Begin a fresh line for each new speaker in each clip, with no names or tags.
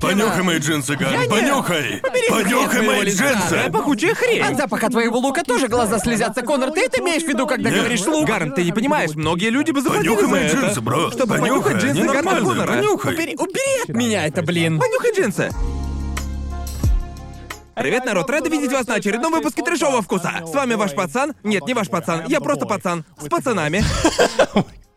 Понюхай мои джинсы, Ган, понюхай! Понюхай мои джинсы!
Старая пахучая хрень.
От пока твоего лука тоже глаза слезятся. Конор, ты это имеешь в виду, когда
Нет.
говоришь лук?
Гарн, ты не понимаешь, многие люди бы заплатили
Понюхай
за
мои
это.
джинсы, бро!
Чтобы понюхать
Понюхай,
джинсы
они
Гарна
нормальные,
Коннора.
понюхай!
Убери, убери от меня это, блин.
Понюхай джинсы. Привет, народ, рада видеть вас на очередном выпуске Трешового Вкуса. С вами ваш пацан. Нет, не ваш пацан, я просто пацан. С пацанами.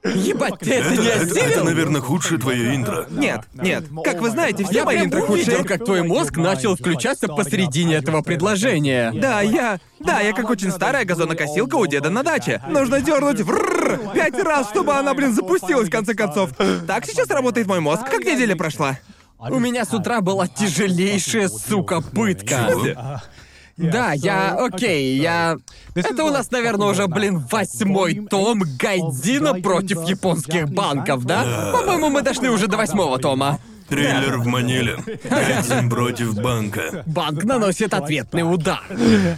Ебать, ты это
Это,
не
это- это,
осилил?
наверное, худшее твое интро.
Нет, нет.
Ну,
Как вы знаете, все
А Я
мои
прям
интро
увидел,
худшие.
как твой мозг начал включаться посредине этого предложения.
Да, я... Да, я как очень старая газонокосилка у деда на даче. Нужно дернуть врррр пять раз, чтобы она, блин, запустилась в конце концов. Так сейчас работает мой мозг. Как неделя прошла?
У меня с утра была тяжелейшая, сука, пытка. Да, я... Окей, я... Это у нас, наверное, уже, блин, восьмой том Гайдзина против японских банков, да? По-моему, мы дошли уже до восьмого тома.
Триллер в Маниле. Один против банка.
Банк наносит ответный удар.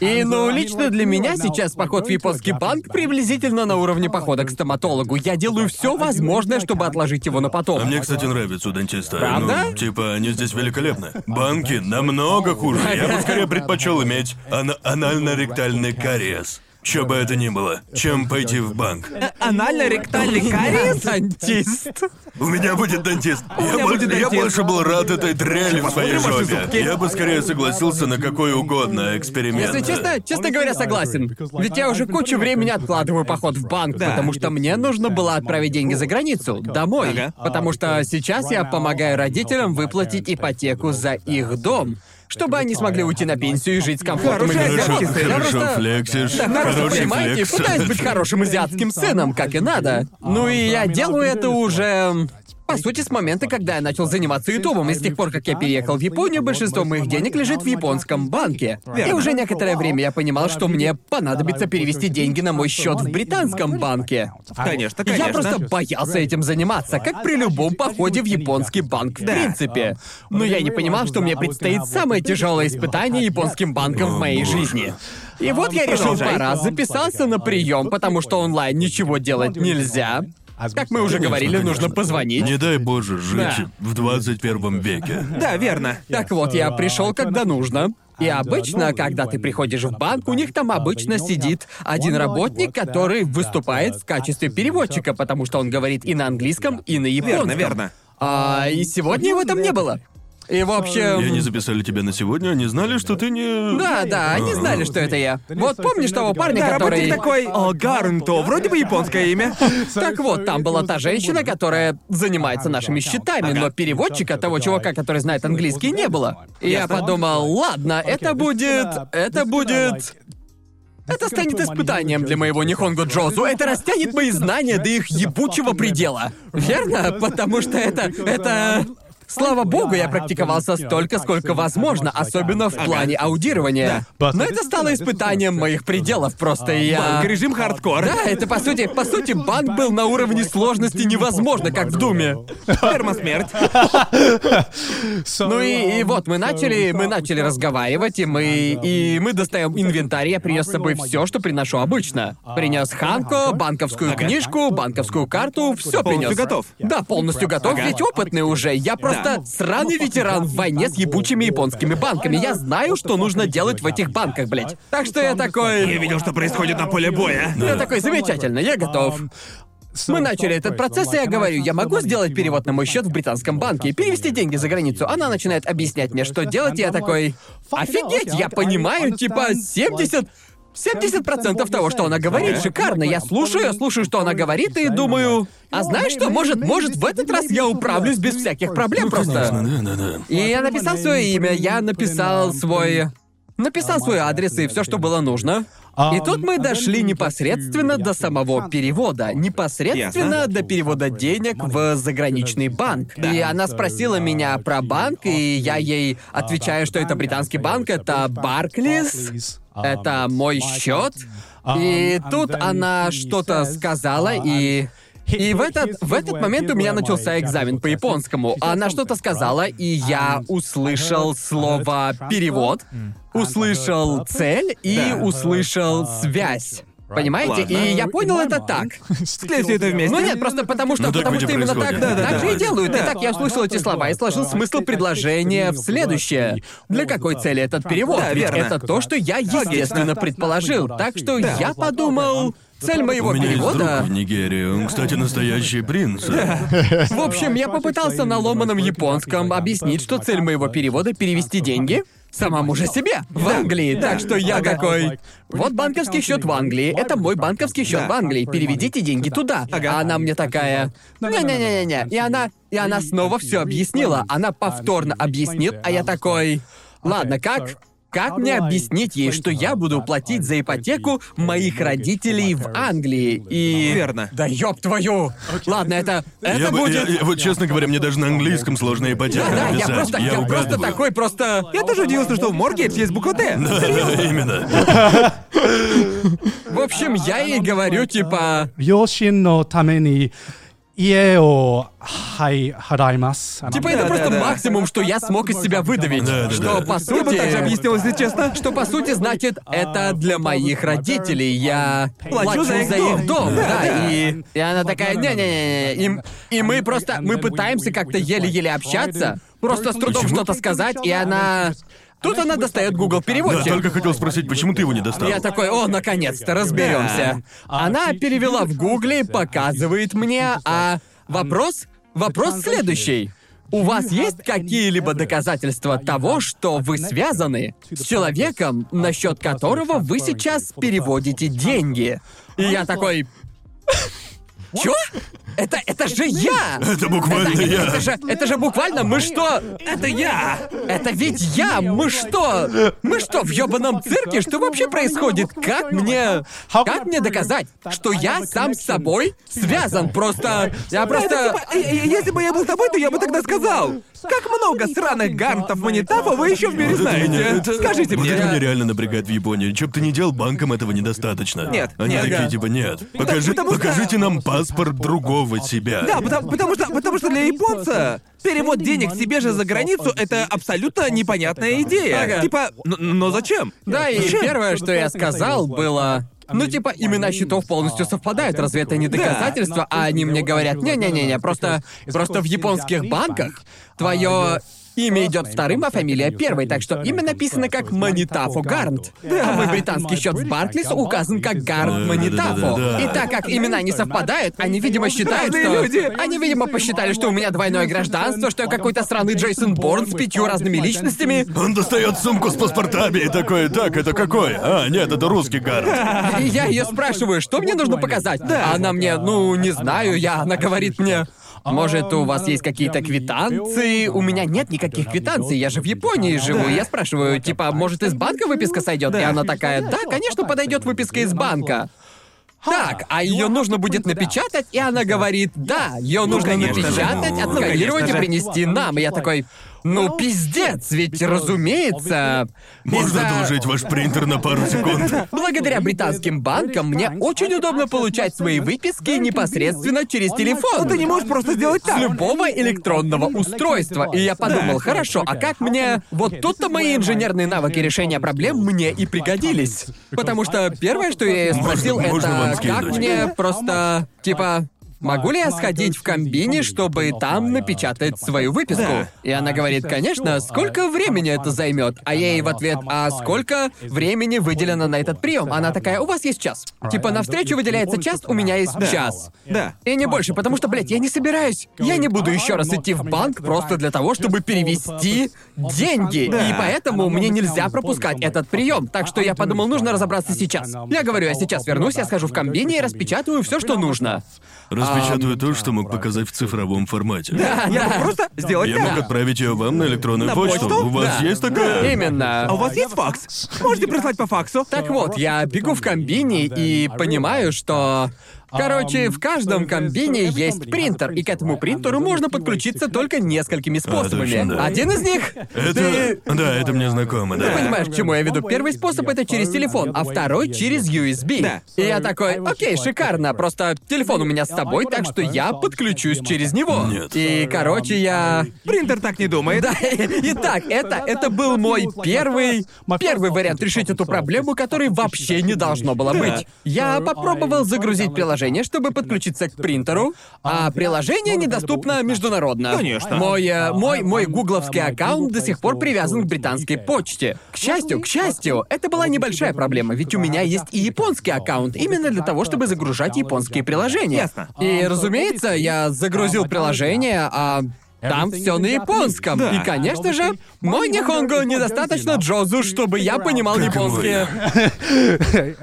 И, ну, лично для меня сейчас поход в японский банк приблизительно на уровне похода к стоматологу. Я делаю все возможное, чтобы отложить его на
А
потом.
мне, кстати, нравится у дантиста.
Правда?
Ну, типа, они здесь великолепны. Банки намного хуже. Я бы скорее предпочел иметь ана- анально-ректальный кариес. Что бы это ни было, чем пойти в банк.
Э, Анально-ректальный кариес?
Антист.
У меня будет дантист. Я,
меня
бо-
будет
я
дантист.
больше был рад этой дрели в своей
посмотрим ваши
жопе.
зубки.
Я бы скорее согласился на какой угодно эксперимент.
Если честно, честно говоря, согласен. Ведь я уже кучу времени откладываю поход в банк,
Да.
потому что мне нужно было отправить деньги за границу, домой.
Ага.
Потому что сейчас я помогаю родителям выплатить ипотеку за их дом, чтобы они смогли уйти на пенсию и жить с комфортом и
Хорошая
без
Хорошо,
разницы.
азиатский сын.
Я
хорошо
просто-
флексишь.
Да, хорошо,
Хороший
понимаете,
флекс.
пытаюсь быть хорошим азиатским сыном, как и надо. Ну и я делаю это уже... По сути, с момента, когда я начал заниматься ютубом, и с тех пор, как я переехал в Японию, большинство моих денег лежит в японском банке. И
Верно.
уже некоторое время я понимал, что мне понадобится перевести деньги на мой счет в британском банке.
Конечно,
Я
конечно.
просто боялся этим заниматься, как при любом походе в японский банк в
Да.
принципе. Но я не понимал, что мне предстоит самое тяжелое испытание японским банком в моей жизни. И вот я решил
Продолжай.
пора записаться на прием, потому что онлайн ничего делать нельзя. Как мы уже
Конечно,
говорили,
конечно.
нужно позвонить.
Не дай боже жить
Да.
в 21 веке.
Да, верно.
Так вот, я пришел, когда нужно. И
uh,
обычно, когда ты приходишь в банк, у них там обычно сидит один работник, который
uh,
выступает в качестве переводчика, потому что он говорит и на английском, и на японском.
Верно, верно. Um,
А, и сегодня его там не было. И в
Я не
общем...
записали тебя на сегодня, они знали, что ты не...
Да, да, они знали, что это я. Вот помнишь того парня,
Да,
который...
работник такой, о, Гарнто, вроде бы японское имя.
Так вот, там была та женщина, которая занимается нашими счетами, но переводчика того чувака, который знает английский, не было. И я
Ясно.
подумал, ладно, это будет... Это будет... Это станет испытанием для моего Нихонго Джозу. Это растянет мои знания до их ебучего предела. Верно? Потому что это... Это... Слава богу, я практиковался столько, сколько возможно, особенно в плане аудирования. Но это стало испытанием моих пределов, просто и я...
Банк, режим хардкор.
Да, это по сути, по сути, банк был на уровне сложности невозможно, как в Думе.
Термосмерть.
Ну и, и вот мы начали, мы начали разговаривать, и мы, и мы достаем инвентарь. Я принес с собой все, что приношу обычно. Принес Ханко, банковскую книжку, банковскую карту, все принес.
Полностью готов?
Да, полностью готов,
Ага.
ведь опытный уже. Я просто
Да. Ну,
сраный ветеран в войне с ебучими японскими банками. Я знаю, что нужно делать в этих банках, блядь. Так что я такой.
Я видел, что происходит на поле боя.
Я такой замечательно, я готов. Мы начали этот процесс, и я говорю, я могу сделать перевод на мой счет в британском банке и перевести деньги за границу. Она начинает объяснять мне, что делать, и я такой... Офигеть, я понимаю, типа, 70... 70% того, что она говорит,
Ага.
шикарно. Я слушаю, слушаю, что она говорит, и думаю... А знаешь что, может, может, в этот раз я управлюсь без всяких проблем просто.
Конечно, да, да, да.
И я написал свое имя, я написал свой... Написал свой адрес и все, что было нужно. И тут мы дошли непосредственно до самого перевода, непосредственно
Ясно.
до перевода денег в заграничный банк. И она спросила меня про банк, и я ей
А,
отвечаю, что это британский банк, это Барклис,
А,
это мой счет. И тут она что-то
а,
сказала, и... И в этот, в этот момент у меня начался экзамен по японскому. Она что-то сказала, и я услышал слово «перевод», услышал «цель» и
Да.
услышал «связь». Понимаете?
Ладно.
И я понял это так.
Склей все это вместе.
Ну нет, просто потому что,
Ну так
потому
ведь и
что именно так,
происходит. Да-да-да.
так же и делают. И так я услышал эти слова и сложил смысл предложения в следующее. Для какой цели этот перевод?
Да,
Ведь
верно.
это то, что я, естественно, предположил. Так что
Да.
я подумал, цель моего
У меня есть друг
перевода...
в Нигерии. Он, кстати, настоящий принц.
В общем, я попытался на ломаном японском объяснить, что цель моего перевода — перевести деньги самому же себе в Англии. Так что я такой... Вот банковский счет в Англии. Это мой банковский счет
Да.
в Англии. Переведите деньги туда.
Ага.
А она мне такая... Не-не-не-не. И она... И она снова все объяснила. Она повторно объяснит, а я такой... Ладно, как? Как мне объяснить ей, что я буду платить за ипотеку моих родителей в Англии? И...
Верно.
Да ёб твою! Ладно, это... Это
я бы-
будет...
я- я- вот честно говоря, мне даже на английском сложно ипотеку
Да, да, я
написать.
просто, я просто
угадываю.
такой просто.
Я тоже удивился, что в Моргейт есть буква Т.
Да, именно.
В общем, я ей говорю типа,
両親のために家を、はい、払います。
типа
Да,
это
да,
просто
да.
максимум, что я смог из себя выдавить,
Да, да, да.
что по
Я бы
сути,
так же объяснил, если честно.
что по сути значит это для моих родителей я плачу за их дом, да, и и она такая, не не не, и, и мы просто мы пытаемся как-то еле-еле общаться, просто с трудом
Почему?
что-то сказать, и она тут она достает Google
Да,
переводчик.
только хотел спросить, почему ты его не достал?
Я такой, о, наконец-то разберемся. Она перевела в гугле, показывает мне, а вопрос, вопрос следующий. У вас есть какие-либо доказательства того, что вы связаны с человеком, насчет которого вы сейчас переводите деньги? И я такой... Чё? Это, это же я!
Это буквально
Это,
я.
это же, это же буквально мы что? Это я! Это ведь я! Мы что? Мы что, в ёбаном цирке? Что вообще происходит? Как мне... Как мне доказать, что я сам с собой связан? Просто... Я
Это
просто...
типа, э, э, если бы я был тобой, то я бы тогда сказал. Как много сраных гантов манитапа вы еще в мире
Вот это меня-
знаете?
это-
Скажите
вот
мне.
это меня реально напрягает в Японии. Чем бы ты ни делал, банкам этого недостаточно.
Нет,
Они
нет,
такие
да.
типа нет. Покажи,
потому что-
покажите нам паспорт другого себя.
Да, потому, потому что, потому что для японца перевод денег себе же за границу это абсолютно непонятная идея.
Ага.
Типа, но, но зачем?
Да, и
Зачем?
первое, что я сказал, было... Ну, типа, имена счетов полностью совпадают, разве это не доказательство? А они мне говорят, не-не-не-не, просто... Просто в японских банках твое имя идет вторым, а фамилия первой, так что имя написано как Манитафо Гарнт. А мой британский счет в Барклис указан как Гарнт Манитафо.
Да-да-да-да.
И так как имена не совпадают, они, видимо, считают,
Разные
что...
люди.
Они, видимо, посчитали, что у меня двойное гражданство, что я какой-то странный Джейсон Борн с пятью разными личностями,
Он достает сумку с паспортами и такой, так, это какой? А, нет, это русский гард.
И я ее спрашиваю, что мне нужно показать? Да. Она мне, ну, не знаю, я. Она говорит мне, может, у вас есть какие-то квитанции? У меня нет никаких квитанций, я же в Японии живу. Я спрашиваю, типа, может, из банка выписка сойдет? И она такая, да, конечно, подойдет выписка из банка. Так, а ее нужно будет напечатать, и она говорит, да, ее нужно
конечно же.
напечатать,
Ну,
откопировать и
конечно же.
принести нам. И я такой, ну пиздец, ведь разумеется.
Можно
из-за-
одолжить ваш принтер на пару секунд?
А,
Благодаря британским банкам мне очень удобно получать свои выписки непосредственно через телефон.
Ну, ты не
можешь просто сделать так.
С любого электронного устройства. И я подумал,
Да.
хорошо, а как мне... Вот тут-то мои инженерные навыки решения проблем мне и пригодились. Потому что первое, что я её спросил,
Можно- можно вам
это как
скинуть?
мне просто... Типа, Могу ли я сходить в комбине, чтобы там напечатать свою выписку? И она говорит, конечно, сколько времени это займет? А я ей в ответ, а сколько времени выделено на этот прием? Она такая, у вас есть час. Типа, на встречу выделяется час, у меня есть час.
Да.
И не больше, потому что, блядь, я не собираюсь. Я не буду еще раз идти в банк просто для того, чтобы перевести деньги.
Да.
И поэтому мне нельзя пропускать этот прием. Так что я подумал, нужно разобраться сейчас. Я говорю, я сейчас вернусь, я схожу в комбине и распечатаю все, что нужно.
Распечатаю то, что мог показать в цифровом формате.
Я могу просто сделать
Я мог
так.
отправить ее вам на электронную
На
почту.
почту?
У вас
Да.
есть такая?
Именно.
А у вас есть факс? Можете прислать по факсу? а
Так вот, я бегу в комбине и понимаю, что Короче, в каждом комбине есть принтер, и к этому принтеру можно подключиться только несколькими способами.
А, точно, да.
Один из них
Это... Да, это мне знакомо,
Ты
да.
понимаешь, к чему я веду? Первый способ это через телефон, а второй через USB.
Да.
И я такой, окей, шикарно, просто телефон у меня с собой, так что я подключусь через него.
Нет.
И, короче, я...
Принтер так не думает.
Да, итак, это, это был мой первый, первый вариант решить эту проблему, которой вообще не должно было
Да.
быть. Я попробовал загрузить приложение, чтобы подключиться к принтеру, а приложение недоступно международно.
Конечно.
Мой, э, мой, мой гугловский аккаунт до сих пор привязан к британской почте. К счастью, к счастью, это была небольшая проблема, ведь у меня есть А, и японский аккаунт, именно для того, чтобы загружать японские приложения.
Ясно.
А, ну, И, разумеется, я загрузил приложение, а там все на японском.
Да.
И, конечно же, мой нихонго недостаточно Джозу, чтобы я понимал
Как его
японские.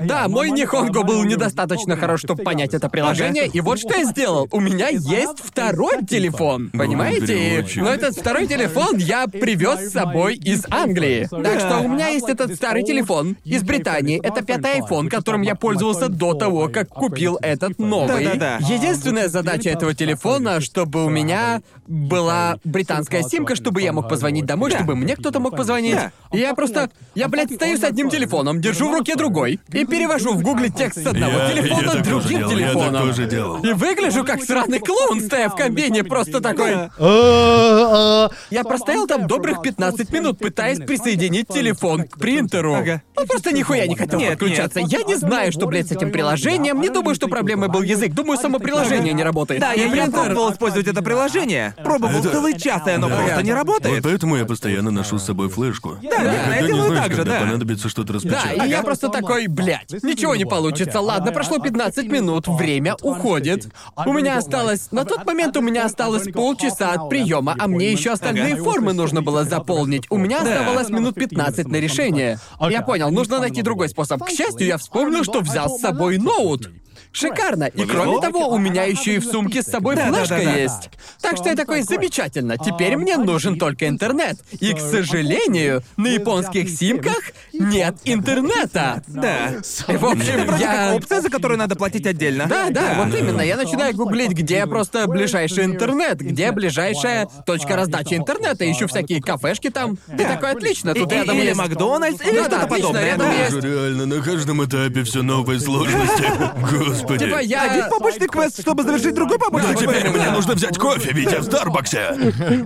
Да, мой нихонго был недостаточно хорош, чтобы понять это приложение, и вот что я сделал. У меня есть второй телефон, понимаете? И-
переводчик.
Но этот второй телефон я привез с собой из Англии. Так что у меня есть этот старый телефон из Британии. Это пятый iPhone, которым я пользовался до того, как купил этот новый.
Да-да-да.
Единственная задача этого телефона, чтобы у меня была британская симка, чтобы я мог позвонить домой, чтобы мне кто-то мог позвонить.
Да.
И я просто... Я, блядь, стою с одним телефоном, держу в руке другой и перевожу в гугле текст с одного
Я, я
телефона
так тоже
другим
делал, я так
телефоном.
тоже делал.
И выгляжу как сраный клоун, стоя в комбине, просто такой...
Э, э,
Я простоял там добрых 15 минут, пытаясь присоединить телефон к принтеру.
Ага.
Он просто нихуя не хотел
Нет,
подключаться.
нет.
Я не знаю, что, блядь, с этим приложением. Не думаю, что проблемой был язык. Думаю, само приложение не работает.
Да,
И
я, я
принтер-
пробовал использовать это приложение. Пробовал
Это-
целый час, и оно
Да.
просто не
Вот
работает.
поэтому я постоянно ношу с собой флешку.
да,
Никогда
я
не
делаю
знаешь,
так же,
когда
да.
понадобится что-то
Да,
распечатать.
и я просто такой, блядь, ничего не получится. Ладно, прошло 15 минут, время уходит. У меня осталось... На тот момент у меня осталось полчаса от приема, а мне еще остальные формы нужно было заполнить. У меня
Да.
оставалось минут 15 на решение. Я понял, нужно найти другой способ. К счастью, я вспомнил, что взял с собой ноут. Шикарно. И кроме того, у меня еще и в сумке с собой
Да,
да,
флешка
да, да.
есть. Так что я такой замечательно. А Теперь мне нужен только интернет. И, к сожалению, на японских симках нет интернета.
Да.
И, в общем,
Вроде как
я...
опция, за которую надо платить отдельно.
Да, да, вот
Да.
именно. Я начинаю гуглить, где просто ближайший интернет, где ближайшая
А,
точка раздачи интернета, ищу всякие кафешки там. Ты такой, отлично, тут
И-
рядом
или
есть...
Макдональдс, или
Да,
что-то
да, отлично,
подобное,
рядом
да.
есть
Боже, реально, на каждом этапе все новые сложности. Господи.
Типа я...
Один побочный квест, чтобы завершить другой побочный
А теперь
квест.
мне нужно взять кофе, ведь я в Старбаксе.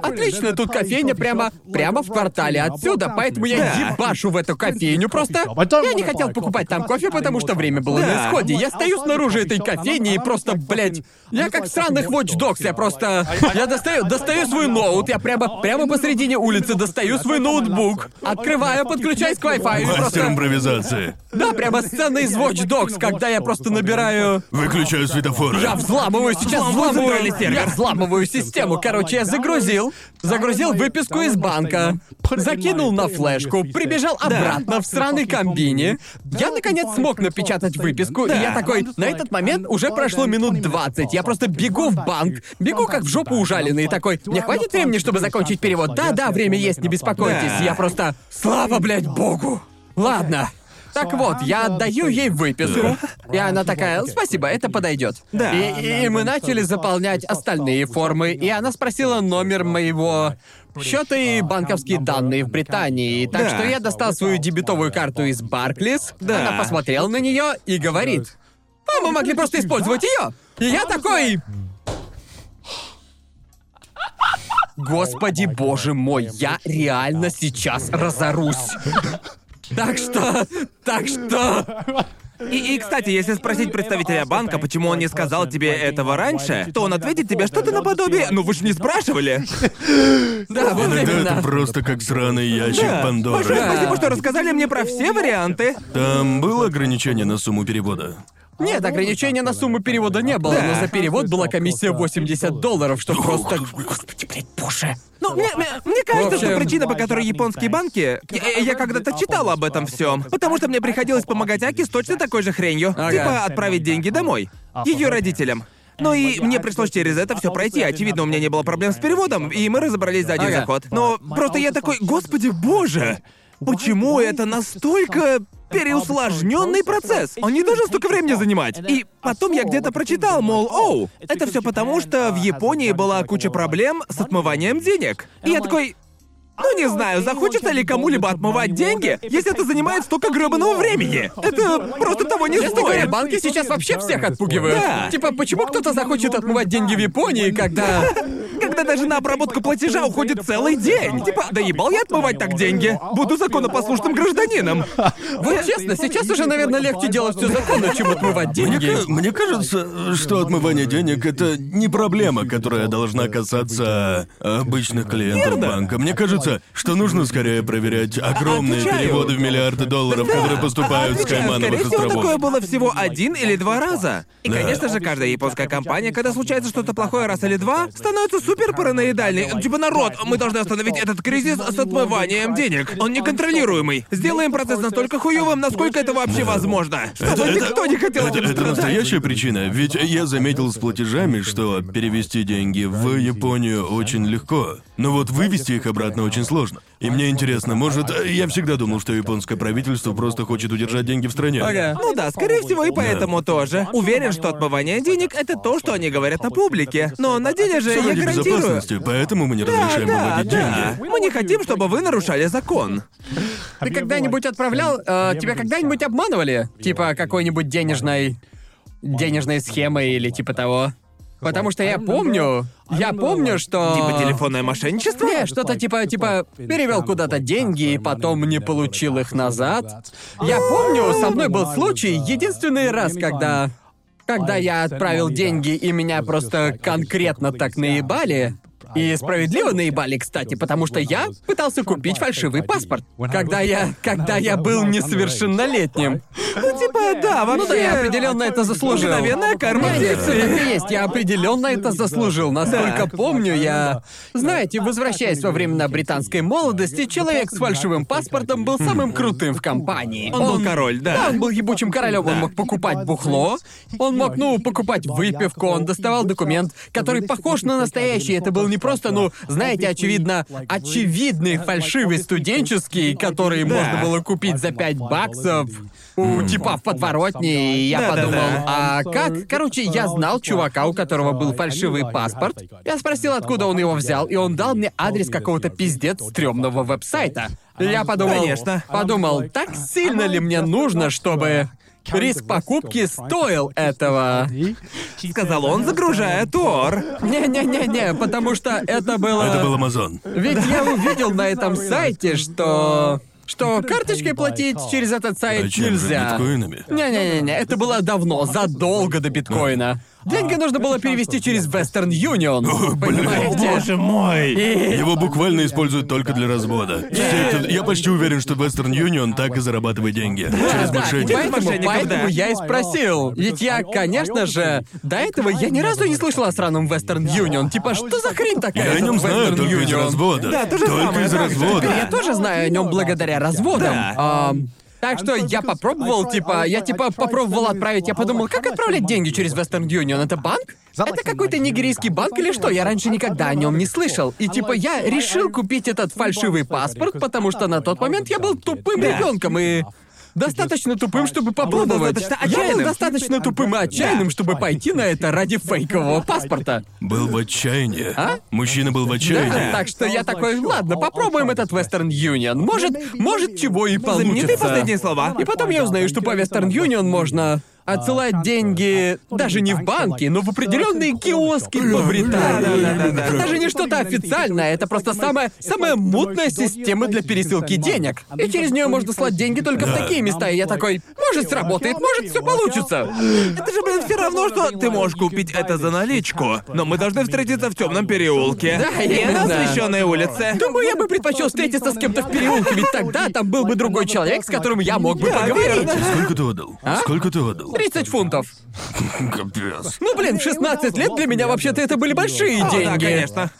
Отлично, тут кофейня прямо, прямо в квартале отсюда, поэтому я
Да.
ебашу в эту кофейню просто. Я не хотел покупать там кофе, потому что время было на
Да.
исходе. Я стою снаружи этой кофейни и просто, блядь, я как в сраных Watch Dogs, я просто... Я достаю, достаю свой ноут, я прямо, прямо посредине улицы достаю свой ноутбук, открываю, подключаюсь к Wi-Fi и
Мастер
просто...
импровизации.
Да, прямо сцена из Watch Dogs, когда я просто набираю...
Выключаю светофоры.
Я взламываю сейчас,
Взламываю
взламываю,
центральный сервер.
я взламываю систему. Короче, я загрузил, загрузил выписку из банка, закинул на флешку, прибежал обратно в сраный комбине. Я, наконец, смог напечатать выписку, и я такой, на этот момент уже прошло минут 20, я просто бегу в банк, бегу как в жопу ужаленный, и такой, мне хватит времени, чтобы закончить перевод? Да-да, время есть, не беспокойтесь,
Да.
я просто... Слава, блядь, богу! Ладно. Так вот, я отдаю ей выписку, и она такая, спасибо, это подойдет.
Да.
И, и мы начали заполнять остальные формы, и она спросила номер моего счета и банковские данные в Британии. Так
Да.
что я достал свою дебетовую карту из Барклис,
Да.
она посмотрела на нее и говорит, а мы могли просто использовать ее. И я такой... Господи, боже мой, я реально сейчас разорусь. Так что, так что...
И, и, кстати, если спросить представителя банка, почему он не сказал тебе этого раньше, то он ответит тебе что-то наподобие «Ну вы же не спрашивали!»
Да,
ну
вот
Иногда это
именно.
просто как сраный ящик
Да. Большое
Пандоры.
спасибо, что рассказали мне про все варианты.
Там было ограничение на сумму перевода?
Нет, ограничения на сумму перевода не было, но за перевод была комиссия 80 долларов, что просто... Господи, блядь, боже.
Ну, мне, мне- мне кажется,
общем-
что причина, по которой японские банки... Я, я когда-то читал об этом всем. Потому что мне приходилось помогать Аки с точно такой же хренью.
Ага.
Типа отправить деньги домой. Ее родителям. Ну и мне пришлось через это все пройти. Очевидно, у меня не было проблем с переводом, и мы разобрались за один
Ага.
заход. Но просто я такой, господи боже, почему это настолько переусложненный процесс. Он не должен столько времени занимать. И потом я где-то прочитал, мол, оу, это все потому, что в Японии была куча проблем с отмыванием денег. И я такой, ну не знаю, захочется ли кому-либо отмывать деньги, если это занимает столько грёбаного времени. Это просто того не
Честно говоря,
стоит.
банки сейчас вообще всех отпугивают.
Да.
Типа, почему кто-то захочет отмывать деньги в Японии, когда...
Когда даже на обработку платежа уходит целый день. Типа, да ебал я отмывать так деньги.
А
Буду законопослушным гражданином.
Вот честно, сейчас уже, наверное, легче делать все законно, чем отмывать
Мне,
деньги.
ка- мне кажется, э, что отмывание денег это не проблема, которая должна касаться обычных клиентов
Верно. А,
банка. Мне кажется, что нужно скорее проверять огромные
Отвечаю.
переводы в миллиарды долларов, которые поступают с
Отвечаю,
Каймановых
скорее всего, такое
островов.
было всего один или два раза. И,
Да.
конечно же, каждая японская компания, когда случается что-то плохое раз или два, становится супер параноидальной. Типа, народ, мы должны остановить этот кризис с отмыванием денег. Он неконтролируемый. Сделаем процесс настолько хуёвым, насколько это вообще возможно. Чтобы
это-
никто не хотел
Это,
этим
это
страдать.
настоящая причина, ведь я заметил с платежами, что перевести деньги в Японию очень легко, но вот вывести их обратно очень сложно. И мне интересно, может, я всегда думал, что японское правительство просто хочет удержать деньги в стране.
Ага.
Ну да, скорее всего, и поэтому тоже. Уверен, что отмывание денег — это то, что они говорят на публике. Но на деле же,
Всё
я
ради
гарантирую...
безопасности, поэтому мы не
Да,
разрешаем
да,
выводить
да.
деньги.
Мы не хотим, чтобы вы нарушали закон.
Ты когда-нибудь отправлял... э, тебя когда-нибудь обманывали? Типа какой-нибудь денежной... денежной схемой или типа того? Потому что я помню... Я помню, что...
Типа
А.
телефонное мошенничество?
Не, что-то типа, типа, перевел куда-то деньги и потом не получил их назад. Я
А,
помню, со мной был случай, единственный раз, когда... Когда я отправил деньги и меня просто конкретно так наебали, и справедливо наебали, кстати, потому что я пытался купить фальшивый паспорт, когда я, когда я был несовершеннолетним.
Ну, типа, да, вообще...
Ну да, я
А
определенно это заслужил.
Мгновенная карма
Да, нет, всё
действий.
так и есть, я определенно это заслужил. Насколько
Да.
помню, я... Знаете, возвращаясь во времена британской молодости, человек с фальшивым паспортом был самым крутым в компании.
Он был король,
Да,
да.
он был ебучим королем, он мог покупать бухло, он мог, ну, покупать выпивку, он доставал документ, который похож на настоящий. Это был не просто, ну, знаете, очевидно, очевидный фальшивый студенческий, который
Да.
можно было купить за 5 баксов у типа в подворотне, и я
Да-да-да.
подумал, а как? Короче, я знал чувака, у которого был фальшивый паспорт. Я спросил, откуда он его взял, и он дал мне адрес какого-то пиздец стрёмного веб-сайта. И Я подумал,
Конечно.
подумал, так сильно ли мне нужно, чтобы риск покупки стоил этого?
Сказал он, загружая Тор.
Не-не-не-не, потому что это было...
Это был Амазон.
Э,
Ведь я увидел на этом сайте, что... Что карточкой платить через этот
А
сайт
чем же
нельзя.
биткоинами?
Не-не-не, это было давно, задолго до биткоина. Деньги нужно было перевести через Western Union. Понимаете?
мой.
И-
Его буквально используют только для развода.
Э,
Все это- Я почти уверен, что Western Union так и зарабатывает деньги. Через
Да,
мошенников.
поэтому,
Мошенников,
поэтому
да.
я и спросил. Ведь я, конечно же, до этого я ни разу не слышал о сраном Western Union. Типа, что за хрень такая?
Я о нем
этот
знаю
Western
только из
Union?
развода.
Да, то же
только
самое,
из
так же.
развода.
Я тоже знаю о нем благодаря разводам.
Да.
Ам, так что я попробовал, типа, я типа попробовал отправить, я подумал, как отправлять деньги через Western Union? Это банк? Это какой-то нигерийский банк или что? Я раньше никогда о нем не слышал. И типа я решил купить этот фальшивый паспорт, потому что на тот момент я был тупым
Да.
ребенком и Достаточно тупым, чтобы попробовать. А
достаточно
я был
отчаянным.
достаточно тупым и отчаянным, чтобы пойти на это ради фейкового паспорта.
Был в отчаянии.
А?
Мужчина был в
Да,
отчаянии.
А?
так что я такой, ладно, попробуем этот Western Union. Может, может, чего и
Знаменитые
получится.
последние слова.
И потом я узнаю, что по Western Union можно отсылать деньги даже не в банки, но в определенные киоски по
Да-да-да-да-да.
Британии. Это даже не что-то официальное, это просто самая, самая мутная система для пересылки денег. И через нее можно слать деньги только в
Да.
такие места, и я такой, может, сработает, может, все получится.
Это же, блин, все равно, что ты можешь купить это за наличку. Но мы должны встретиться в темном переулке.
Да,
и на
именно.
освещенной улице.
Думаю, я бы предпочел встретиться с кем-то в переулке, ведь тогда там был бы другой человек, с которым я мог бы
Да,
поговорить.
верно.
Сколько ты отдал?
А?
Сколько ты отдал?
30 фунтов.
Капец.
Ну, блин, в 16 лет для меня вообще-то это были большие
О, да,
деньги.
конечно.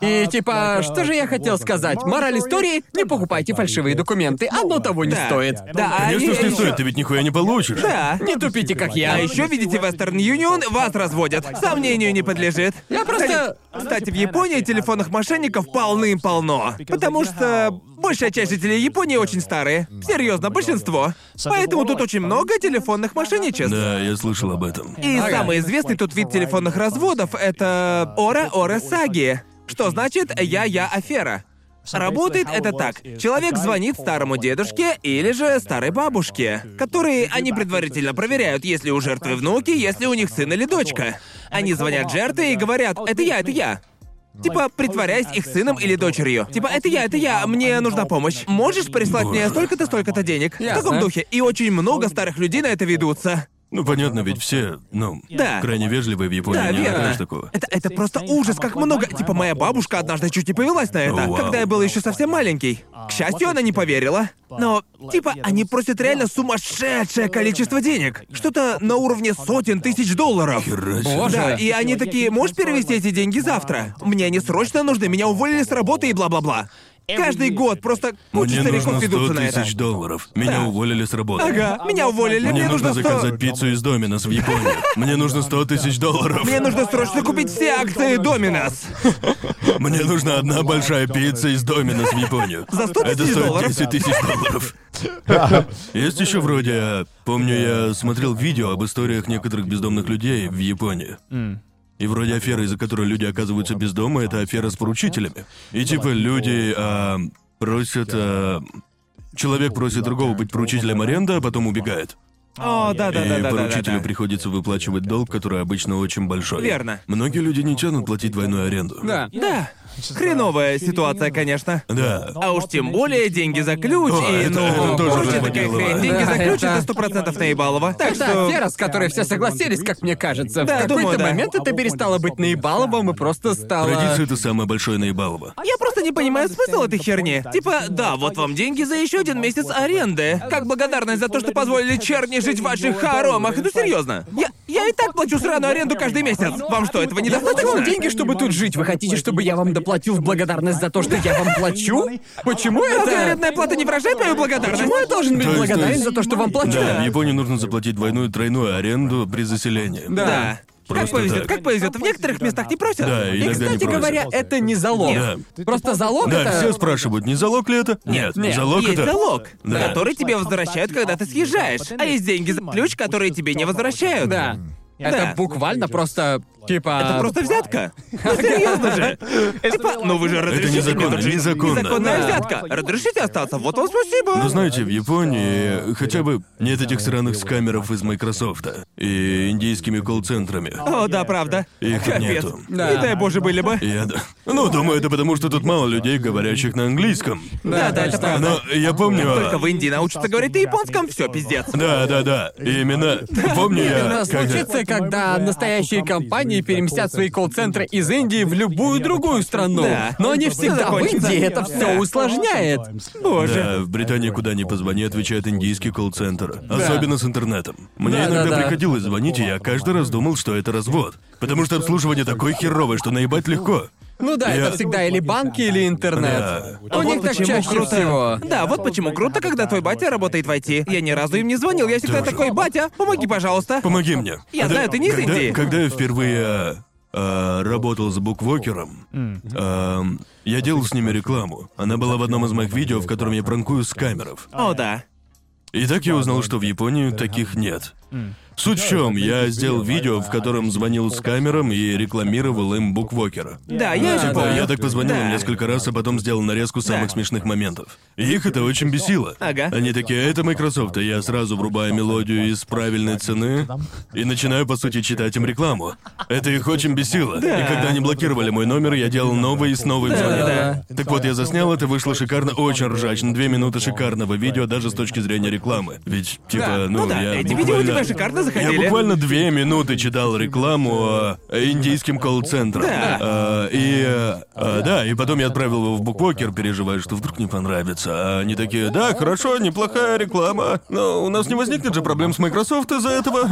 И типа, что же я хотел сказать? Мораль истории — не покупайте фальшивые документы, оно того не
Да.
стоит.
Да, а
Конечно
я-
ж не
я-
стоит, ты ведь нихуя не получишь.
Да.
Не тупите, как я.
А еще видите Western Union, вас разводят. Сомнению не подлежит.
Я просто-
Кстати, кстати, в Японии телефонных мошенников полным-полно. Потому что большая часть жителей Японии очень старые. Серьезно, большинство. Поэтому тут очень много телефонных мошенничеств.
Да, я слышал об этом.
И
Ага.
самый известный тут вид телефонных разводов — это ора-ора-саги, что значит «я-я-афера». Работает это так. Человек звонит старому дедушке или же старой бабушке, которые они предварительно проверяют, если у жертвы внуки, если у них сын или дочка. Они звонят жертве и говорят «это я, это я». Типа, притворяясь их сыном или дочерью. Типа, это я, это я, мне нужна помощь. Можешь прислать мне столько-то, столько-то денег? В таком
Ясно.
духе. И очень много старых людей на это ведутся.
Ну, понятно, ведь все, ну,
Да.
крайне вежливые в Японии,
А, Да,
не
верно.
накажешь такого.
Это, это просто ужас, как много. Типа, моя бабушка однажды чуть не повелась на это,
О, вау.
когда я был еще совсем маленький. К счастью, она не поверила. Но, типа, они просят реально сумасшедшее количество денег. Что-то на уровне сотен тысяч долларов.
Херачит.
Боже.
Да, и они такие, можешь перевести эти деньги завтра? Мне они срочно нужны, меня уволили с работы и бла-бла-бла. Каждый год просто
Мне
куча
нужно
стариков
100
ведутся на это.
тысяч долларов. Меня
Да.
уволили с работы.
Ага, меня уволили,
Мне,
мне
нужно
нужно сто...
заказать пиццу из Доминос в Японии. Мне нужно 100 тысяч долларов.
Мне нужно срочно купить все акции Доминос.
Мне нужна одна большая пицца из Доминос в Японию.
За 100
Это
тысяч
стоит
долларов?
10 тысяч долларов. Есть еще вроде... э, Помню, я смотрел видео об историях некоторых бездомных людей в Японии. И вроде афера, из-за которой люди оказываются без дома, это афера с поручителями. И типа люди э, просят... э, Человек просит другого быть поручителем аренды, а потом убегает.
О,
и
да-да-да-да-да-да.
поручителю приходится выплачивать долг, который обычно очень большой.
Верно.
Многие люди не тянут платить двойную аренду.
Да.
Да, хреновая ситуация, конечно.
Да.
А уж тем более деньги за ключ
О,
и,
это-
ну,
это тоже
короче,
было
такая
дело.
хрень. Деньги за
Да,
ключ
это-
это сто процентов наебалово. Так
Это
что...
афера, с которой все согласились, как мне кажется.
Да,
в какой-то
думаю, да.
момент это перестало быть наебаловым и просто стало...
Традиция это самое большое наебалово.
Я просто не понимаю смысл этой херни. Типа, да, вот вам деньги за еще один месяц аренды. Как благодарность за то, что позволили черни жить в ваших хоромах. Ну серьезно. Я, я и так плачу сраную аренду каждый месяц. Вам что, этого
Я плачу вам
недостаточно?
деньги, чтобы тут жить. Вы хотите, чтобы я вам доплатил в благодарность за то, что я вам плачу? Почему
Разве
это?
арендная плата не выражает мою благодарность?
Почему я должен быть
То есть, то
благодарен
есть-
за то, что вам плачу?
Да, в Японии нужно заплатить двойную тройную аренду при заселении.
Да. Как
Просто
повезет,
так.
как повезет. В некоторых местах не просят.
Да,
И,
иногда не
кстати
просят.
говоря, это не залог.
Да.
Просто залог
Да,
это...
все спрашивают, не залог ли это? Нет,
нет,
залог
есть
это.
залог,
Да.
который тебе возвращают, когда ты съезжаешь, а есть деньги за ключ, которые тебе не возвращают.
Да. Это
Да.
буквально просто, типа...
Это просто взятка. Ну, серьезно же. Типа, ну вы же разрешите мне
незаконно,
тут жить?
незаконно.
Незаконная
Да.
взятка. Разрешите остаться, вот вам
Но
спасибо.
знаете, в Японии хотя бы нет этих сраных скамеров из Майкрософта и индийскими колл-центрами.
О, да, правда.
Их
Капец.
нету.
Да.
Не дай боже, были бы.
Я да. Ну, думаю, это потому, что тут мало людей, говорящих на английском.
Да, да, это правда.
Но я помню.
Только в Индии научатся говорить на японском, все пиздец.
Да, да, да. Именно. Помню я. когда-
Именно случится, когда настоящие компании переместят свои колл-центры из Индии в любую другую страну.
Да.
Но они всегда в
Закончится.
Индии, это все
Да.
усложняет.
Боже.
Да, в Британии куда ни позвони, отвечает индийский колл-центр. Особенно с интернетом. Мне
Да,
иногда
да, да.
приходилось звонить, и я каждый раз думал, что это развод. Потому что обслуживание такое херовое, что наебать легко.
Ну да,
Я-
это всегда или банки, или интернет.
Да.
У них
вот
так
почему
чаще
круто.
всего.
Да, вот почему круто, когда твой батя работает в IT. Я ни разу им не звонил, я всегда
Тоже.
такой, батя, помоги, пожалуйста.
Помоги мне.
Я знаю, ты не из
когда,
Индии.
когда я впервые э, э, работал с буквокером, э, я делал с ними рекламу. Она была в одном из моих видео, в котором я пранкую скамеров.
О, да.
И так я узнал, что в Японии таких нет. Суть в чем, я сделал видео, в котором звонил с камером и рекламировал им буквокера.
Да, я еще
Типа,
помню.
я так позвонил им
Да.
несколько раз, а потом сделал нарезку самых
Да.
смешных моментов. И Их это очень бесило.
Ага.
Они такие, это Microsoft, и я сразу врубаю мелодию из правильной цены и начинаю, по сути, читать им рекламу. Это их очень бесило. И когда они блокировали мой номер, я делал новый и снова им звонил.
да.
Так вот, я заснял, это вышло шикарно, очень ржачно. Две минуты шикарного видео, даже с точки зрения рекламы. Ведь, типа,
Да,
ну,
ну да,
я
эти видео
буквально...
у тебя так шикарно заходили.
Я буквально две минуты читал рекламу э, индийским колл-центром.
Да.
Э, и э, э, да, и потом я отправил его в букпокер, переживая, что вдруг не понравится. А они такие, да, хорошо, неплохая реклама. Но у нас не возникнет же проблем с Microsoft из-за этого.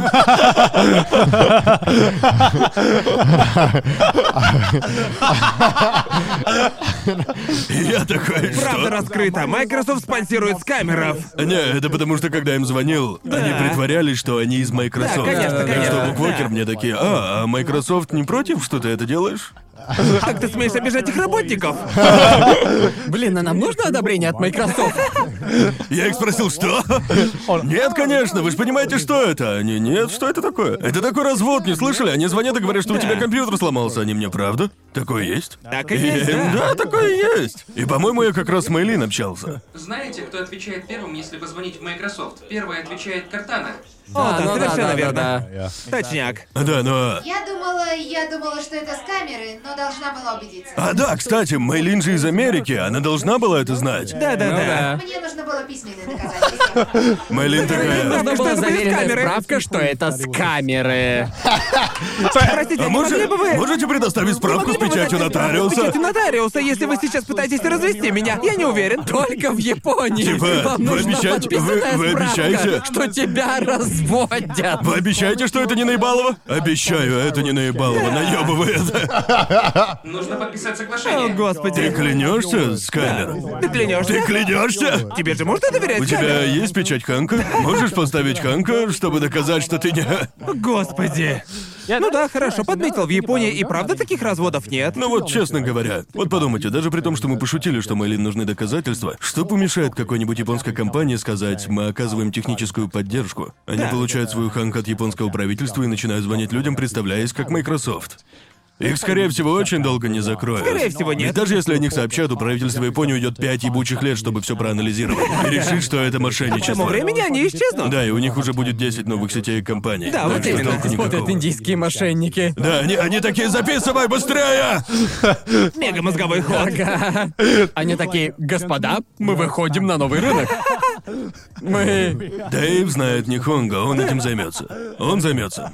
И Я такой,
Правда
что?
раскрыта. Microsoft спонсирует скамеров.
Э, Не, это потому что когда им звонил, они притворялись, что они из Microsoft.
Да, конечно,
Так
конечно,
что буквокер
да.
мне такие, а, а Microsoft не против, что ты это делаешь?
Как ты смеешь обижать их работников?
Блин, а нам нужно одобрение от Microsoft?
Я их спросил, что? Нет, конечно, вы же понимаете, что это. Они, нет, что это такое? Это такой развод, не слышали? Они звонят и говорят, что у тебя компьютер сломался. Они мне, правда? Такое есть?
Так и есть,
Эм,
да.
Да, такое есть. И, по-моему, я как раз с Мейлин общался.
Знаете, кто отвечает первым, если позвонить в Microsoft? Первый отвечает Картана.
О, да,
ну
совершенно
да,
верно.
да.
Точняк.
Да, но... а,
Я думала, я думала, что это с камеры, но должна была убедиться.
А да, кстати, Мейлин же из Америки, она должна была это знать.
Да,
Ну
да, да.
Мне нужно было письменное доказательство.
Мейлин такая...
Нужна
Что
была
это были
заверенная
камеры?
справка, что это с камеры.
Простите,
А
а не могли
может,
бы вы...
можете предоставить справку с
могли бы вы
печатью
дать мне
нотариуса?
Печать у
а
нотариуса, если вы сейчас пытаетесь развести меня. Я не уверен.
Только в Японии.
Типа,
Вам
вы
нужна
обещаете-
подписанная
вы- вы
справка,
обещаете?
что тебя разводят.
Вы обещаете, что это не наебалово? Обещаю, это не наебалово, наебывает.
Нужно подписать
О,
соглашение.
Ты
господи.
клянешься, Скайлер?
Ты клянешься?
Ты клянешься?
Тебе же можно доверять?
У тебя
Скайлер?
есть печать Ханка? Можешь поставить Ханка, чтобы доказать, что ты не...
Господи. Ну да, хорошо, подметил, в Японии и правда таких разводов нет.
Ну вот, честно говоря, вот подумайте, даже при том, что мы пошутили, что Мэйлин нужны доказательства, что помешает какой-нибудь японской компании сказать, мы оказываем техническую поддержку? Они получают свою ханк от японского правительства и начинают звонить людям, представляясь как Microsoft. Их, скорее всего, очень долго не закроют.
Скорее всего, нет.
Ведь даже если о них сообщат, у правительства Японии уйдет пять ебучих лет, чтобы все проанализировать и решить, что это
К тому
мошенничество.
времени они исчезнут.
Да, и у них уже будет 10 новых сетей и компаний.
Да, вот
Так что
именно.
толку
Смотрят
никакого.
индийские мошенники.
Да, они, они такие, записывай быстрее!
Мега мозговой ход.
Ага. Они такие, господа, мы выходим на новый рынок. Мы...
Дэйв знает Нихонго, он этим займется. Он займется.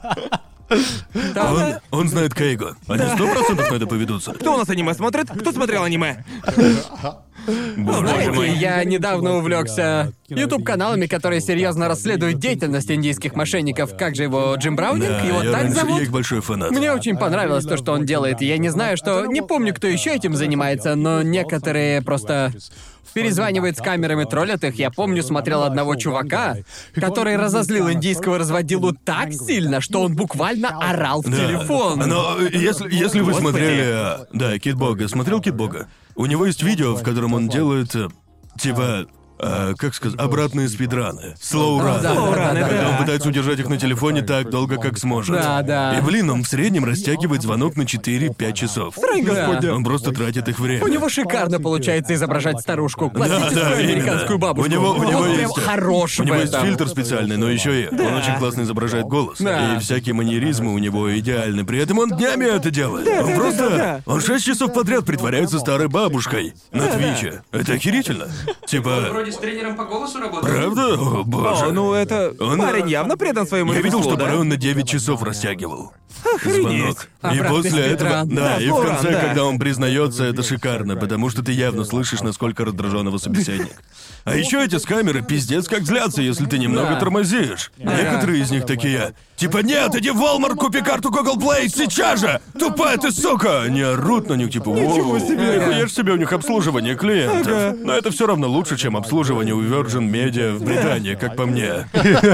Он, он знает Кейго. Они сто процентов на это поведутся.
Кто у нас аниме смотрит? Кто смотрел аниме?
Боже
Знаете,
мой.
Ну, я недавно увлекся YouTube-каналами, которые серьезно расследуют деятельность индийских мошенников. Как же его, Джим Браунинг?
Да,
его
я,
так
раньше-
зовут?
я их большой фанат.
Мне очень понравилось то, что он делает. и Я не знаю, что... Не помню, кто еще этим занимается, но некоторые просто... Перезванивает с камерами, троллят их. Я помню, смотрел одного чувака, который разозлил индийского разводилу так сильно, что он буквально орал в
Да.
телефон.
Но э, если, если вы
Господи.
смотрели... э, Да, Кит Бога. Смотрел Кит Бога? У него есть видео, в котором он делает, э, типа, э, как сказать, обратные спидраны. Слоураны.
А, Да, да,
Слоураны, да.
Когда он пытается удержать их на телефоне так долго, как сможет.
Да, да.
И, блин, он в среднем растягивает звонок на 4-5 часов.
господи.
Он просто тратит их время.
У него шикарно получается изображать старушку, классическую
да, именно.
американскую бабушку.
У него- у
Он
него
прям
есть-
хорош
У
в
него есть
этом.
фильтр специальный, но еще и он очень классно изображает голос.
Да.
И всякие манеризмы у него идеальны. При этом он днями это делает. он
да,
просто.
да, да.
Он 6 часов подряд притворяется старой бабушкой на Твиче. Это охерительно. Типа.
Вроде с тренером по голосу работает.
Правда? О, боже.
О, ну это...
Он- э,
Парень явно предан своему
Я видел,
ремеслу,
что
да?
порой он на 9 часов растягивал. Звонок. И
Обратный
после этого.
спидран.
Да,
Да,
и в
Лоран,
конце,
да.
когда он признается, это шикарно, потому что ты явно слышишь, насколько раздражен его собеседник. А еще эти с камеры пиздец как злятся, если ты немного
Да.
тормозишь. Некоторые из них такие, типа, нет, иди в Walmart, купи карту Google Play сейчас же! Тупая ты, сука! Они орут на них, типа, Ничего себе! себе у них обслуживание клиентов. Но это все равно лучше, чем обслуживание у Virgin Media в Британии, как по мне.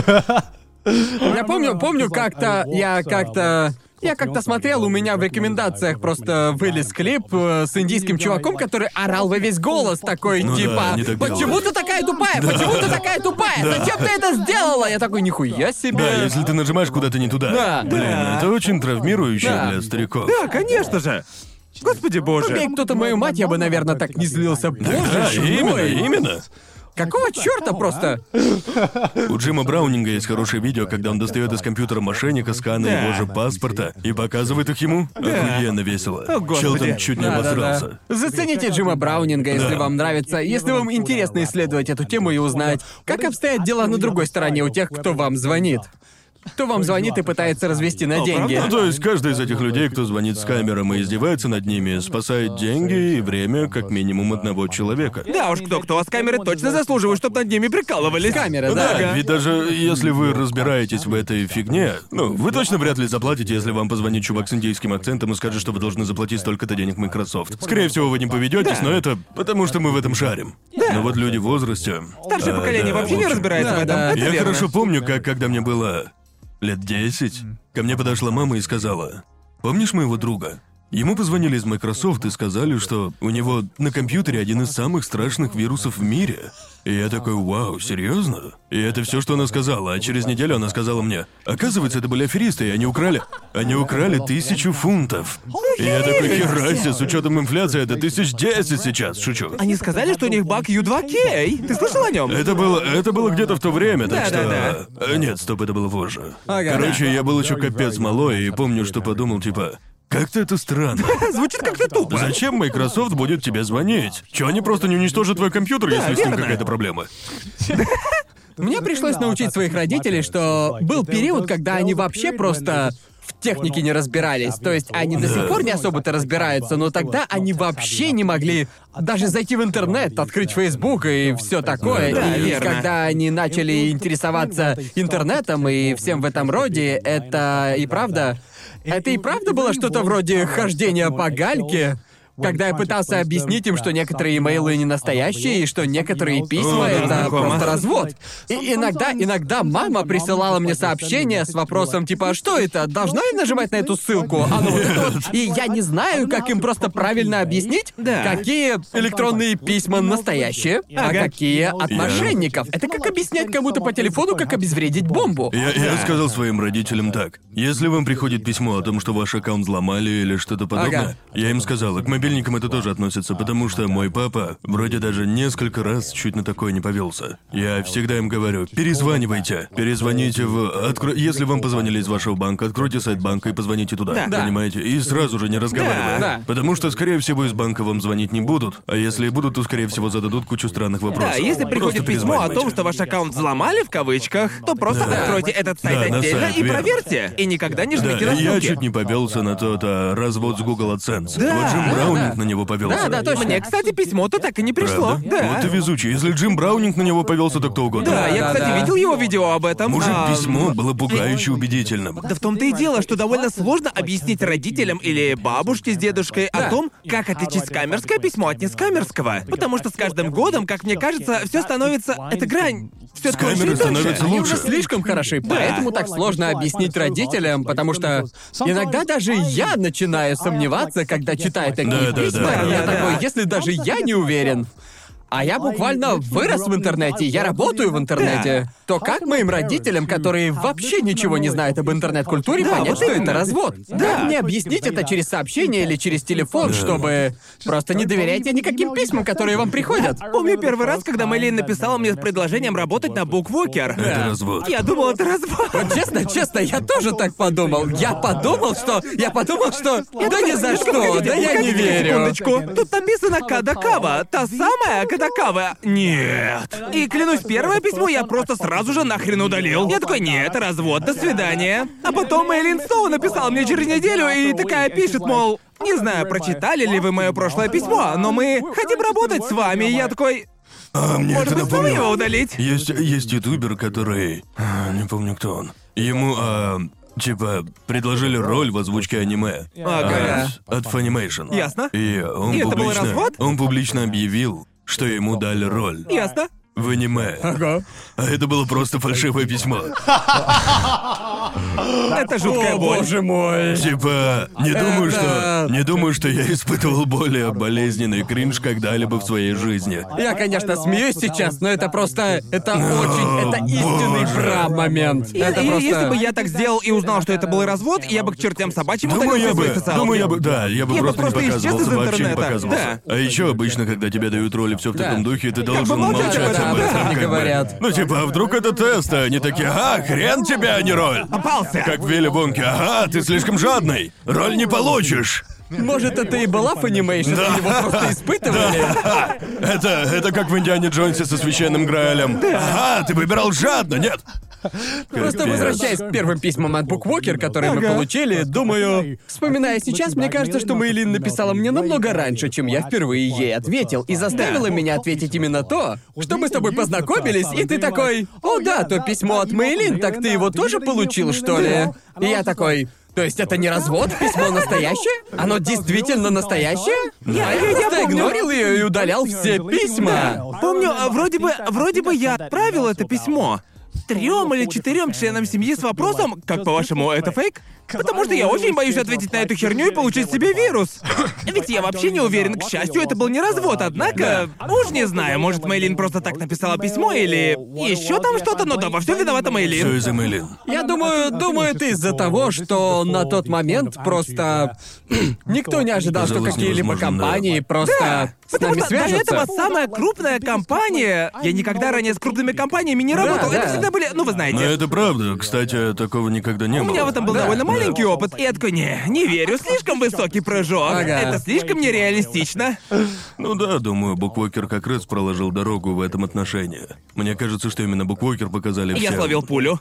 Я А помню, помню как-то, я как-то... Я как-то смотрел, у меня в рекомендациях просто вылез клип э, с индийским чуваком, который орал во весь голос, такой
Ну да,
типа
они так
«Почему
делают.
ты такая тупая? Почему ты такая тупая? Зачем ты это сделала?» Я такой «Нихуя себе!»
Да, если ты нажимаешь куда-то не туда.
Да.
Блин,
Да.
это очень травмирующе
Да.
для стариков.
Да, конечно же. Господи боже.
Убей кто-то мою мать, я бы, наверное, так не злился.
Да,
Боже ж
именно,
мой!
именно.
Какого черта просто?
У Джима Браунинга есть хорошее видео, когда он достает из компьютера мошенника сканы
Да.
его же паспорта и показывает их ему. Охуенно весело.
О, господи.
Чел там чуть не
Да, да, да.
обосрался.
Зацените Джима Браунинга, если
Да.
вам нравится, если вам интересно исследовать эту тему и узнать, как обстоят дела на другой стороне у тех, кто вам звонит. кто вам звонит и пытается развести на
Ну,
деньги.
правда? То есть каждый из этих людей, кто звонит с камером и издевается над ними, спасает деньги и время как минимум одного человека.
Да уж, кто-кто, а с камеры точно заслуживает, чтобы над ними прикалывались.
Камера,
Ну Да,
да.
ведь даже если вы разбираетесь в этой фигне, ну, вы точно вряд ли заплатите, если вам позвонит чувак с индийским акцентом и скажет, что вы должны заплатить столько-то денег Microsoft. Скорее всего, вы не поведетесь, но это потому, что мы в этом шарим. Но вот люди в возрасте...
Старшее
э,
поколение
да,
вообще
в
не
общем.
разбирается
Да,
в этом.
да.
Это
Я
верно.
хорошо помню, как когда мне было лет 10, ко мне подошла мама и сказала, «Помнишь моего друга?» Ему позвонили из Microsoft и сказали, что у него на компьютере один из самых страшных вирусов в мире. И я такой, вау, серьезно? И это все, что она сказала. А через неделю она сказала мне, оказывается, это были аферисты, и они украли. Они украли тысячу фунтов. И я такой, херася, с учетом инфляции, это тысяч десять сейчас, шучу.
Они сказали, что у них баг U2K. Ты слышал о нем?
Это было, это было где-то в то время, так
Да,
что...
да,
Э, Нет, стоп, это было позже.
Ага.
Короче, я был еще капец малой и помню, что подумал, типа, как-то это странно.
Звучит как-то тупо.
Зачем Microsoft будет тебе звонить? Чё они просто не уничтожат твой компьютер, если с ним
верно.
какая-то проблема?
Мне пришлось научить своих родителей, что был период, когда они вообще просто в технике не разбирались. То есть они до сих пор не особо-то разбираются, но тогда они вообще не могли даже зайти в интернет, открыть Facebook и все такое.
Да,
и
верно.
когда они начали интересоваться интернетом и всем в этом роде, это и правда... Это и правда было что-то вроде хождения по гальке, когда я пытался объяснить им, что некоторые имейлы не настоящие, и что некоторые письма —
О,
это
знакомо.
просто развод. И иногда, иногда мама присылала мне сообщение с вопросом типа, что это, должна я нажимать на эту ссылку? А ну вот это вот. И я не знаю, как им просто правильно объяснить,
Да.
какие электронные письма настоящие, а
Ага.
какие от
Я-
мошенников. Это как объяснять кому-то по телефону, как обезвредить бомбу.
Я, я сказал своим родителям так. Если вам приходит письмо о том, что ваш аккаунт взломали или что-то подобное,
Ага.
я им сказал, и к мобильникам это тоже относится, потому что мой папа вроде даже несколько раз чуть на такое не повелся. Я всегда им говорю, перезванивайте, перезвоните в... откро- Если вам позвонили из вашего банка, откройте сайт банка и позвоните туда,
Да.
понимаете? И сразу же не разговаривая.
Да.
Потому что, скорее всего, из банка вам звонить не будут, а если и будут, то, скорее всего, зададут кучу странных вопросов.
Да, если
Просто
приходит письмо о том,
перезванивайте.
что ваш аккаунт взломали в кавычках, то просто
Да.
откройте этот сайт
Да, на
отдельно
сайт,
и
верно.
проверьте. И никогда не
Да,
жмите на
я
ссылки.
чуть не повелся на тот а, развод с Google AdSense.
Да,
вот Джим
да,
Браунинг на него повелся.
Да, да, точно.
Мне, кстати, письмо-то так и не пришло.
Правда?
Да.
Вот ты везучий. Если Джим Браунинг на него повелся, то кто угодно.
Да, я,
Да,
кстати,
да.
видел его видео об этом.
Может,
а,
письмо было пугающе убедительным.
Да в том-то и дело, что довольно сложно объяснить родителям или бабушке с дедушкой о
Да.
том, как отличить скамерское письмо от нескамерского. Потому что с каждым годом, как мне кажется, все становится... Это грань. Все
Скамеры становятся
Они
лучше.
уже слишком хороши,
Да.
поэтому так сложно объяснить родителям, потому что иногда даже я начинаю сомневаться, когда читаю такие
Да, да,
письма.
да.
Я
Да, да.
такой, если даже я не уверен, а я буквально вырос в интернете, я работаю в интернете, то как моим родителям, которые вообще ничего не знают об интернет-культуре,
Да,
понять,
вот
что
именно.
это развод?
Да.
Как мне объяснить это через сообщение или через телефон, чтобы просто не доверять я никаким письмам, которые вам приходят?
Помню первый раз, когда Мэйлин написала мне с предложением работать на буквокер.
Это развод.
Я думал, это развод.
Вот честно, честно, я тоже так подумал. Я подумал, что... Я подумал, что... Да ни за что, да я не
Погодите,
верю.
Секундочку. ну Тут написано Кадакава. Та самая Кадакава. Нет. И клянусь, первое письмо я просто сразу же нахрен удалил. Я такой, нет, это развод, до свидания. А потом Эйлин Стоу написал мне через неделю и такая пишет, мол, не знаю, прочитали ли вы мое прошлое письмо, но мы хотим работать с вами. И я такой,
А мне
может
это
быть, снова
напомнило.
его удалить?
Есть, есть ютубер, который... а, Не помню, кто он. Ему, а, типа, предложили роль в озвучке аниме.
Ага.
А, От Funimation.
Ясно.
И он
И это был
публично...
развод?
Он публично объявил, что ему дали роль.
Ясно.
В аниме.
Ага.
А это было просто фальшивое письмо.
Это жуткая
О,
боль.
боже мой.
Типа, не думаю, что...
Это-
Не думаю, что я испытывал более болезненный кринж когда-либо в своей жизни.
Я, конечно, смеюсь сейчас, но это просто... Это очень... Это
О,
истинный
боже.
пра-момент.
И-
Это
и
просто...
Если бы я так сделал и узнал, что это был развод, я бы к чертям собачьим
Думаю,
удалил
я
все
бы,
свои социалки.
думаю, я бы, да, я бы
Я бы
просто,
просто
не
исчез из
показывался, вообще не
интернета,
показывался.
да.
А еще обычно, когда тебе дают роли все в таком духе, ты должен
молчать
молчать
об этом,
об
да,
этом.
не
как бы.
говорят.
Ну типа, а вдруг это тест, а они такие, а, хрен тебе, а не роль.
Попался.
Как в Вилли Вонке, ага, ты слишком жадный, роль не получишь.
Может, это и была Funimation,
Да.
и его просто испытывали?
Это, это как в Индиане Джонсе со священным Граалем. Ага, ты выбирал жадно, нет?
Просто возвращаясь к первым письмам от Буквокер, которые мы
Ага.
получили, думаю... Вспоминая сейчас, мне кажется, что Мэйлин написала мне намного раньше, чем я впервые ей ответил, и заставила меня ответить именно то, что мы с тобой познакомились, и ты такой, «О да, то письмо от Мэйлин, так ты его тоже получил, что ли?» И я такой, то есть это не развод, письмо настоящее? Оно действительно настоящее? А Я, я, я просто игнорил ее и удалял все письма.
Помню, а вроде бы, вроде бы я отправил это письмо трем или четырем членам семьи с вопросом, как по-вашему, это фейк? Потому что я очень боюсь ответить на эту херню и получить себе вирус. Ведь я вообще не уверен, к счастью, это был не развод, однако... Уж не знаю, может, Мейлин просто так написала письмо или... еще там что-то, но да, во всем виновата Мейлин.
Все из-за Мэйлин.
Я думаю, думаю, это из-за того, что на тот момент просто никто не ожидал, что
Казалось
какие-либо
невозможным, да.
компании просто Э, с
Потому
нами
что до этого
свяжутся.
самая крупная компания... Я никогда ранее с крупными компаниями не
Да,
работал.
да.
Это всегда были... Ну, вы знаете.
Но это правда. Кстати, такого никогда не
У
было.
меня в этом был
Да.
довольно
Да.
маленький опыт, и я такой, не, не верю, слишком высокий прыжок.
Ага.
Это слишком нереалистично.
Ну да, думаю, Буквокер как раз проложил дорогу в этом отношении. Мне кажется, что именно Буквокер показали
Я
всем.
словил пулю.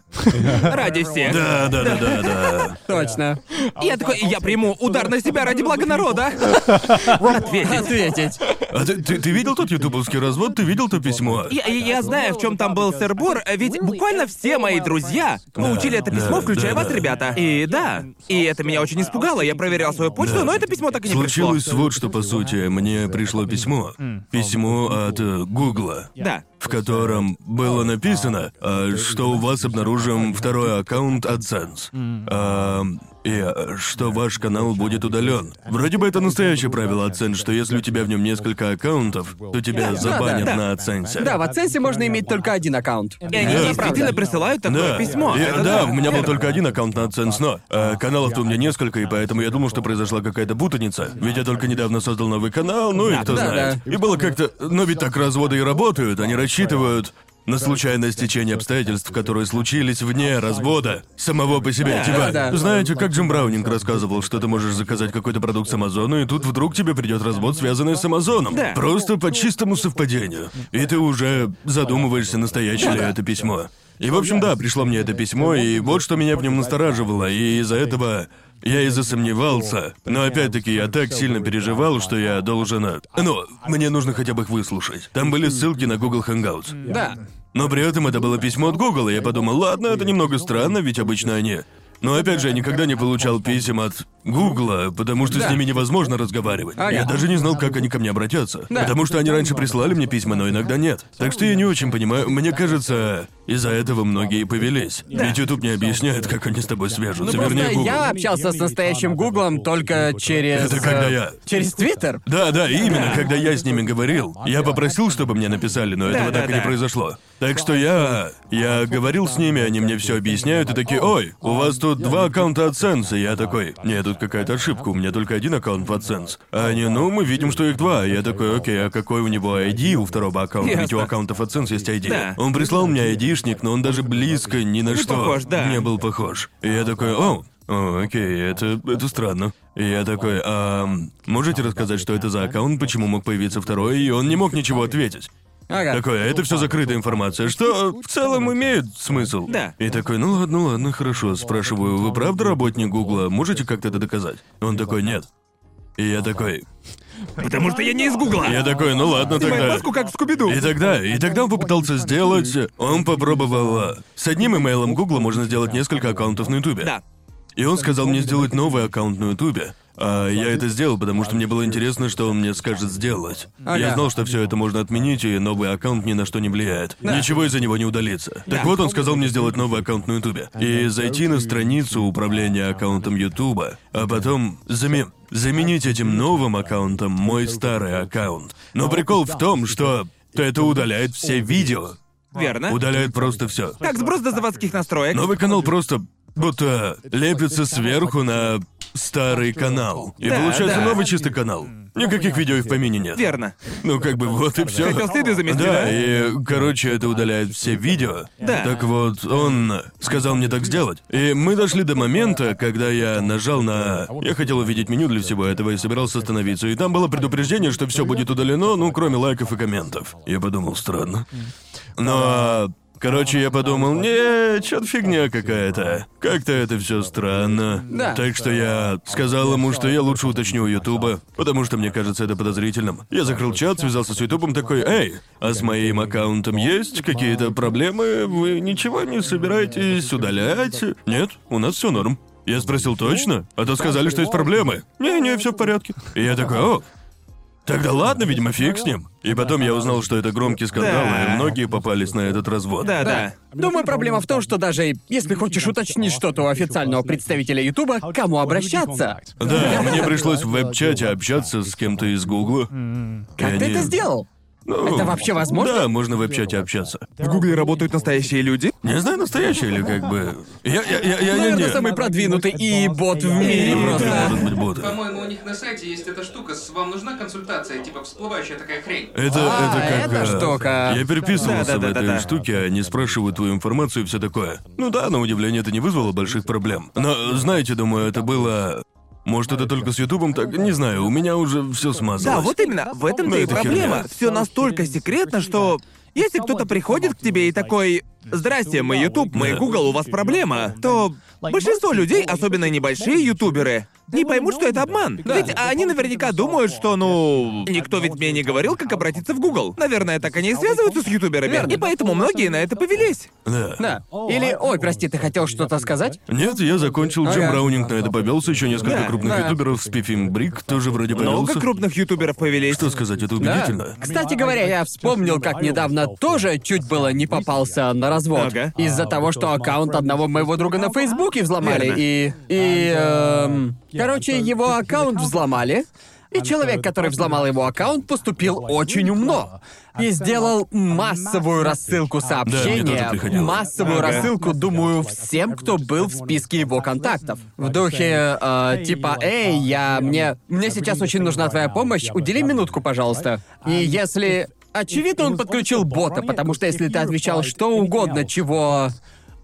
Ради всех.
Да, да, да, да, да.
Точно.
И Я такой, я приму удар на себя ради блага народа. Ответить.
Ответить.
А ты, ты, ты видел тот ютубовский развод? Ты видел то письмо?
Я, я- я знаю, в чем там был сырбор, ведь буквально все мои друзья получили это письмо,
да,
включая
да,
вас,
да.
ребята. И да, и это меня очень испугало. Я проверял свою почту, но это письмо так и не пришло.
Случилось вот что, по сути. Мне пришло письмо. Письмо от э, Гугла.
Да.
В котором было написано, э, что у вас обнаружен второй аккаунт AdSense. Эм, и э, что ваш канал будет удален. Вроде бы это настоящее правило AdSense, что если у тебя в нем несколько аккаунтов, то тебя
Да,
забанят
да, да.
на AdSense.
Да, в Аценсе можно иметь только один аккаунт.
И они
Да.
действительно присылают такое
да.
письмо.
И-
Это
да, у меня был только один аккаунт на AdSense, но э, каналов-то у меня несколько, и поэтому я думал, что произошла какая-то путаница. Ведь я только недавно создал новый канал, ну и
Да,
кто
да,
знает. И было как-то... Но ведь так разводы и работают, они рассчитывают на случайное стечение обстоятельств, которые случились вне развода, самого по себе.
Да,
типа,
да, да.
знаете, как Джим Браунинг рассказывал, что ты можешь заказать какой-то продукт с Амазона, и тут вдруг тебе придет развод, связанный с Амазоном.
Да.
Просто по чистому совпадению. И ты уже задумываешься, настоящее ли это письмо. И, в общем, да, пришло мне это письмо, и вот что меня в нем настораживало, и из-за этого я и засомневался. Но опять-таки, я так сильно переживал, что я должен... э, Ну, мне нужно хотя бы их выслушать. Там были ссылки на Google Hangouts.
Да.
Но при этом это было письмо от Google, и я подумал, ладно, это немного странно, ведь обычно они... Но опять же, я никогда не получал писем от Гугла, потому что с
Да.
ними невозможно разговаривать.
Ага.
Я даже не знал, как они ко мне обратятся.
Да.
Потому что они раньше присылали мне письма, но иногда нет. Так что я не очень понимаю. Мне кажется, из-за этого многие и повелись. Ведь YouTube не объясняет, как они с тобой свяжутся.
Ну, Просто
Вернее, Google.
я общался с настоящим Гуглом только через...
Это когда
э,
я-
Через Твиттер.
Да, да, именно, когда я с ними говорил, я попросил, чтобы мне написали, но этого
да,
так и
да.
не произошло. Так что я... Я говорил с ними, они мне все объясняют, и такие, ой, у вас тут два аккаунта AdSense, и я такой, нет, тут какая-то ошибка, у меня только один аккаунт в AdSense. А они, ну, мы видим, что их два, я такой, окей, а какой у него ID у второго аккаунта? Ведь у
Ясно.
аккаунтов AdSense есть ID.
Да.
Он прислал мне ID-шник, но он даже близко ни на что
похож, да.
не был похож. И я такой, о, о, окей, это, это странно. И я такой, а можете рассказать, что это за аккаунт, почему мог появиться второй, и он не мог ничего ответить.
Ага.
Такое, это все закрытая информация, что в целом имеет смысл.
Да.
И такой, ну ладно, ладно, хорошо. Спрашиваю, вы правда работник Гугла? Можете как-то это доказать? Он такой, нет. И я такой,
Потому что я не из Гугла.
я такой, ну ладно
Снимай
тогда.
маску, как в Скуби-Ду.
И тогда, и тогда он попытался сделать... Он попробовал... э, С одним имейлом Гугла можно сделать несколько аккаунтов на Ютубе.
Да.
И он сказал мне сделать новый аккаунт на Ютубе. А я это сделал, потому что мне было интересно, что он мне скажет сделать. Я
Ага.
знал, что все это можно отменить, и новый аккаунт ни на что не влияет. Ничего из-за него не удалится. Так вот, он сказал мне сделать новый аккаунт на Ютубе. И зайти на страницу управления аккаунтом Ютуба, а потом заме- заменить этим новым аккаунтом мой старый аккаунт. Но прикол в том, что это удаляет все видео.
Верно.
Удаляет просто все.
Как сброс до заводских настроек.
Новый канал просто будто лепится сверху на старый канал. И
Да,
получается
да.
новый чистый канал. Никаких видео и в помине нет.
Верно.
Ну как бы вот и все.
Хотел следы замести,
Да,
да?
и, короче, это удаляет все видео.
Да.
Так вот, он сказал мне так сделать. И мы дошли до момента, когда я нажал на... Я хотел увидеть меню для всего этого и собирался остановиться. И там было предупреждение, что все будет удалено, ну, кроме лайков и комментов. Я подумал, странно. Но Короче, я подумал, не, чё-то фигня какая-то. Как-то это все странно.
Да.
Так что я сказал ему, что я лучше уточню у Ютуба, потому что мне кажется это подозрительным. Я закрыл чат, связался с Ютубом, такой, эй, а с моим аккаунтом есть какие-то проблемы? Вы ничего не собираетесь удалять? Нет, у нас все норм. Я спросил точно, а то сказали, что есть проблемы. Не-не, все в порядке. И я такой, о, Тогда ладно, видимо, фиг с ним. И потом я узнал, что это громкий скандал,
Да.
и многие попались на этот развод.
Да, да.
Думаю, проблема в том, что даже если хочешь уточнить что-то у официального представителя Ютуба, к кому обращаться?
Да, мне пришлось в веб-чате общаться с кем-то из Гугла. Ну,
Как ты это сделал? Это вообще возможно?
Да, можно в веб-чате общаться.
В Гугле работают настоящие люди.
Не знаю, настоящий или как бы... Я, я, я, я, я
Наверное,
не...
самый продвинутый и бот в мире
М, да,
просто.
Может быть, боты.
По-моему, у них на сайте есть эта штука с «Вам нужна консультация?» Типа всплывающая такая хрень.
Это,
А,
это как...
эта
э,
штука.
Я переписывался в этой
Да-да-да-да-да.
штуке, они спрашивают твою информацию и все такое. Ну да, на удивление это не вызвало больших проблем. Но, знаете, думаю, это было... Может, это только с Ютубом так? Не знаю, у меня уже все смазалось.
Да, вот именно, в этом-то
Ну,
и
это херня.
проблема. Все настолько секретно, что если кто-то приходит к тебе и такой. Здрасте, мы YouTube, мы
Да.
Google, у вас проблема, то большинство людей, особенно небольшие ютуберы, не поймут, что это обман.
Да.
Ведь они наверняка думают, что, ну, никто ведь мне не говорил, как обратиться в Google. Наверное, так они и связываются с ютуберами,
Верно.
и поэтому многие на это повелись.
Да.
Да. Или, ой, прости, ты хотел что-то сказать?
Нет, я закончил. Джим
Ага.
Браунинг на это побелся, еще несколько
Да,
крупных
да.
ютуберов. Спифим Брик тоже вроде побелся.
Много крупных ютуберов повелись.
Ну, Что сказать, это
Да.
убедительно.
Кстати говоря, я вспомнил, как недавно тоже чуть было не попался на развод.
Ага.
Из-за того, что аккаунт одного моего друга на Фейсбуке взломали.
Верно.
И. И. эм, короче, его аккаунт взломали. И человек, который взломал его аккаунт, поступил очень умно. И сделал массовую рассылку
Да, мне
сообщения.
тоже приходило.
массовую
Ага.
рассылку, думаю, всем, кто был в списке его контактов. В духе, э, типа, эй, я мне. Мне сейчас очень нужна твоя помощь. Удели минутку, пожалуйста. И если. Очевидно, он подключил бота, потому что если ты отвечал что угодно, чего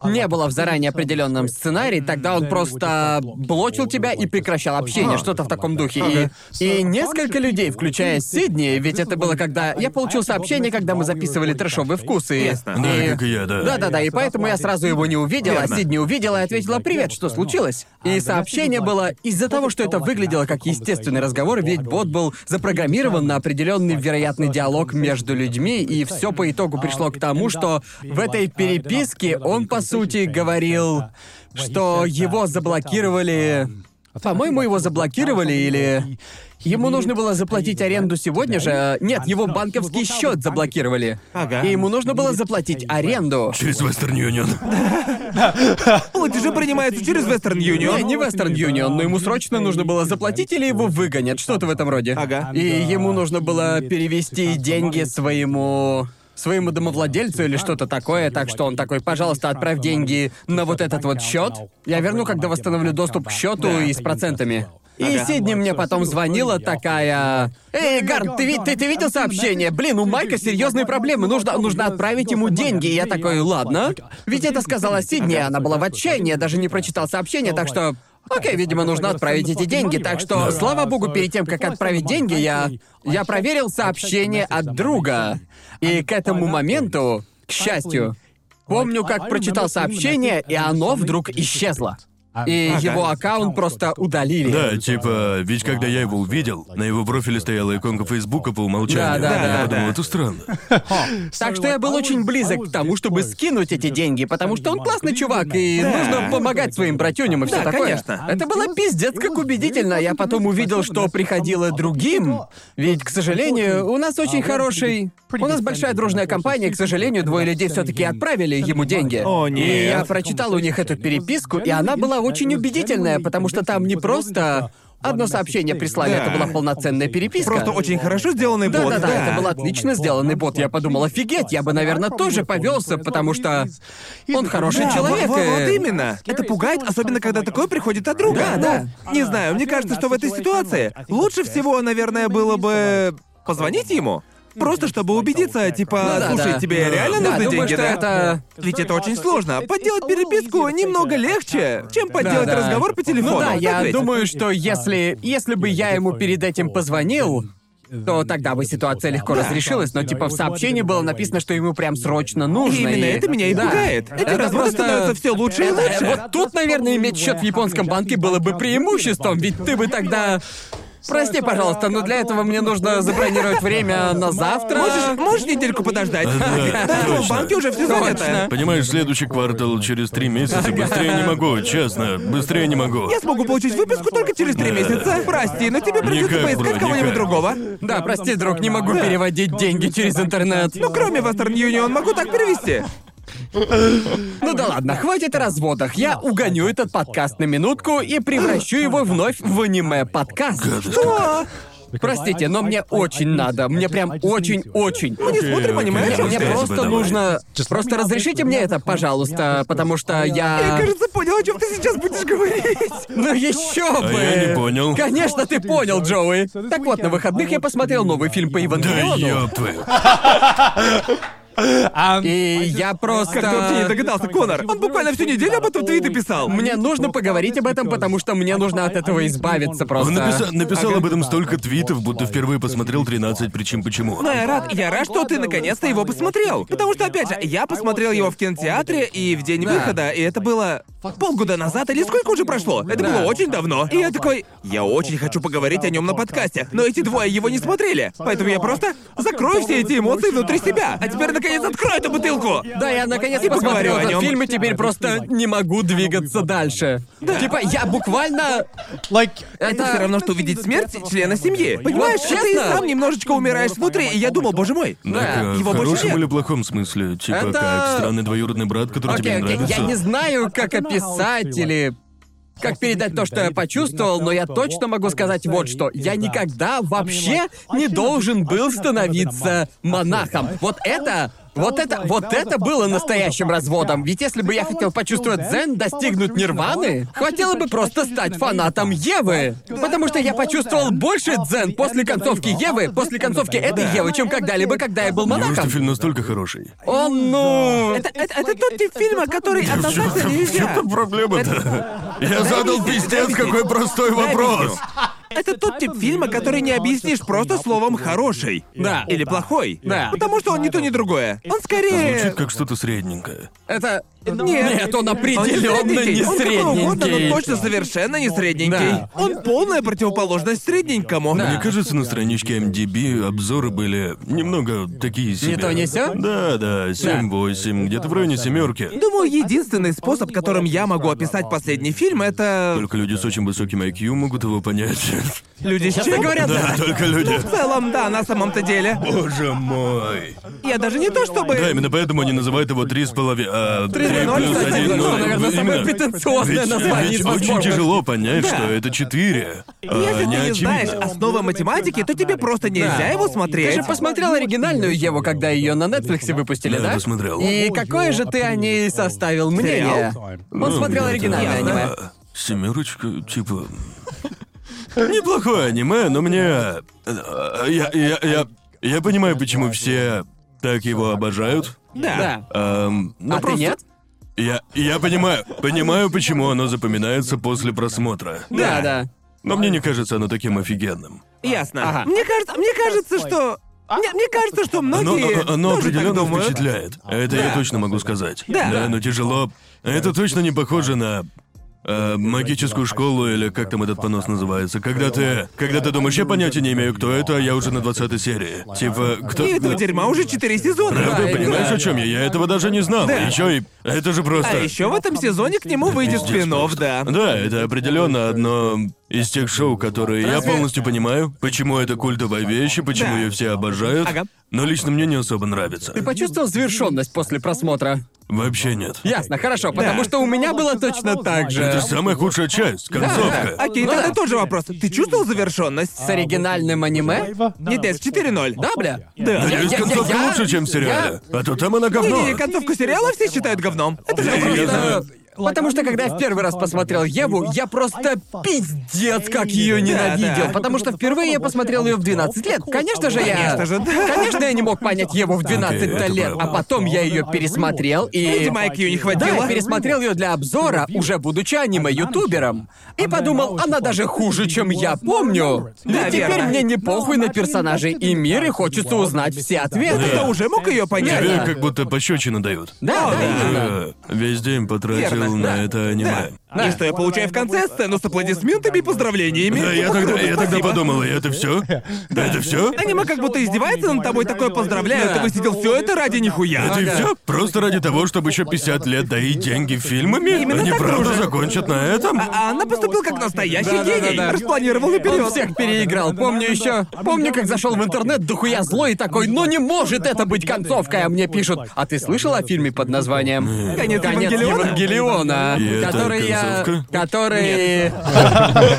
не было в заранее определенном сценарии, тогда он просто блочил тебя и прекращал общение,
А.
что-то в таком духе. И, и несколько людей, включая Сидни, ведь это было когда... Я получил сообщение, когда мы записывали трэшовый вкус, и...
Ясно.
Да,
и-
как и я, да.
Да-да-да, и поэтому я сразу его не увидел, а
Верно.
Сидни увидела и ответила «Привет, что случилось?» И сообщение было из-за того, что это выглядело как естественный разговор, ведь бот был запрограммирован на определенный вероятный диалог между людьми, и все по итогу пришло к тому, что в этой переписке он, по сути, говорил, что его заблокировали... По-моему, его заблокировали или... Ему нужно было заплатить аренду сегодня же. а, Нет, его банковский счет заблокировали.
Ага.
И ему нужно было заплатить аренду.
Через Western Union.
Платежи принимаются через Western
Не,
Union.
не Western Union, но ему срочно нужно было заплатить или его выгонят, что-то в этом роде.
Ага.
И ему нужно было перевести деньги своему своему домовладельцу или что-то такое, так что он такой, пожалуйста, отправь деньги на вот этот вот счет. Я верну, когда восстановлю доступ к счету и с процентами. И
Ага.
Сидни мне потом звонила такая... Эй, Гарн, ты, ви- ты, ты видел сообщение? Блин, у Майка серьезные проблемы, нужно, нужно отправить ему деньги. И я такой, ладно. Ведь это сказала Сидни, и она была в отчаянии, я даже не прочитал сообщение, так что... Окей, видимо, нужно отправить эти деньги, так что,
Да.
слава богу, перед тем, как отправить А деньги, я... Я проверил сообщение от друга. И к этому моменту, к счастью, помню, как прочитал сообщение, и оно вдруг исчезло.
А,
И его аккаунт просто удалили.
Да, типа, ведь когда я его увидел, на его профиле стояла иконка Фейсбука по умолчанию.
Да, да,
я
да,
подумал,
да.
это странно.
Так что я был очень близок к тому, чтобы скинуть эти деньги, потому что он классный чувак, и
Да.
нужно помогать своим братюням и все
Да,
такое.
конечно.
Это было пиздец, как убедительно. Я потом увидел, что приходило другим. Ведь, к сожалению, у нас очень хороший. У нас большая дружная компания, и, к сожалению, двое людей все-таки отправили ему деньги.
О, нет.
И я прочитал у них эту переписку, и она была очень убедительная, потому что там не просто одно сообщение прислали,
Да.
это была полноценная переписка.
Просто очень хорошо сделанный
Да,
бот.
да, да,
да.
это был отлично сделанный бот. Я подумал, офигеть, я бы, наверное, тоже повелся, потому что он хороший
Да,
человек.
Вот, вот-
э,
вот именно. Это пугает, особенно когда такое приходит от друга.
Да,
Не знаю, мне кажется, что в этой ситуации лучше всего, наверное,
Ну,
было бы позвонить ему. Просто чтобы убедиться,
Ну
типа,
да,
слушай,
да.
тебе
Да.
реально
Да,
нужны
думаю,
деньги,
что
да?
это-
Ведь это очень сложно. Подделать переписку немного легче, чем подделать
да.
разговор по телефону.
Ну да,
Так
я
ведь?
думаю, что если если бы я ему перед этим позвонил, то тогда бы ситуация легко
Э, Да.
разрешилась, но типа в сообщении было написано, что ему прям срочно нужно.
И именно это меня и
Да.
пугает. Эти
Это
разборы
просто-
становятся все лучше и
Э,
лучше.
Вот тут, наверное, иметь счет в японском банке было бы преимуществом, ведь ты бы тогда... Прости, пожалуйста, но для этого мне нужно забронировать время на завтра.
Можешь, можешь недельку подождать?
Да,
Да, ну, в
точно.
банке уже все занято.
Понимаешь, следующий квартал через три месяца. Быстрее не могу, честно. Быстрее не могу.
Я смогу получить выписку только через три месяца. Прости, но тебе придется
Никак, бро,
поискать
никак.
кого-нибудь другого.
Да, прости, друг, не могу переводить деньги через интернет.
Ну, кроме Western Union, могу так перевести.
Ну да ладно, хватит о разводах. Я угоню этот подкаст на минутку и превращу его вновь в аниме-подкаст.
Что?
Простите, но мне очень надо. Мне прям очень-очень. Мы не
смотрим аниме,
окей,
о чем
Мне
ты?
Спасибо,
просто
давай.
нужно... Просто разрешите мне это, пожалуйста, потому что
Я,
я...
кажется, понял, о чем ты сейчас будешь говорить.
Ну еще
А
бы!
я не понял.
Конечно, ты понял, Джоуи. Так вот, на выходных я посмотрел новый фильм по
Да
Евангелиону.
ёб твою.
И я
А, Как ты вообще не
просто...
догадался, Конор? Он буквально всю неделю об этом твиты писал.
Мне нужно поговорить об этом, потому что мне нужно от этого избавиться просто.
Он написа-
А
написал об этом столько твитов, будто впервые посмотрел 13 причин почему.
Но я рад, я рад, что ты наконец-то его посмотрел. Потому что, опять же, я посмотрел его в кинотеатре и в день
Да.
выхода, и это было полгода назад или сколько уже прошло? Это
Да.
было очень давно. И я такой, я очень хочу поговорить о нем на подкасте, но эти двое его не смотрели. Поэтому я просто закрою все эти эмоции внутри себя. А теперь, наконец, открою эту бутылку!
Да, я наконец
И поговорю
посмотрел
о
этот
нем.
фильм и теперь просто не могу двигаться дальше. Типа, я буквально...
Like,
Это все равно, что увидеть смерть члена семьи. Понимаешь,
Вот
ты
честно?
сам немножечко умираешь внутри, и я думал, боже мой,
Ну,
Так, а
его
в
больше
хорошем
нет.
или плохом смысле? Типа
Это-
как странный двоюродный брат, который А тебе
Окей,
не
окей,
нравится?
я не
А
знаю, как описать или... Как передать то, что я почувствовал, но я точно могу сказать вот что. Я никогда вообще не должен был становиться монахом. Вот это... Вот это, вот это было настоящим разводом. Ведь если бы я хотел почувствовать дзен, достигнуть нирваны, хватило бы просто стать фанатом Евы. Потому что я почувствовал больше дзен после концовки Евы, после концовки этой Евы, чем когда-либо, когда я был
Неужто
монахом.
фильм настолько хороший?
Он, ну...
Это, это, это тот тип фильма, который однозначно нельзя.
чем проблема-то? Я задал пиздец, какой простой вопрос.
Это тот тип фильма, который не объяснишь просто словом «хороший».
Да.
Или «плохой».
Да.
Потому что он ни то, ни другое. Он скорее...
Звучит как что-то средненькое.
Ну, Это...
Нет.
Нет, он определенно не
Он какой угодно,
средненький.
но точно совершенно не средненький.
Да.
Он полная противоположность средненькому.
Мне кажется, на страничке MDB обзоры были немного такие себе.
то, не сё?
Да, да, 7-8, где-то в районе семерки.
Думаю, единственный способ, которым я могу описать последний фильм, это...
Только люди с очень высоким IQ могут его понять.
Люди с
Честно
чем?
говоря,
Да,
да.
только люди.
В целом, да, на самом-то деле.
Боже мой.
Я даже не то чтобы...
Да, именно поэтому они называют его три с половиной... а, Три
ноль,
плюс
кстати,
один
ну,
ноль.
наверное, самое
Именно.
претенциозное
Ведь,
название
ведь
из
очень
возможных.
тяжело понять, что это четыре. А, не
Если ты не
очевидно.
а
знаешь основы математики, то тебе просто нельзя
Да.
его
Ты
смотреть.
же посмотрел оригинальную Еву, когда ее на Netflix выпустили,
Да,
да?
посмотрел.
И какое же ты о ней составил мнение? Он
Ну,
смотрел
это-
оригинальное аниме.
А, Семерочка, типа. Неплохое аниме, но мне. э, Я, я, я, я понимаю, почему все так его обожают.
Да.
Эм, но
А ты
просто
нет?
Я, я понимаю, понимаю, почему оно запоминается после просмотра.
Да, да.
Но мне не кажется оно таким офигенным.
Ясно.
Ага.
Мне кажется, мне кажется, что. Мне, мне кажется, что
Оно,
многие.
о- оно
тоже так
определенно
думают.
впечатляет. Это я точно могу сказать.
Да.
но тяжело. Это точно не похоже на э, магическую школу или как там этот понос называется. Когда ты. Когда ты думаешь, я понятия не имею, кто это, а я уже на 20 серии. Типа, кто.
И этого
да.
дерьма уже четыре сезона.
Правда,
Да,
понимаешь,
да.
о чем я? Я этого даже не знал. Еще и. Это же просто.
А еще в этом сезоне к нему выйдет
Пиздец
спин
просто. Ну,
да.
Да, это определенно одно из тех шоу, которые
Разве-
я полностью понимаю, почему это культовая вещь и почему
Да.
ее все обожают.
Ага.
Но лично мне не особо нравится.
Ты почувствовал завершенность после просмотра?
Вообще нет.
Ясно, хорошо, потому что у меня было точно так же.
Это самая худшая часть, концовка.
Окей,
Ну
тогда
да.
тоже вопрос. Ты чувствовал завершенность?
С оригинальным аниме?
Не А, да, с 4-0.
Да, бля?
Да.
Надеюсь,
Я- я-
концовка
я-
лучше, чем в сериале. А то там она говно.
Не, не, концовку сериала все считают говном. Это же
Я
просто-
знаю,
Потому что когда я в первый раз посмотрел Еву, я просто пиздец как ее
Да,
ненавидел.
да.
Потому что впервые я посмотрел ее в 12 лет. Конечно же, я...
Конечно же, да.
Конечно, я не мог понять Еву в 12
Окей, это
лет.
правда.
А потом я ее пересмотрел и...
Видимо, IQ не
Да,
хватило.
я пересмотрел ее для обзора, уже будучи аниме-ютубером. И подумал, она даже хуже, чем я помню.
Да,
Да, теперь
верно.
мне не похуй на персонажей и мир, и хочется узнать все ответы.
Кто-то уже мог ее понять.
Тебе
да.
как будто пощечину дают.
Да, да, именно.
Я Весь день потратил
Верно,
на
да.
это аниме.
Да. И что я получаю в конце сцену с аплодисментами и поздравлениями.
Да, я тогда, я тогда
Спасибо.
подумал, это все? Это все?
Аниме как будто издевается над тобой, такое поздравляю,
Да.
ты высидел все это ради нихуя.
Это и
Ага.
все? А Просто ради того, чтобы еще 50 лет доить деньги фильмами?
Именно
Они
так,
правда
друже.
закончат на этом?
А она поступил как настоящий
Да-да-да-да.
гений. Распланировал наперед.
Он всех переиграл. Помню еще. Помню, как зашел в интернет, дохуя злой и такой, ну не может это быть концовкой, а мне пишут. А ты слышал о фильме под названием
Конец
Конец
Евангелиона?
Евангелиона,
И это
который я.
концовка?
Который.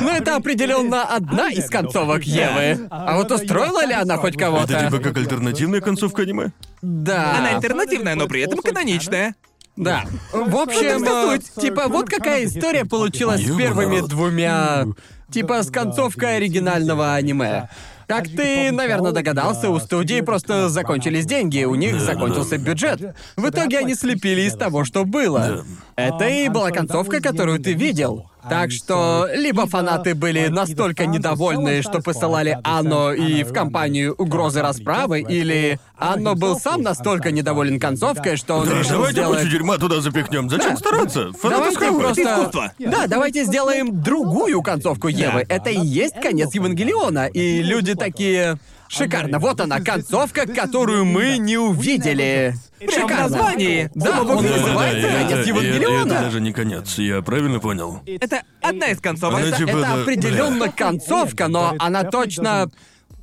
Ну, это определенно одна из концовок Евы. А вот устроила ли она хоть
Это типа
кого-то?
как альтернативная концовка аниме?
Она
Да.
альтернативная, но при этом каноничная.
Да. В общем,
Ну,
э,
так суть.
типа, вот какая история получилась с
Юмор.
первыми двумя... Типа, с концовкой оригинального аниме. Как ты, наверное, догадался, у студии просто закончились деньги, у них закончился бюджет. В итоге они слепили из того, что было. Это и была концовка, которую ты видел. Так что, либо фанаты были настолько недовольны, что посылали Анно и в компанию угрозы расправы, или Анно был сам настолько недоволен концовкой, что он
Да,
решил
давайте
сделать-
кучу дерьма туда запихнем. Зачем стараться? Фанаты
Давайте
схавают.
просто...
Искусство.
Да, давайте сделаем другую концовку Евы. Это и есть конец Евангелиона. И люди такие... Шикарно, вот она, концовка, которую мы не увидели.
Прямо в названии.
Да,
Самого
он
фильма.
называется
Да, и это-
«Конец
и это- и это
Евангелиона».
даже не конец, я правильно понял?
Это одна из концовок.
Она
Это-
типа-
Это
да.
определенно концовка, но она точно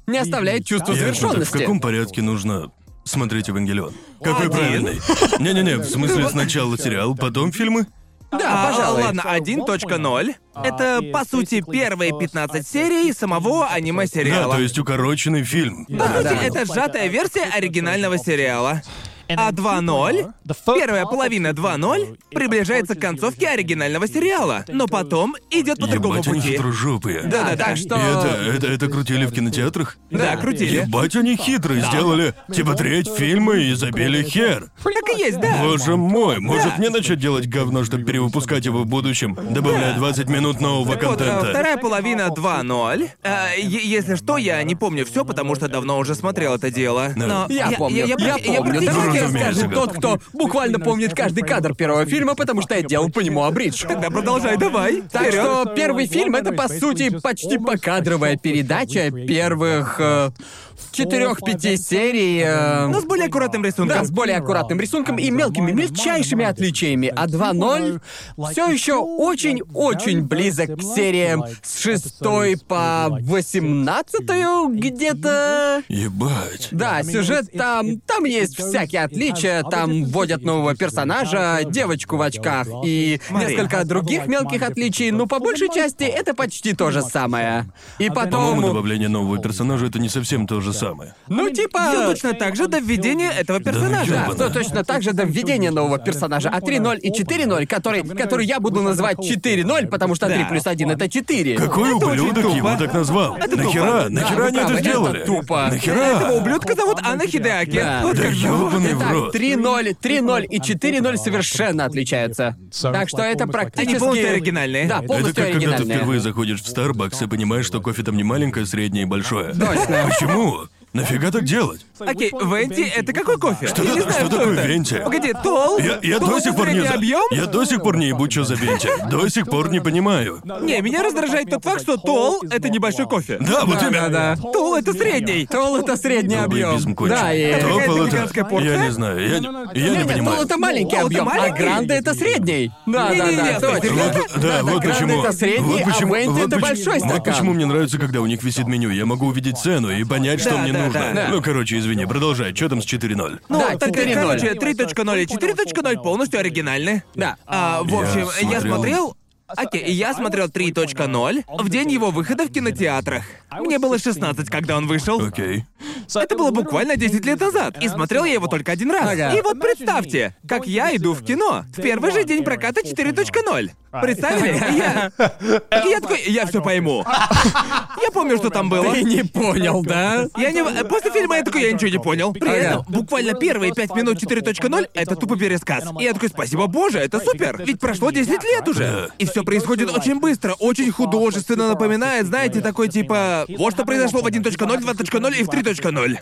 не оставляет чувства
Я
Я что-то в
завершенности.
каком порядке нужно смотреть Евангелион? Какой правильный? Не-не-не, в смысле сначала сериал, потом фильмы?
Да,
А,
пожалуй.
Ладно, 1.0. Это, по сути, первые 15 серий самого
Да,
аниме-сериала.
то есть укороченный фильм.
По
Да,
сути,
да.
это сжатая версия оригинального сериала. А 2.0, первая половина 2.0, приближается к концовке оригинального сериала, но потом идет по другому
Ебать, они
пути.
хитрожопые.
Да, да,
так
да.
И это,
что...
это, это крутили в кинотеатрах?
Да, крутили.
Ебать, они хитрые, сделали типа треть фильма и забили хер.
Так и есть, да.
Боже мой, может мне начать делать говно, чтобы перевыпускать его в будущем, добавляя 20 минут нового
Так вот, э,
контента?
вторая половина 2.0. Э, е- если что, я не помню все, потому что давно уже смотрел это дело. Но
Я помню, я, помню.
практически-
Давайте
Ну,
расскажет
разумеется.
тот, кто буквально помнит каждый кадр первого фильма, потому что я делал по нему абридж.
Тогда продолжай, давай.
Так
Вперед.
что первый фильм это по сути почти покадровая передача первых четырех-пяти серий. э,
Но с более аккуратным рисунком.
да, с более аккуратным рисунком и мелкими, мельчайшими отличиями. А 2.0 все еще очень-очень близок к сериям с 6 по 18 где-то.
Ебать.
Да, сюжет там... Там есть всякие отличия, там вводят нового персонажа, девочку в очках и
Смотри.
несколько других мелких отличий, но по большей части это почти то же самое. И
По-моему,
потом...
добавление нового персонажа это не совсем то же самое.
Ну,
Всё
типа...
точно так же до введения этого персонажа.
Да, то точно так же до введения нового персонажа. А 3.0 и 4.0, который, который я буду называть 4.0, потому что 3 плюс 1 это 4.
Какой ублюдок
очень
его
тупо.
так назвал? нахера? Нахера
вы
они
правы,
это
это
сделали?
тупо.
Нахера?
Этого ублюдка зовут Анна Хидеаки.
Да.
Вот
Да
как же.
ёбаный в
Итак,
рот.
3-0, 3-0 и 4-0 совершенно отличаются. Так что это практически...
Они полностью оригинальные.
Да,
Это
полностью
как когда ты впервые
оригинальные.
заходишь в Starbucks и понимаешь, что кофе там не маленькое, а среднее и большое.
Точно.
Почему? Нафига так делать?
Окей, Венти, это какой кофе?
Что,
я не
что
знаю, кто
такое
это.
Венти?
Погоди, Тол?
Я, я
Тол
до сих пор не за-
объем?
Я до сих пор не ебу, что за Венти. До сих пор не понимаю.
Не, меня раздражает тот факт, что Тол — это небольшой кофе.
Да, вот
Да,
именно.
да,
Тол — это средний.
Тол это средний
Бейбизм
объем.
кончен.
Да, и...
Кто
Какая-то
был это?
гигантская порция?
Я не знаю. Я, не- я не
Нет,
понимаю.
тол это маленький
Тол это
объем, а
маленький?
гранды это средний. Да, да,
Не-не-не,
да,
стой, ты
точно.
Вот, да, вот
гранды
почему.
это средний,
вот
а
почему,
Венти
вот
это
поч-
большой
Вот
стакан.
почему мне нравится, когда у них висит меню. Я могу увидеть цену и понять, что
Да,
мне
да,
нужно.
да.
Ну, короче, извини, продолжай. Что там с 4.0?
Ну,
Да,
так,
4.0.
короче, 3.0 и 4.0 полностью оригинальны.
Да.
А, в
Я
общем,
смотрел-
я смотрел... Окей, я смотрел А 3.0 в день его выхода в кинотеатрах. Мне было 16, когда он вышел.
Окей.
Это было буквально 10 лет назад, и смотрел я его только один раз.
Ага.
И вот представьте, как я иду в кино в первый же день проката 4.0. Представили? И я... и я такой, я все пойму. Я помню, что там было.
Ты не понял, да?
Я не... После фильма я такой, я ничего не понял. При
Ага.
этом, буквально первые 5 минут 4.0 — это тупо пересказ. И я такой, спасибо боже, это супер, ведь прошло 10 лет уже. И все происходит очень быстро, очень художественно напоминает, знаете, такой типа... Вот что произошло в 1.0, 2.0 и в 3.0.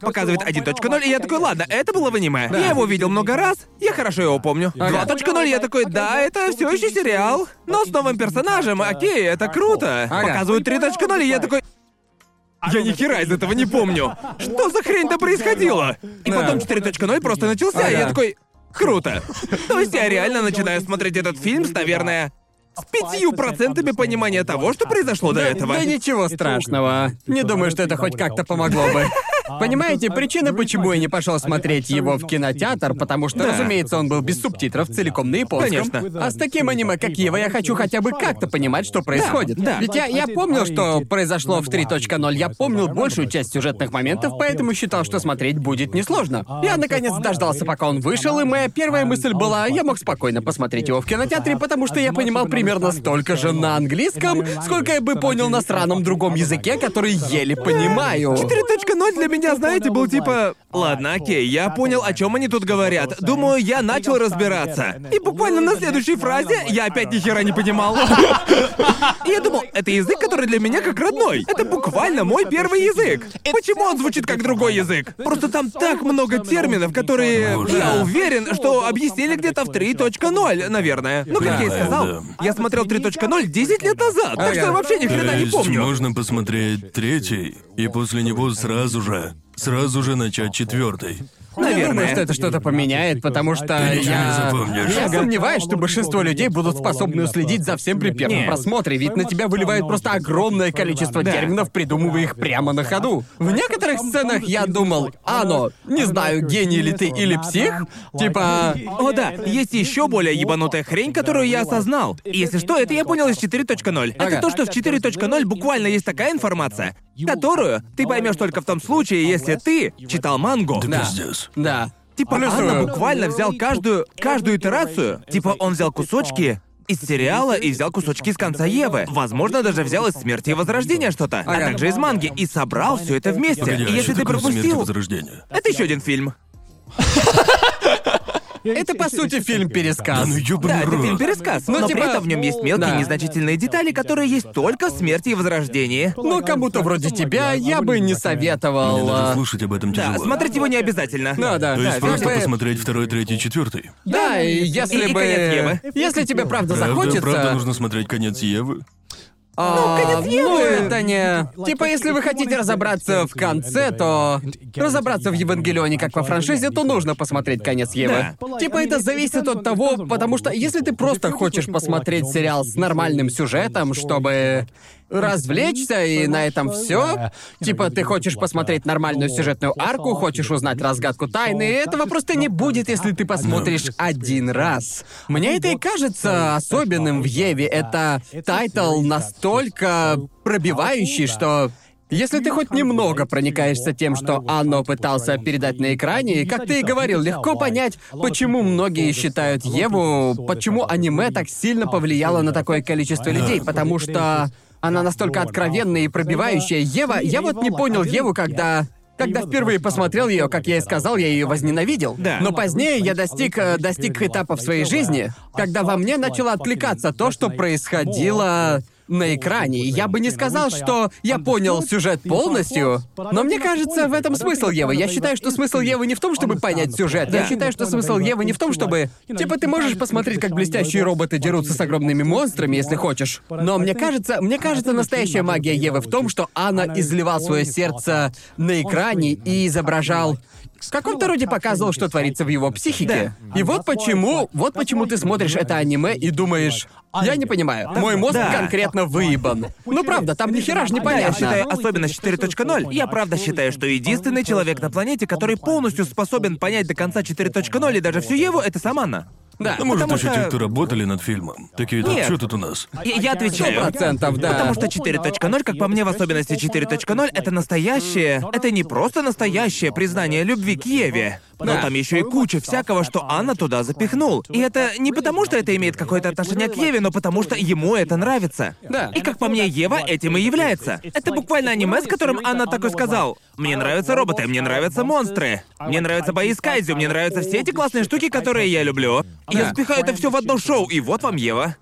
Показывает 1.0, и я такой, ладно, это было в аниме. Я его видел много раз, я хорошо его помню.
Ага.
2.0, я такой, да, это все еще сериал, но с новым персонажем, окей, это круто.
Ага.
Показывают 3.0, и я такой, я ни хера из этого не помню. Что за хрень-то происходило? И
Да.
потом 4.0 просто начался, и я
Ага.
такой... Круто. То есть я реально начинаю смотреть этот фильм с, наверное, с пятью процентами понимания того, что произошло до этого.
Да ничего страшного. Не думаю, что это хоть как-то помогло бы.
А, ну,
Понимаете, причина, почему я не пошел смотреть его в кинотеатр, потому что,
Да.
разумеется, он был без субтитров, целиком на японском.
Конечно.
А с таким аниме, как Ева, я хочу хотя бы как-то понимать, что происходит.
да.
Ведь я, я помнил, что произошло в 3.0, я помнил большую часть сюжетных моментов, поэтому считал, что смотреть будет несложно. Я, наконец, дождался, пока он вышел, и моя первая мысль была, я мог спокойно посмотреть его в кинотеатре, потому что я понимал примерно столько же на английском, сколько я бы понял на сраном другом языке, который еле понимаю.
4.0 для меня, знаете, был типа... Ладно, окей, я понял, о чем они тут говорят. Думаю, я начал разбираться. И буквально на следующей фразе я опять ни хера не понимал. И я думал, это язык, который для меня как родной. Это буквально мой первый язык. Почему он звучит как другой язык? Просто там так много терминов, которые...
Боже.
Я уверен, что объяснили где-то в 3.0, наверное. Ну, как я и
Да,
сказал,
да.
я смотрел 3.0 10 лет назад, так что я
Ага.
вообще ни
То
хрена не
есть
помню.
можно посмотреть третий, и после него сразу же, сразу же начать четвертый.
Я
Наверное.
думаю, что это что-то поменяет, потому что
Ты
ничего не
я...
запомнишь.
Я сомневаюсь, что большинство людей будут способны уследить за всем при первом
Нет.
просмотре, ведь на тебя выливают просто огромное количество
Да.
терминов, придумывая их прямо на ходу. В некоторых сценах я думал, «Ано, не знаю, гений ли ты или псих?» Типа...
О да, есть еще более ебанутая хрень, которую я осознал. Если что, это я понял из 4.0. Это
Ага.
то, что в 4.0 буквально есть такая информация, которую ты поймешь только в том случае, если ты читал мангу.
Да, э,
Да.
пиздец.
Да.
Типа Анна
Плюсую.
буквально взял каждую, каждую итерацию. Типа он взял кусочки из сериала и взял кусочки из конца Евы. Возможно, даже взял из смерти и возрождения что-то, а
Ага.
также из манги и собрал все это вместе.
Погоди, а
и
что
если ты
такое «Смерть и
пропустил,
возрождение.
это еще один фильм.
Это, по сути,
Да
фильм-пересказ.
ну ёбаный
Да, это
рот.
фильм-пересказ, но,
Ну,
при
типа-
этом в нем есть мелкие
Да.
незначительные детали, которые есть только в смерти и возрождении.
Но кому-то Ну, вроде тебя я бы не
Мне
советовал...
даже
а,
слушать об этом
Да,
тяжело.
смотреть его не обязательно.
Ну да,
То есть
да,
просто
как бы-
посмотреть второй, третий, четвертый.
Да, и если
И- и
бы...
конец Евы.
Если тебе
Ну,
правда
Правда,
захочется...
правда, нужно смотреть конец Евы.
А,
Ну, конец Евы.
Ну, это не... Типа, если вы хотите разобраться в конце,
uh,
то... Разобраться в Евангелионе как во франшизе, то нужно посмотреть конец Евы.
Да.
Типа, это зависит от того, потому что если ты просто хочешь посмотреть сериал с нормальным сюжетом, чтобы развлечься, и на этом все. Типа, ты
uh,
хочешь посмотреть нормальную сюжетную арку, хочешь узнать разгадку тайны, и этого просто не будет, если ты посмотришь один раз. Мне это и кажется особенным в Еве. Это тайтл настолько пробивающий, что... Если ты хоть немного проникаешься тем, что Анно пытался передать на экране, как ты и говорил, легко понять, почему многие считают Еву, почему аниме так сильно повлияло на такое количество людей, потому что она настолько откровенная и пробивающая. Ева, я вот не понял Еву, когда... Когда впервые посмотрел ее, как я и сказал, я ее возненавидел.
Да.
Но позднее я достиг, э, достиг этапа в своей жизни, когда во мне начало откликаться то, что происходило на экране. И Я бы не сказал, что я понял сюжет полностью, но мне кажется, в этом смысл Евы. Я считаю, что смысл Евы не в том, чтобы понять сюжет. Я
Да.
считаю, что смысл Евы не в том, чтобы... Типа, ты можешь посмотреть, как блестящие роботы дерутся с огромными монстрами, если хочешь. Но мне кажется,
А
мне кажется, настоящая магия Евы в том, что Анна изливал свое сердце на экране и изображал в каком-то роде показывал, что творится в его психике. И вот почему, вот почему ты смотришь это аниме и думаешь, я не понимаю, мой мозг
А Да.
конкретно выебан. Ну правда, там ни хера ж
Да, я
непонятно.
считаю, особенно с 4.0, я правда считаю, что единственный человек на планете, который полностью способен понять до конца 4.0 и даже всю Еву, это сам Анна.
Да.
Ну, может,
потому
еще
что-
те, кто работали над фильмом. Такие, так,
Нет.
что тут у нас?
Я, я
Сто
отвечаю.
процентов, да.
Потому что 4.0, как по мне, в особенности 4.0, это настоящее, это не просто настоящее признание любви к Еве, но
Да.
там еще и куча всякого, что Анна туда запихнул. И это не потому, что это имеет какое-то отношение к Еве, но потому что ему это нравится.
Да.
И как по мне, Ева этим и является. Это буквально аниме, с которым Анна такой сказал. Мне нравятся роботы, мне нравятся монстры, мне нравятся бои с Кайзю, мне нравятся все эти классные штуки, которые я люблю. Я
Да.
запихаю это все в одно шоу, и вот вам Ева.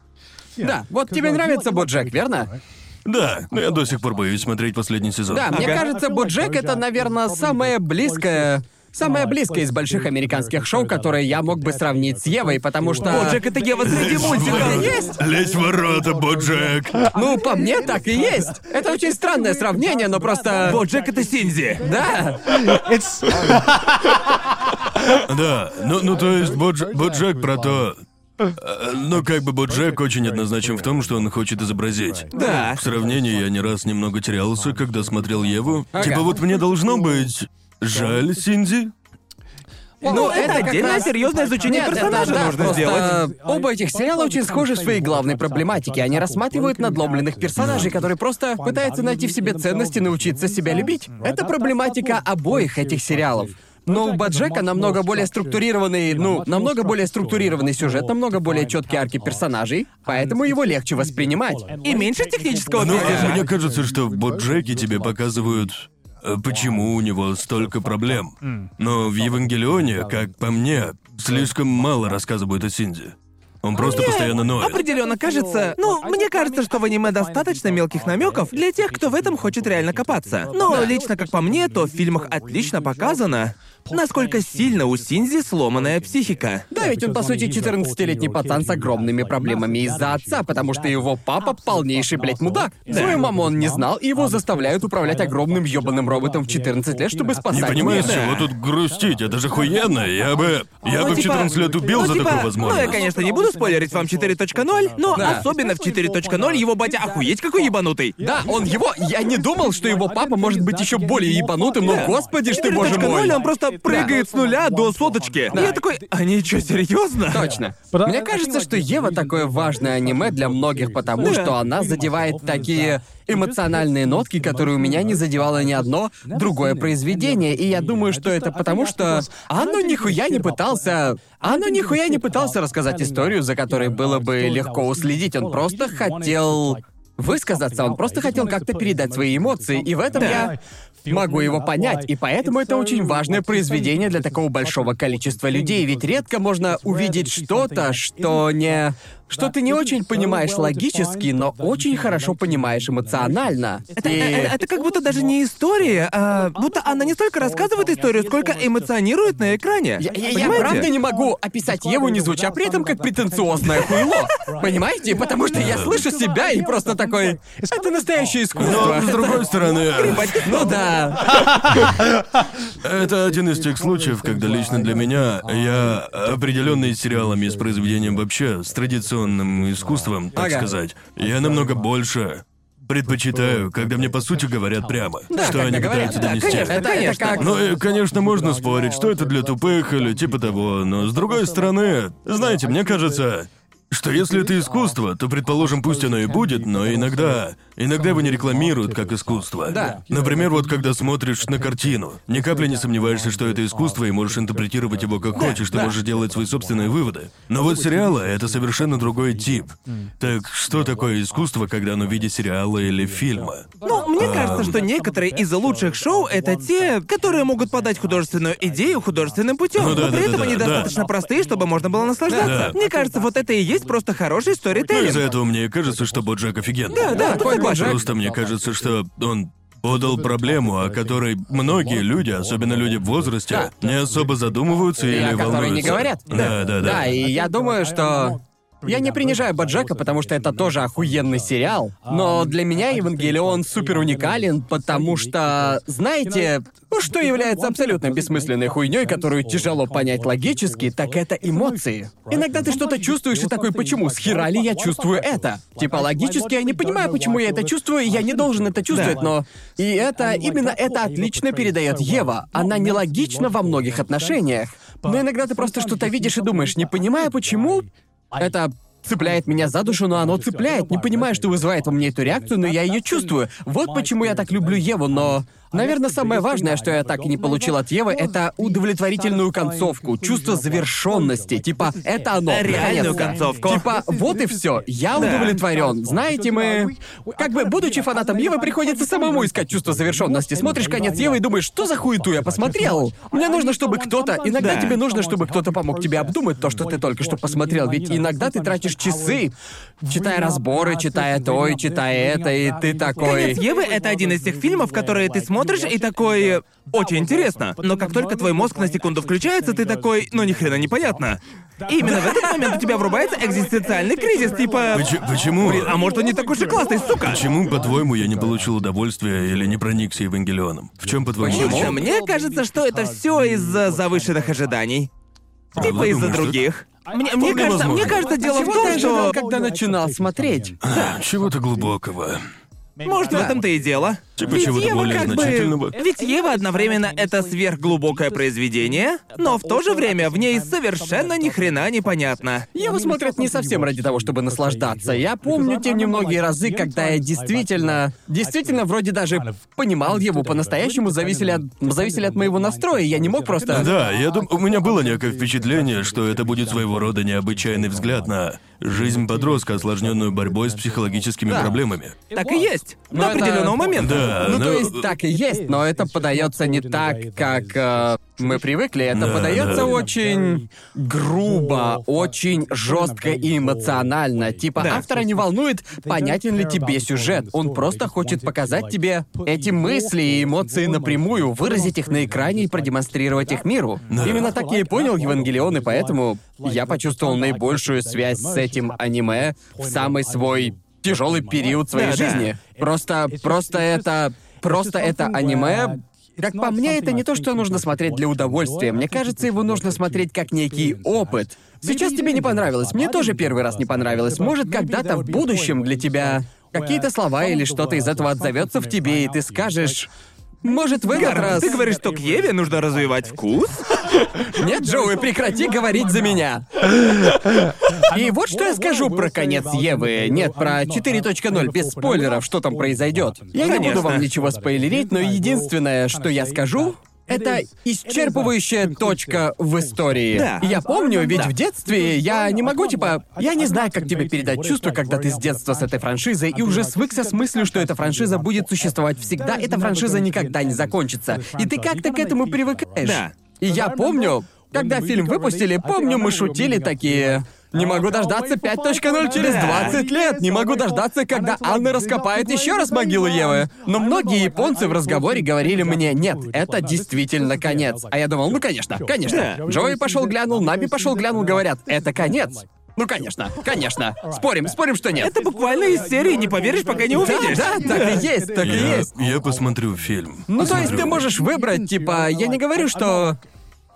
Да, вот тебе нравится Боджек, верно?
Да, но я до сих пор боюсь смотреть последний сезон.
Да, мне
Ага.
кажется, Боджек это, наверное, самое близкое... Самое близкое из больших американских шоу, которое я мог бы сравнить с Евой, потому что...
Боджек это Ева среди мультиков.
есть?
Лезь в ворота, Боджек!
Ну, по мне так и есть. Это очень странное сравнение, но просто...
Боджек это Синзи.
Да,
It's
Да, ну, ну то есть Бодж- Боджек про то... Э, Ну, как бы Боджек очень однозначен в том, что он хочет изобразить.
Да.
В сравнении я не раз немного терялся, когда смотрел Еву.
Ага.
Типа вот мне должно быть жаль Синди.
Ну, это
как
отдельное
раз-
серьезное изучение
Нет, это
персонажа
да, просто
нужно
э,
сделать.
Оба этих сериала очень схожи в своей главной проблематике. Они рассматривают надломленных персонажей, которые просто пытаются найти в себе ценности и научиться себя любить. Это проблематика обоих этих сериалов. Но у Баджека намного более структурированный, ну, намного более структурированный сюжет, намного более четкие арки персонажей, поэтому его легче воспринимать.
И меньше технического
Ну,
движа.
мне кажется, что в Боджеке тебе показывают, э, почему у него столько проблем. Но в Евангелионе, как по мне, слишком мало рассказывают о Синди. Он просто постоянно ноет.
Определенно кажется. Ну, мне кажется, что в аниме достаточно мелких намеков для тех, кто в этом хочет реально копаться. Но лично, как по мне, то в фильмах отлично показано, насколько сильно у Синзи сломанная психика.
Да, ведь он, по сути, 14-летний пацан с огромными проблемами из-за отца, потому что его папа полнейший, блядь, мудак. Свою маму он не знал, и его заставляют управлять огромным ёбаным роботом в 14 лет,
Не
чтобы спасать
понимаю,
мир.
с чего тут грустить, это же хуяно. Я бы. Я
Ну,
бы в
типа-
14 лет убил
ну,
за
типа,
такую
Ну, я,
возможность.
конечно, не буду спойлерить вам 4.0, но
Да.
особенно в 4.0 его батя охуеть какой ебанутый.
Да, он его... Я не думал, что его папа может быть еще более ебанутым, но господи ж ты, боже
4.0
мой.
он просто прыгает с нуля до соточки.
Да.
Я такой, они что, серьезно?
Точно.
But I-
Мне
I think,
кажется,
like,
что
the
Ева
reason
такое
that
важное аниме для многих, потому
Да.
что она задевает такие эмоциональные нотки, которые у меня не задевало ни одно другое произведение. И я думаю, что это потому, что Анну нихуя не пытался... Анну нихуя не пытался рассказать историю, за которой было бы легко уследить. Он просто хотел высказаться, он просто хотел как-то передать свои эмоции. И в этом я Могу его понять, и поэтому это очень важное произведение для такого большого количества людей, ведь редко можно увидеть что-то, что не... что ты не очень понимаешь логически, но очень хорошо понимаешь эмоционально.
Это, э- э-
И...
это как будто даже не история,
ну,
а будто она не столько рассказывает историю, сколько эмоционирует на экране.
Я, я- я
Понимаете?
правда не могу описать Еву, не звуча при этом как претенциозное хуйло. Понимаете? Потому что я слышу себя и просто такой... Это настоящее
Но
искусство.
с другой стороны,
Ну да.
это один из тех случаев, когда лично для меня я определенный с сериалами и с произведением вообще, с традиционным искусством, так
Ага.
сказать, я намного больше предпочитаю, когда мне по сути говорят прямо,
Да,
что
когда
они
говорят.
пытаются
Да,
донести.
конечно, это, это как...
Ну, и, конечно, можно спорить, что это для тупых или типа того, но с другой стороны, знаете, мне кажется, что если это искусство, то, предположим, пусть оно и будет, но иногда... Иногда его не рекламируют как искусство.
Да.
Например, вот когда смотришь на картину, ни капли не сомневаешься, что это искусство, и можешь интерпретировать его как хочешь, ты можешь делать свои собственные выводы. Но вот сериалы — это совершенно другой тип. Так что такое искусство, когда оно в виде сериала или фильма?
Ну, мне кажется, что некоторые из лучших шоу это те, которые могут подать художественную идею художественным путем,
Ну да,
но при
да,
этом
да,
они
да.
достаточно простые, чтобы можно было наслаждаться.
Да.
Мне кажется, вот это и есть просто хороший
Ну, из-за
сторителлинг.
этого мне кажется, что Боджек офигенный.
Да, да, тут
Такой
согласен.
Боджек.
Просто мне кажется, что он подал проблему, о которой многие люди, особенно люди в возрасте, не особо задумываются
И
или
о которой
волнуются.
не говорят.
Да, да, да.
Да, и я думаю, что... Я не принижаю Баджака, потому что это тоже охуенный сериал. Но для меня Евангелион супер уникален, потому что, знаете, ну, что является абсолютно бессмысленной хуйней, которую тяжело понять логически, так это эмоции. Иногда ты что-то чувствуешь и такой, почему с хера ли я чувствую это? Типа логически я не понимаю, почему я это чувствую, и я не должен это чувствовать,
Да.
но... И это, именно это отлично передает Ева. Она нелогична во многих отношениях. Но иногда ты просто что-то видишь и думаешь, не понимая почему, это цепляет меня за душу, но оно цепляет. Не понимаю, что вызывает во мне эту реакцию, но я ее чувствую. Вот почему я так люблю Еву, но... Наверное, самое важное, что я так и не получил от Евы, это удовлетворительную концовку, чувство завершенности. Типа, это оно.
Реальную
наконец-то.
концовку.
Типа, вот и все. Я удовлетворен. Знаете, мы. Как бы, будучи фанатом Евы, приходится самому искать чувство завершенности. Смотришь конец Евы и думаешь, что за хуету я посмотрел? Мне
а
нужно, чтобы кто-то. Иногда
Да.
тебе нужно, чтобы кто-то помог тебе обдумать то, что ты только что посмотрел. Ведь иногда ты тратишь часы, читая разборы, читая то и читая это, и ты такой.
Конец Евы это один из тех фильмов, которые ты смотришь и такой э, очень интересно. Но как только твой мозг на секунду включается, ты такой, ну ни хрена непонятно. И именно в этот момент у тебя врубается экзистенциальный кризис, типа.
Поч- почему?
Блин, а может он не такой же классный, сука?
Почему, по-твоему, я не получил удовольствия или не проникся Евангелионом? В чем, по-твоему,
Почему?
причина?
Лично мне кажется, что это все из-за завышенных ожиданий.
А, ну,
Типа
Правда,
из-за
думаешь,
других. Мне, мне
Вполне
кажется, мне
возможно.
кажется, дело в
Чего
том,
ты ожидал,
что.
когда начинал смотреть?
А, Чего-то глубокого.
Может, в этом-то и дело.
Типа
Ведь
чего-то
Ева
более
как бы-
значительного.
Ведь Ева одновременно это сверхглубокое произведение, но в то же время в ней совершенно ни хрена непонятно.
Его смотрят не совсем ради того, чтобы наслаждаться. Я помню те немногие разы, когда я действительно, действительно вроде
А
даже понимал его по-настоящему, зависели от, зависели от моего настроя. Я не мог просто...
Да, я думаю, у меня было некое впечатление, что это будет своего рода необычайный взгляд на жизнь подростка, осложненную борьбой с психологическими
Да.
проблемами.
Так и есть.
Но
До
это-
определенного момента.
Ну, Да,
Ну,
но-
то есть так и есть, но это подается не так, как э, мы привыкли. Это
Да,
подается
да.
очень грубо, очень жестко и эмоционально. Типа
Да.
автора не волнует, понятен ли тебе сюжет. Он просто хочет показать тебе эти мысли и эмоции напрямую, выразить их на экране и продемонстрировать их миру.
Да.
Именно так я и понял Евангелион, и поэтому я почувствовал наибольшую связь с этим аниме в самый свой тяжелый период своей
Да, да.
жизни. Просто, просто это, просто это аниме. Как по мне, это не то, что нужно смотреть для удовольствия. Мне кажется, его нужно смотреть как некий опыт. Сейчас тебе не понравилось. Мне тоже первый раз не понравилось. Может, когда-то в будущем для тебя какие-то слова или что-то из этого отзовется в тебе, и ты скажешь. Может, в этот раз...
Ты говоришь, что к Еве нужно развивать вкус?
Нет, Джоуи, прекрати говорить за меня. И вот что я скажу про конец Евы. Нет, про 4.0, без спойлеров, что там произойдет. Я не буду вам
Конечно.
ничего спойлерить, но единственное, что я скажу, это исчерпывающая точка в истории.
Да.
Я помню, ведь
Да.
в детстве я не могу, типа, я не знаю, как тебе передать чувство, когда ты с детства с этой франшизой и уже свыкся с мыслью, что эта франшиза будет существовать всегда, эта франшиза никогда не закончится. И ты как-то к этому привыкаешь.
Да.
И я помню, когда фильм выпустили, помню, мы шутили такие. Не могу дождаться 5.0 через
Да.
20 лет. Не могу дождаться, когда Анна раскопает еще раз могилу Евы. Но многие японцы в разговоре говорили мне, нет, это действительно конец. А я думал, ну конечно, конечно.
Да.
Джои пошел глянул, Наби пошел глянул, говорят, это конец. Ну конечно, конечно. Спорим, спорим, что нет.
Это буквально из серии «Не поверишь, пока не увидишь».
Да, да, так и есть, так и
Я,
есть.
я посмотрю фильм.
Ну то есть
Посмотрю.
ты можешь выбрать, типа, я не говорю, что...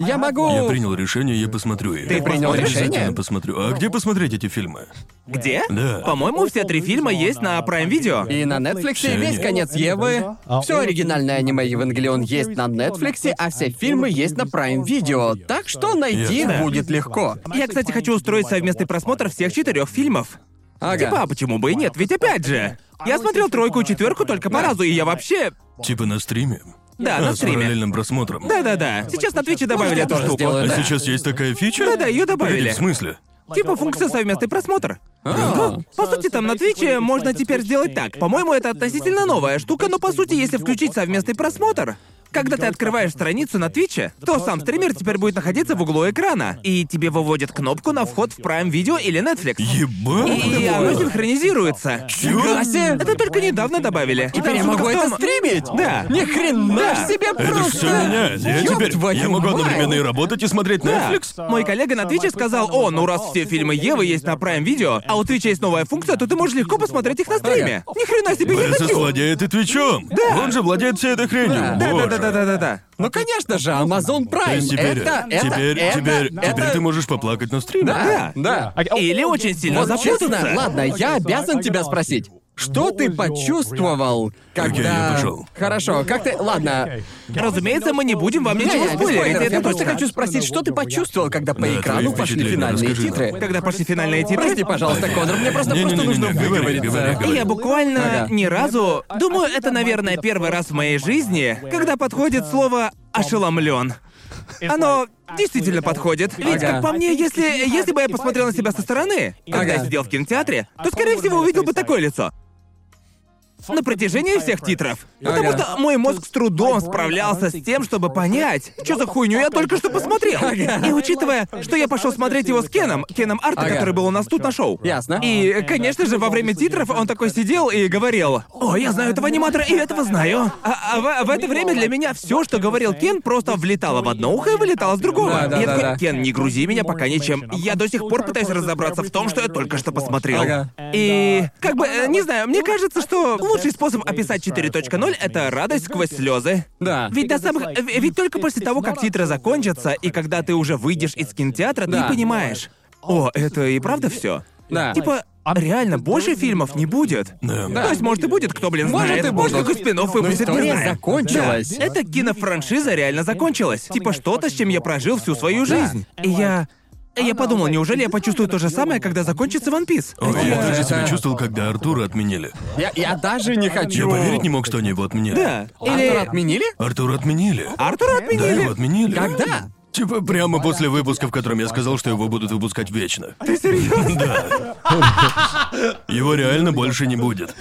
Я могу...
Я принял решение, я посмотрю их.
Ты принял
Обязательно
решение?
посмотрю. А где посмотреть эти фильмы?
Где?
Да.
По-моему, все три фильма есть на Prime Video.
И на Netflix
Всё
весь
верно.
конец Евы.
А,
Все
о,
оригинальное аниме Евангелион есть на Netflix, а все фильмы есть на Prime Video. Так что найти
Ясно.
будет легко.
Я, кстати, хочу устроить совместный просмотр всех четырех фильмов.
Ага.
Типа, а почему бы и нет? Ведь опять же, я смотрел тройку и четверку только по разу, и я вообще.
Типа на стриме?
Да,
а,
на
с
стриме.
параллельным просмотром.
Да-да-да. Сейчас на Твиче добавили
я
эту
тоже
штуку.
сделаю,
А
да.
сейчас есть такая фича?
Да-да, ее добавили.
Погоди, В смысле?
Типа функция совместный просмотр. Ну,
А.
По сути, там на Твиче можно теперь сделать так. По-моему, это относительно новая штука, но по сути, если включить совместный просмотр, когда ты открываешь страницу на Твиче, то сам стример теперь будет находиться в углу экрана, и тебе выводят кнопку на вход в Prime Video или Netflix.
Ебать!
И оно синхронизируется.
Чё?
Ася,
Это только недавно добавили.
Теперь я
Там
могу
штука в
это
том-
стримить?
Да.
Ни хрена
Да.
себе
Это
просто!
все меняет. Я
Ёб
теперь
твою
я могу
мать.
одновременно и работать, и смотреть
Да.
Netflix.
Мой коллега на Твиче сказал, о, ну раз все фильмы Евы есть на Prime Video, а у Твича есть новая функция, то ты можешь легко посмотреть их на стриме. Ни хрена себе я
Борисов
хочу!
владеет и Твичом. Да. Он же владеет всей этой хренью.
Да.
Боже.
Да-да-да-да-да-да.
Ну конечно же, Amazon
То
Prime.
есть теперь,
это, это,
теперь,
это-
теперь,
это-
теперь ты можешь поплакать на стриме.
Да, да.
Или очень сильно
А, Вот честно,
запутаться.
ладно, я обязан тебя спросить.
Ну,
Что ты почувствовал, когда...
Окей, я пошел.
Хорошо, как ты... Ладно.
Разумеется, мы не будем вам
Не,
ничего
Ну, я не
спойлерить,
спойлеров,
это
я просто
точно.
хочу спросить, что ты почувствовал, когда по
Да,
экрану
твои
пошли
впечатления,
финальные
расскажи нам.
титры?
Когда пошли финальные титры...
Прости, пожалуйста, Конор, мне просто просто
Не-не-не-не,
нужно
говори, говори,
выговориться.
говори.
И я буквально
Ага.
ни разу... Думаю, это, наверное, первый раз в моей жизни, когда подходит слово «ошеломлен». Оно действительно подходит. Ведь,
Ага.
как по мне, если, если бы я посмотрел на себя со стороны, когда я
Ага.
сидел в кинотеатре, то, скорее всего, увидел бы такое лицо. На протяжении всех титров. Потому
Ага.
что мой мозг с трудом справлялся с тем, чтобы понять, что за хуйню я только что посмотрел. И учитывая, что я пошел смотреть его с Кеном, Кеном Арта,
Ага.
который был у нас тут на шоу.
Ясно.
И, конечно же, во время титров он такой сидел и говорил, «О, я знаю этого аниматора и этого знаю». А, а в, в это время для меня все, что говорил Кен, просто влетало в одно ухо и вылетало с другого.
Да, да,
я
да,
такой,
да.
Кен, не грузи меня пока ничем. Я до сих пор пытаюсь разобраться в том, что я только что посмотрел.
Ага.
И, как бы, э, не знаю, мне кажется, что лучший способ описать 4.0 — это радость сквозь слезы.
Да.
Ведь до самых... э, Ведь только после того, как титры закончатся, и когда ты уже выйдешь из кинотеатра,
Да.
ты понимаешь, о, это и правда все.
Да.
Типа, реально, больше фильмов не будет.
Да.
То есть, может, и будет, кто, блин,
Может,
знает.
и
может,
будут.
какой спин выпустит, не
история
знаю.
закончилась.
Да. Эта кинофраншиза реально закончилась. Типа что-то, с чем я прожил всю свою
Да.
жизнь. И я... и Я подумал, неужели я почувствую то же самое, когда закончится One Piece?
О, я
Это-
тоже себя чувствовал, когда Артура отменили.
Я, я даже не
Я
хочу.
поверить не мог, что они его отменили.
Да.
Артура
Или...
отменили?
Артура отменили.
Артура
Да,
отменили.
его отменили.
Когда?
Типа прямо после выпуска, в котором я сказал, что его будут выпускать вечно.
Ты серьезно?
Его реально больше не будет.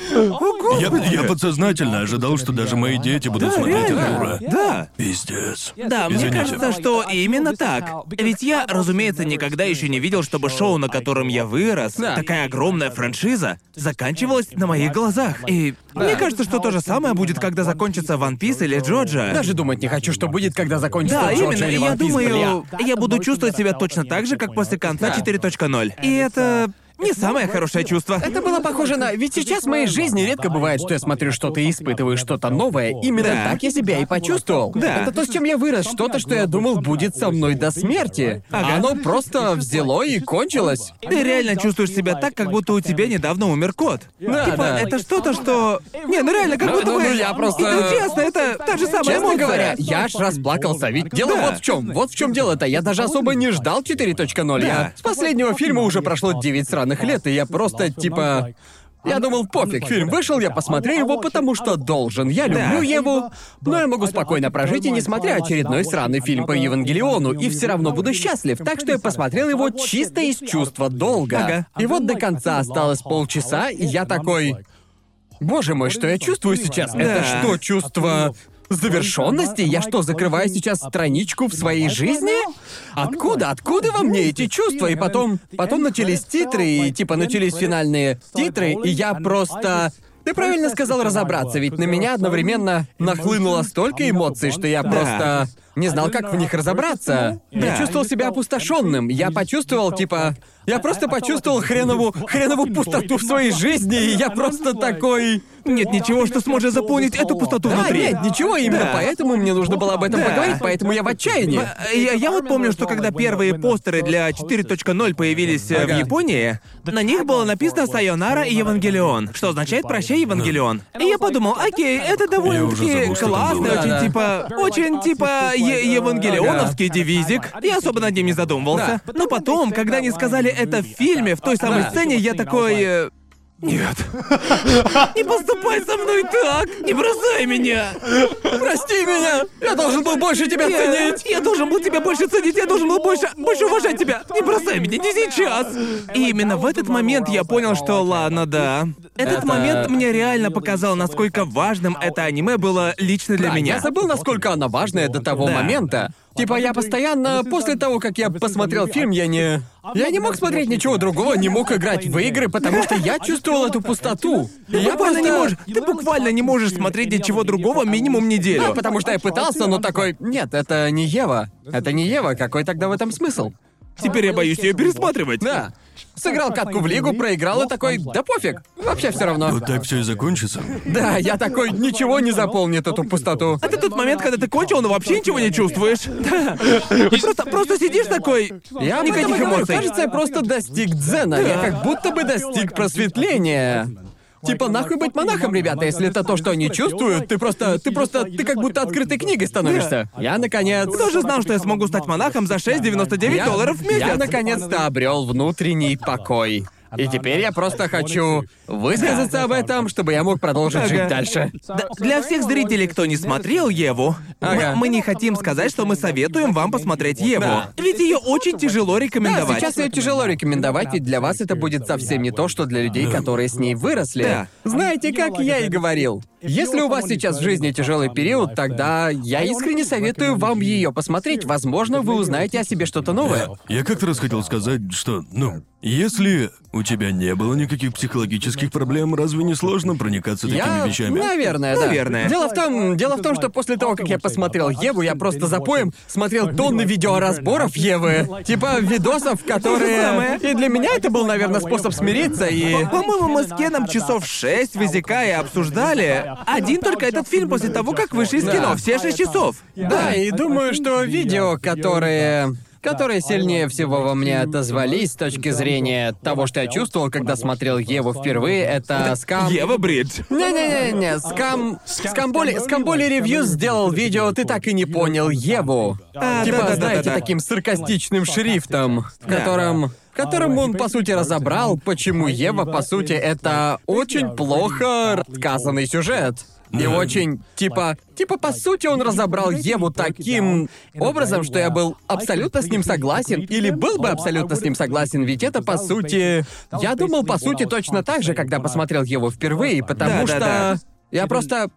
Я, я подсознательно ожидал, что даже мои дети будут
Да,
смотреть
реально.
Артура.
Да.
Пиздец.
Да, мне
Извините.
кажется, что именно так. Ведь я, разумеется, никогда еще не видел, чтобы шоу, на котором я вырос,
Да.
такая огромная франшиза, заканчивалась на моих глазах. И мне кажется, что то же самое будет, когда закончится One Piece или
Э.
Джоджа.
Даже думать не хочу, что будет, когда закончится
Да,
Джорджа
именно.
или
И я
One Piece,
думаю,
бля.
я буду чувствовать себя точно так же, как после конца
Да.
4.0. И это не самое хорошее чувство.
Это было похоже на... Ведь сейчас в моей жизни редко бывает, что я смотрю что-то и испытываю что-то новое. Именно
Да.
так я себя и почувствовал.
Да.
Это то, с чем я вырос. Что-то, что я думал, будет со мной до смерти.
Ага.
Оно просто взяло и кончилось.
Ты реально чувствуешь себя так, как будто у тебя недавно умер кот.
Да,
типа,
да.
это что-то, что... Не, ну реально, как
Ну,
будто
ну,
бы...
ну, я просто-
Это честно, это та же самая
Честно
эмоция.
говоря, я аж расплакался, ведь дело
Да.
вот в чем, вот в чем дело-то. Я даже особо не ждал 4.0.
Да.
Я с последнего фильма уже прошло 9 сраных лет, и я просто типа. Я думал, пофиг, фильм вышел, я посмотрю его, потому что должен. Я
Да.
люблю его, но я могу спокойно прожить и не смотря очередной сраный фильм по Евангелиону, и все равно буду счастлив. Так что я посмотрел его чисто из чувства долга.
Ага.
И вот до конца осталось полчаса, и я такой... Боже мой, что я чувствую сейчас? Это
Да.
что, чувство завершенности? Я что, закрываю сейчас страничку в своей жизни? Откуда, откуда во мне эти чувства? И потом, потом начались титры, и типа начались финальные титры, и я просто... Ты правильно сказал разобраться, ведь на меня одновременно нахлынуло столько эмоций, что я просто не знал, как в них разобраться.
Да.
Я чувствовал себя опустошенным. Я почувствовал, типа, я просто почувствовал хренову, хренову пустоту в своей жизни, и я просто такой...
Нет ничего, что сможет заполнить эту пустоту
Да,
внутри.
нет, ничего, именно
Да.
поэтому мне нужно было об этом
Да.
поговорить, поэтому я в отчаянии.
Э, Я, я вот помню, что когда первые постеры для 4.0 появились э,
Ага.
в Японии, на них было написано «Сайонара» и «Евангелион», что означает «Прощай, Евангелион». И я подумал, окей, это
Я
довольно-таки
уже забыл, что там
классный,
было.
очень
Да-да.
типа, очень типа е- евангелионовский девизик. Я особо над ним не задумывался.
Да.
Но потом, когда они сказали это в фильме, в той самой
Да.
сцене, я такой... э, Нет. Не поступай со мной так! Не бросай меня!
Прости меня! Я должен был больше тебя
Я,
ценить!
я должен был тебя больше ценить, я должен был больше, больше уважать тебя. Не бросай меня, не сейчас. И именно в этот момент я понял, что ладно, да. Этот
Это-
момент мне реально показал, насколько важным это аниме было лично для
Да,
меня.
Я забыл, насколько она важная до того
Да.
момента. Типа я постоянно, после того, как я посмотрел фильм, я не... Я не мог смотреть ничего другого, не мог играть в игры, потому что я чувствовал эту пустоту. И
Ты
я
буквально
просто
не можешь. Ты буквально не можешь смотреть ничего другого минимум неделю.
Да, потому что я пытался, но такой... Нет, это не Ева. Это не Ева. Какой тогда в этом смысл?
Теперь я боюсь ее пересматривать.
Да. Сыграл катку в лигу, проиграл и такой... Да пофиг. Вообще все равно.
Вот так все и закончится.
Да, я такой... Ничего не заполнит эту пустоту.
Это тот момент, когда ты кончил, но вообще ничего не чувствуешь. Да. Просто, просто сидишь такой.
Я об этом
никаких
и говорю.
эмоций.
Кажется, я просто достиг дзена. Я как будто бы достиг просветления. Типа, нахуй быть монахом, ребята, если это то, что они чувствуют, ты просто, ты просто, ты как будто открытой книгой становишься. Я, наконец...
Кто же знал, что я смогу стать монахом за 6,99
Я-
долларов в месяц?
Я, наконец-то обрел внутренний покой. И теперь я просто хочу высказаться об этом, чтобы я мог продолжить жить
Ага.
дальше.
Да, для всех зрителей, кто не смотрел Еву,
Ага.
мы, мы не хотим сказать, что мы советуем вам посмотреть Еву.
Да.
Ведь ее очень тяжело
Да,
рекомендовать.
сейчас ее тяжело рекомендовать, ведь для вас это будет совсем не то, что для людей, которые с ней выросли.
Да.
Знаете, как я и говорил. Если у вас сейчас в жизни тяжелый период, тогда я искренне советую вам ее посмотреть. Возможно, вы узнаете о себе что-то новое.
Я как-то раз хотел сказать, что, ну, если у тебя не было никаких психологических проблем, разве не сложно проникаться такими
Я,
вещами?
наверное, да.
Наверное.
Дело в том, дело в том, что после того, как я посмотрел Еву, я просто за поем смотрел тонны видеоразборов Евы, типа видосов, которые.
самое.
И для меня это был, наверное, способ смириться и.
По-моему, мы с Кеном часов шесть вызекая и обсуждали. Один только этот фильм после того, как вышли из
Да.
кино. Все шесть часов.
Да, и думаю, что видео, которые которые сильнее всего во мне отозвались с точки зрения того, что я чувствовал, когда смотрел Еву впервые, это скам.
Ева Бридж.
Не-не-не-не, скам... Скамболи... Скамболи Ревью сделал видео «Ты так и не понял Еву».
А,
типа,
да-да-да-да-да.
знаете, таким саркастичным шрифтом, в котором... в котором он, по сути, разобрал, почему Ева, по сути, это очень плохо рассказанный сюжет. И очень, типа, типа, по сути, он разобрал Еву таким образом, что я был абсолютно с ним согласен, или был бы абсолютно с ним согласен, ведь это, по сути... Я думал, по сути, точно так же, когда посмотрел его впервые, потому
Да,
что...
да, Типа, да.
Я просто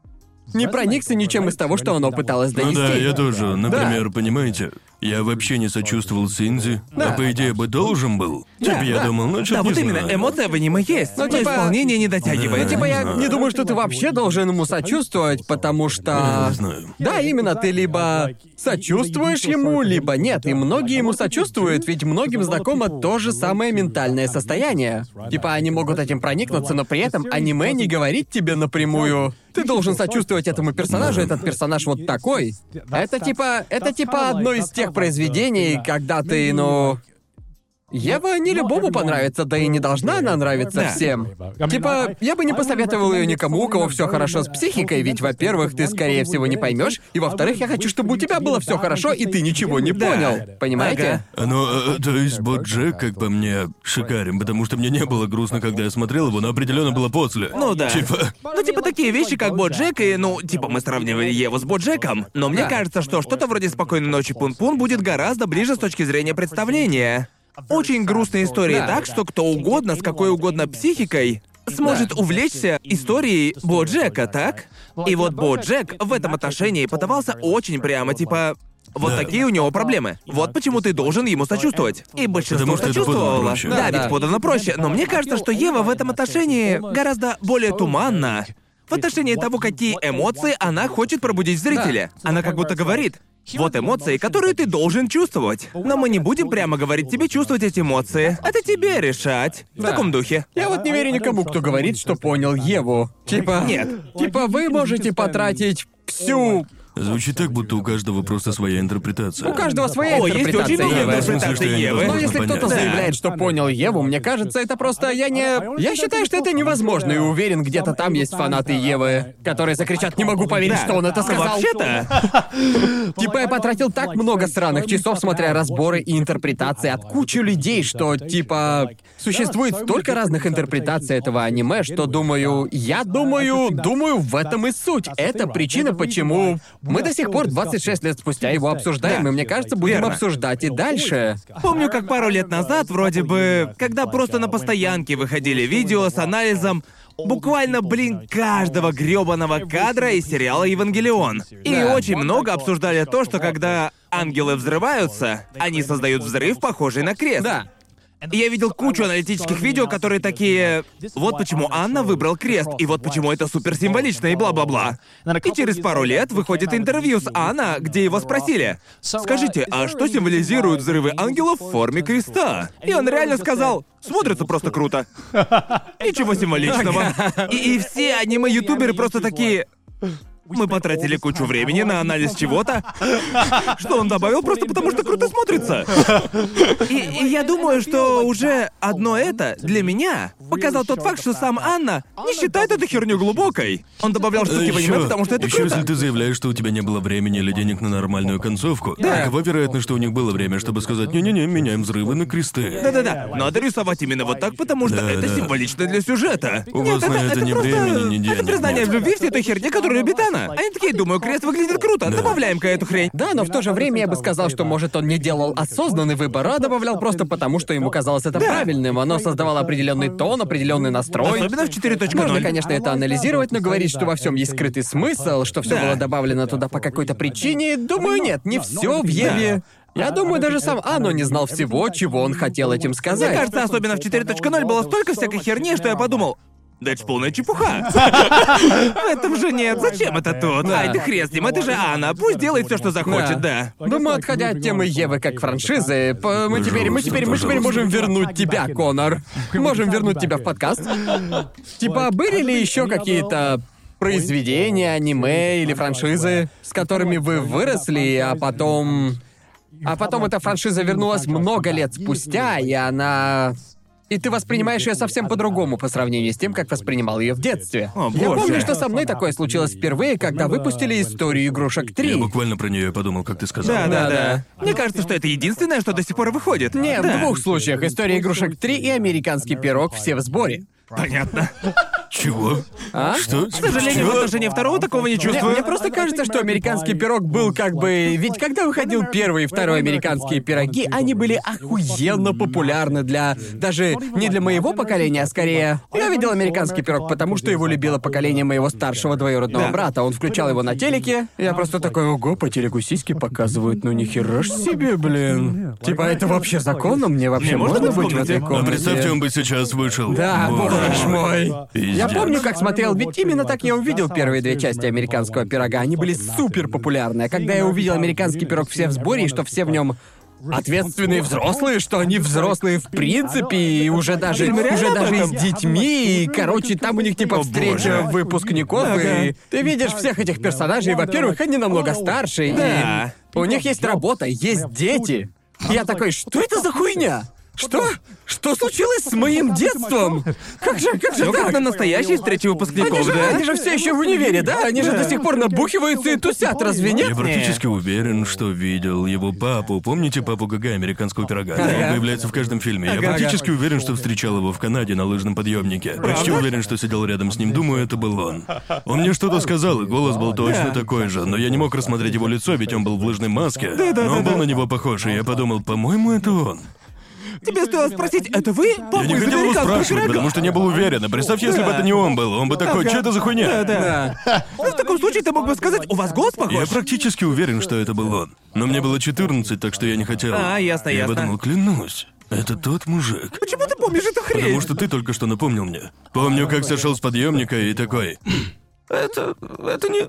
не проникся ничем из того, что оно пыталось
Ну
донести.
да, я тоже. Например, понимаете, я вообще не сочувствовал Синзи, а по идее бы должен был. Типа я думал, ну что
Да, вот именно, эмоция в аниме есть, но
типа-
исполнение не
Ну,
дотягивает.
Да.
типа, я не думаю, что ты вообще должен ему сочувствовать, потому что...
Не знаю.
Да, именно, ты либо сочувствуешь ему, либо нет. И многие ему сочувствуют, ведь многим знакомо то же самое ментальное состояние. Типа, они могут этим проникнуться, но при этом аниме не говорит тебе напрямую. Ты должен сочувствовать этому персонажу, этот персонаж вот такой. Это типа, это типа одно из тех произведений, когда ты, ну... Ева не любому понравится, да и не должна она нравиться
Да.
всем. Типа, я бы не посоветовал ее никому, у кого все хорошо с психикой, ведь, во-первых, ты, скорее всего, не поймешь, и, во-вторых, я хочу, чтобы у тебя было все хорошо, и ты ничего не
Да.
понял. Понимаете?
Ну, э, то есть Боджек, как по мне, шикарен, потому что мне не было грустно, когда я смотрел его, но определенно было после.
Ну да.
Типа,
Ну, типа такие вещи, как Боджек, и, ну, типа мы сравнивали Еву с Боджеком. Но мне
Да.
кажется, что что-то вроде «Спокойной ночи, Пун-Пун» будет гораздо ближе с точки зрения представления. Очень грустные истории
Да.
так, что кто угодно, с какой угодно психикой, сможет увлечься историей Боджека, так? И вот Боджек в этом отношении подавался очень прямо, типа... Вот
Да.
такие у него проблемы. Вот почему ты должен ему сочувствовать. И большинство
Потому что это
сочувствовало.
подано проще.
Да,
Да,
ведь
да.
подано проще. Но мне кажется, что Ева в этом отношении гораздо более туманна. В отношении того, какие эмоции она хочет пробудить в зрителе. Она как будто говорит, вот эмоции, которые ты должен чувствовать. Но мы не будем прямо говорить тебе чувствовать эти эмоции. Это тебе решать. В
Да.
таком духе.
Я вот не верю никому, кто говорит, что понял Еву. Типа...
Нет.
Типа, вы можете потратить всю...
звучит так, будто у каждого просто своя интерпретация.
У каждого своя
О, есть
интерпретация
очень много
Да,
Евы.
в смысле,
интерпретаций
что я не
Евы.
должен
Но если
Можно
кто-то
понять.
заявляет, что понял Еву, мне кажется, это просто я не. Я считаю, что это невозможно, и уверен, где-то там есть фанаты Евы, которые закричат: Не могу поверить,
Да.
что он это сказал.
Вообще-то,
Типа я потратил так много сраных часов, смотря разборы и интерпретации от кучи людей, что типа существует столько разных интерпретаций этого аниме, что думаю, я думаю, думаю, в этом и суть. Это причина, почему мы до сих пор 26 лет спустя его обсуждаем,
Да.
и мне кажется, будем
Верно.
обсуждать и дальше.
помню, как пару лет назад, вроде бы, когда просто на постоянке выходили видео с анализом буквально, блин, каждого грёбаного кадра из сериала «Евангелион». И
Да.
очень много обсуждали то, что когда ангелы взрываются, они создают взрыв, похожий на крест.
Да.
И Я видел кучу аналитических видео, которые такие... Вот почему Анна выбрал крест, и вот почему это супер символично, и бла-бла-бла. И через пару лет выходит интервью с Анна, где его спросили, «Скажите, а что символизируют взрывы ангелов в форме креста?» И он реально сказал, «Смотрится просто круто». Ничего символичного. И, и все аниме-ютуберы просто такие... Мы потратили кучу времени на анализ чего-то, что он добавил просто потому, что круто смотрится. И, и я думаю, что уже одно это для меня показал тот факт, что сам Анна не считает эту херню глубокой. Он добавлял штуки в аниме,
Ещё-
Ну, типа, потому что это
ещё
круто.
если ты заявляешь, что у тебя не было времени или денег на нормальную концовку,
Да.
какова вероятность, что у них было время, чтобы сказать «не-не-не, меняем взрывы на кресты».
Да-да-да, надо рисовать именно вот так, потому что
Да,
это
да.
символично для сюжета.
У вас на это ни
просто-
времени, ни
Это
денег
признание
нет.
в любви всей той херни, которую любит она. Они такие, думаю, крест выглядит круто, добавляем-ка эту хрень.
Да, но в то же время я бы сказал, что, может, он не делал осознанный выбор, а добавлял просто потому, что ему казалось это правильным. Оно создавало определенный тон, определенный настрой.
Особенно в 4.0.
Можно, конечно, это анализировать, но говорить, что во всем есть скрытый смысл, что все
Да.
было добавлено туда по какой-то причине, думаю, нет, не все в Еве. Я думаю, даже сам Анно не знал всего, чего он хотел этим
Мне
сказать.
кажется, особенно в 4.0 было столько всякой херни, что я подумал, да это ж полная чепуха. В этом же нет, зачем это тут?
Да.
Ай, да хрен с ним, это же Анна, пусть делает все, что захочет, да.
Да. Думаю, отходя от темы Евы как франшизы, по- мы теперь, мы теперь, мы теперь можем вернуть тебя, Конор. Можем вернуть тебя в подкаст. Типа, были ли еще какие-то произведения, аниме или франшизы, с которыми вы выросли, а потом... А потом эта франшиза вернулась много лет спустя, и она... И ты воспринимаешь ее совсем по-другому по сравнению с тем, как воспринимал ее в детстве.
О,
Я
боже.
помню, что со мной такое случилось впервые, когда выпустили историю игрушек 3.
Я буквально про нее подумал, как ты сказал.
Да, да, да.
Да-да.
Мне кажется, что это единственное, что до сих пор выходит.
Не,
Да.
в двух случаях. История игрушек 3 и американский пирог все в сборе.
Понятно.
Чего?
А?
Что?
К сожалению, в отношении второго такого не
Мне,
чувствую.
мне просто кажется, что американский пирог был как бы... Ведь когда выходил первый и второй американские пироги, они были охуенно популярны для... Даже не для моего поколения, а скорее... Я видел американский пирог, потому что его любило поколение моего старшего двоюродного
Да.
брата. Он включал его на телеке. Я просто такой, ого, по телеку сиськи показывают. Ну нихера ж себе, блин. Типа, это вообще законно? Мне вообще
Не, можно
можно
быть в
быть в этой
А
комнате?
комнате?
представьте, он бы сейчас вышел.
Да, боже мой.
Пиздец.
Я помню, как смотрел, ведь именно так я увидел первые две части американского пирога. Они были супер популярны. А когда я увидел американский пирог все в сборе, и что все в нем ответственные взрослые, что они взрослые в принципе, и уже даже,
Ты реально
уже
об
даже и
этом?
с детьми, и, короче, там у них
О,
типа
боже.
встреча выпускников,
Ага.
и ты видишь всех этих персонажей, во-первых, они намного старше,
Да.
и у них есть работа, есть дети. И я такой, что это за хуйня? Что? Что случилось с моим детством? Как же, как же
Ну, как
так?
на настоящей встрече
Они
выпускников,
же,
да?
они же все еще в универе, да? Они же до сих пор набухиваются и тусят, разве нет?
Я практически уверен, что видел его папу. Помните папу ГГ американского пирога? Он появляется в каждом фильме. Я
Ага.
практически уверен, что встречал его в Канаде на лыжном подъемнике. Почти уверен, что сидел рядом с ним. Думаю, это был он. Он мне что-то сказал, и голос был точно такой же. Но я не мог рассмотреть его лицо, ведь он был в лыжной маске. но он был на него похож, и я подумал, по-моему, это он.
Тебе стоило спросить, это вы? Папа
я не
из
хотел его
американского
спрашивать,
пирога?
потому что не был уверен. А представь, если бы это не он был. Он бы такой, что это за хуйня?
Да.
Ну, в таком случае ты мог бы сказать, у вас голос
Я
похож?
практически уверен, что это был он. Но мне было 14, так что я не хотел.
А, ясно,
я
ясно.
подумал, клянусь, это тот мужик.
Почему ты помнишь эту хрень?
Потому что ты только что напомнил мне. Помню, как сошел с подъемника и такой. «Хм, Это. это не.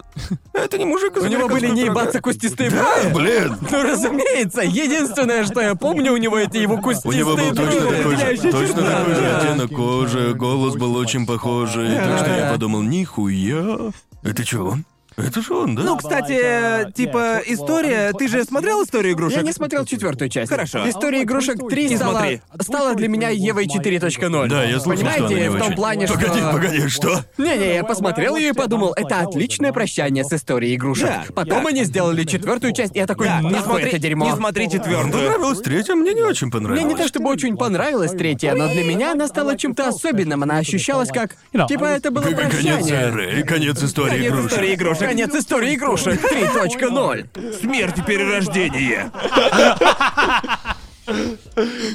Это не мужик из
У него были не ебаться кустистые брови.
Блин!
Ну, разумеется, единственное, что я помню, у него это его
У
кустистые
него был точно
брови.
такой же,
Определяющая
точно
черта.
такой же
Да.
оттенок кожи, голос был очень похожий, так что я
Да.
подумал, нихуя. Это че он? Это же он, да?
Ну, кстати, типа, история... Ты же смотрел историю игрушек?
Я не смотрел четвертую часть.
Хорошо.
История игрушек 3
Не
стала,
смотри.
стала для меня Евой 4.0.
Да, я слышал, что она
Понимаете,
не
в том
очень.
плане, что...
Погоди, погоди, что?
Не-не, я посмотрел ее и подумал, это отличное прощание с историей игрушек.
Да.
Потом
Да.
они сделали четвертую часть, и я такой,
Да, не
нахуй
смотри,
это дерьмо.
не смотри
Вам
четвертую.
понравилась третья? Мне не очень понравилась.
Мне не то чтобы очень понравилась третья, но для меня она стала чем-то особенным. Она ощущалась как... Типа это было
К- к- Конец
прощание.
эры и конец истории
Конец
игрушек.
истории игрушек.
Конец истории игрушек 3.0.
Смерть и перерождение.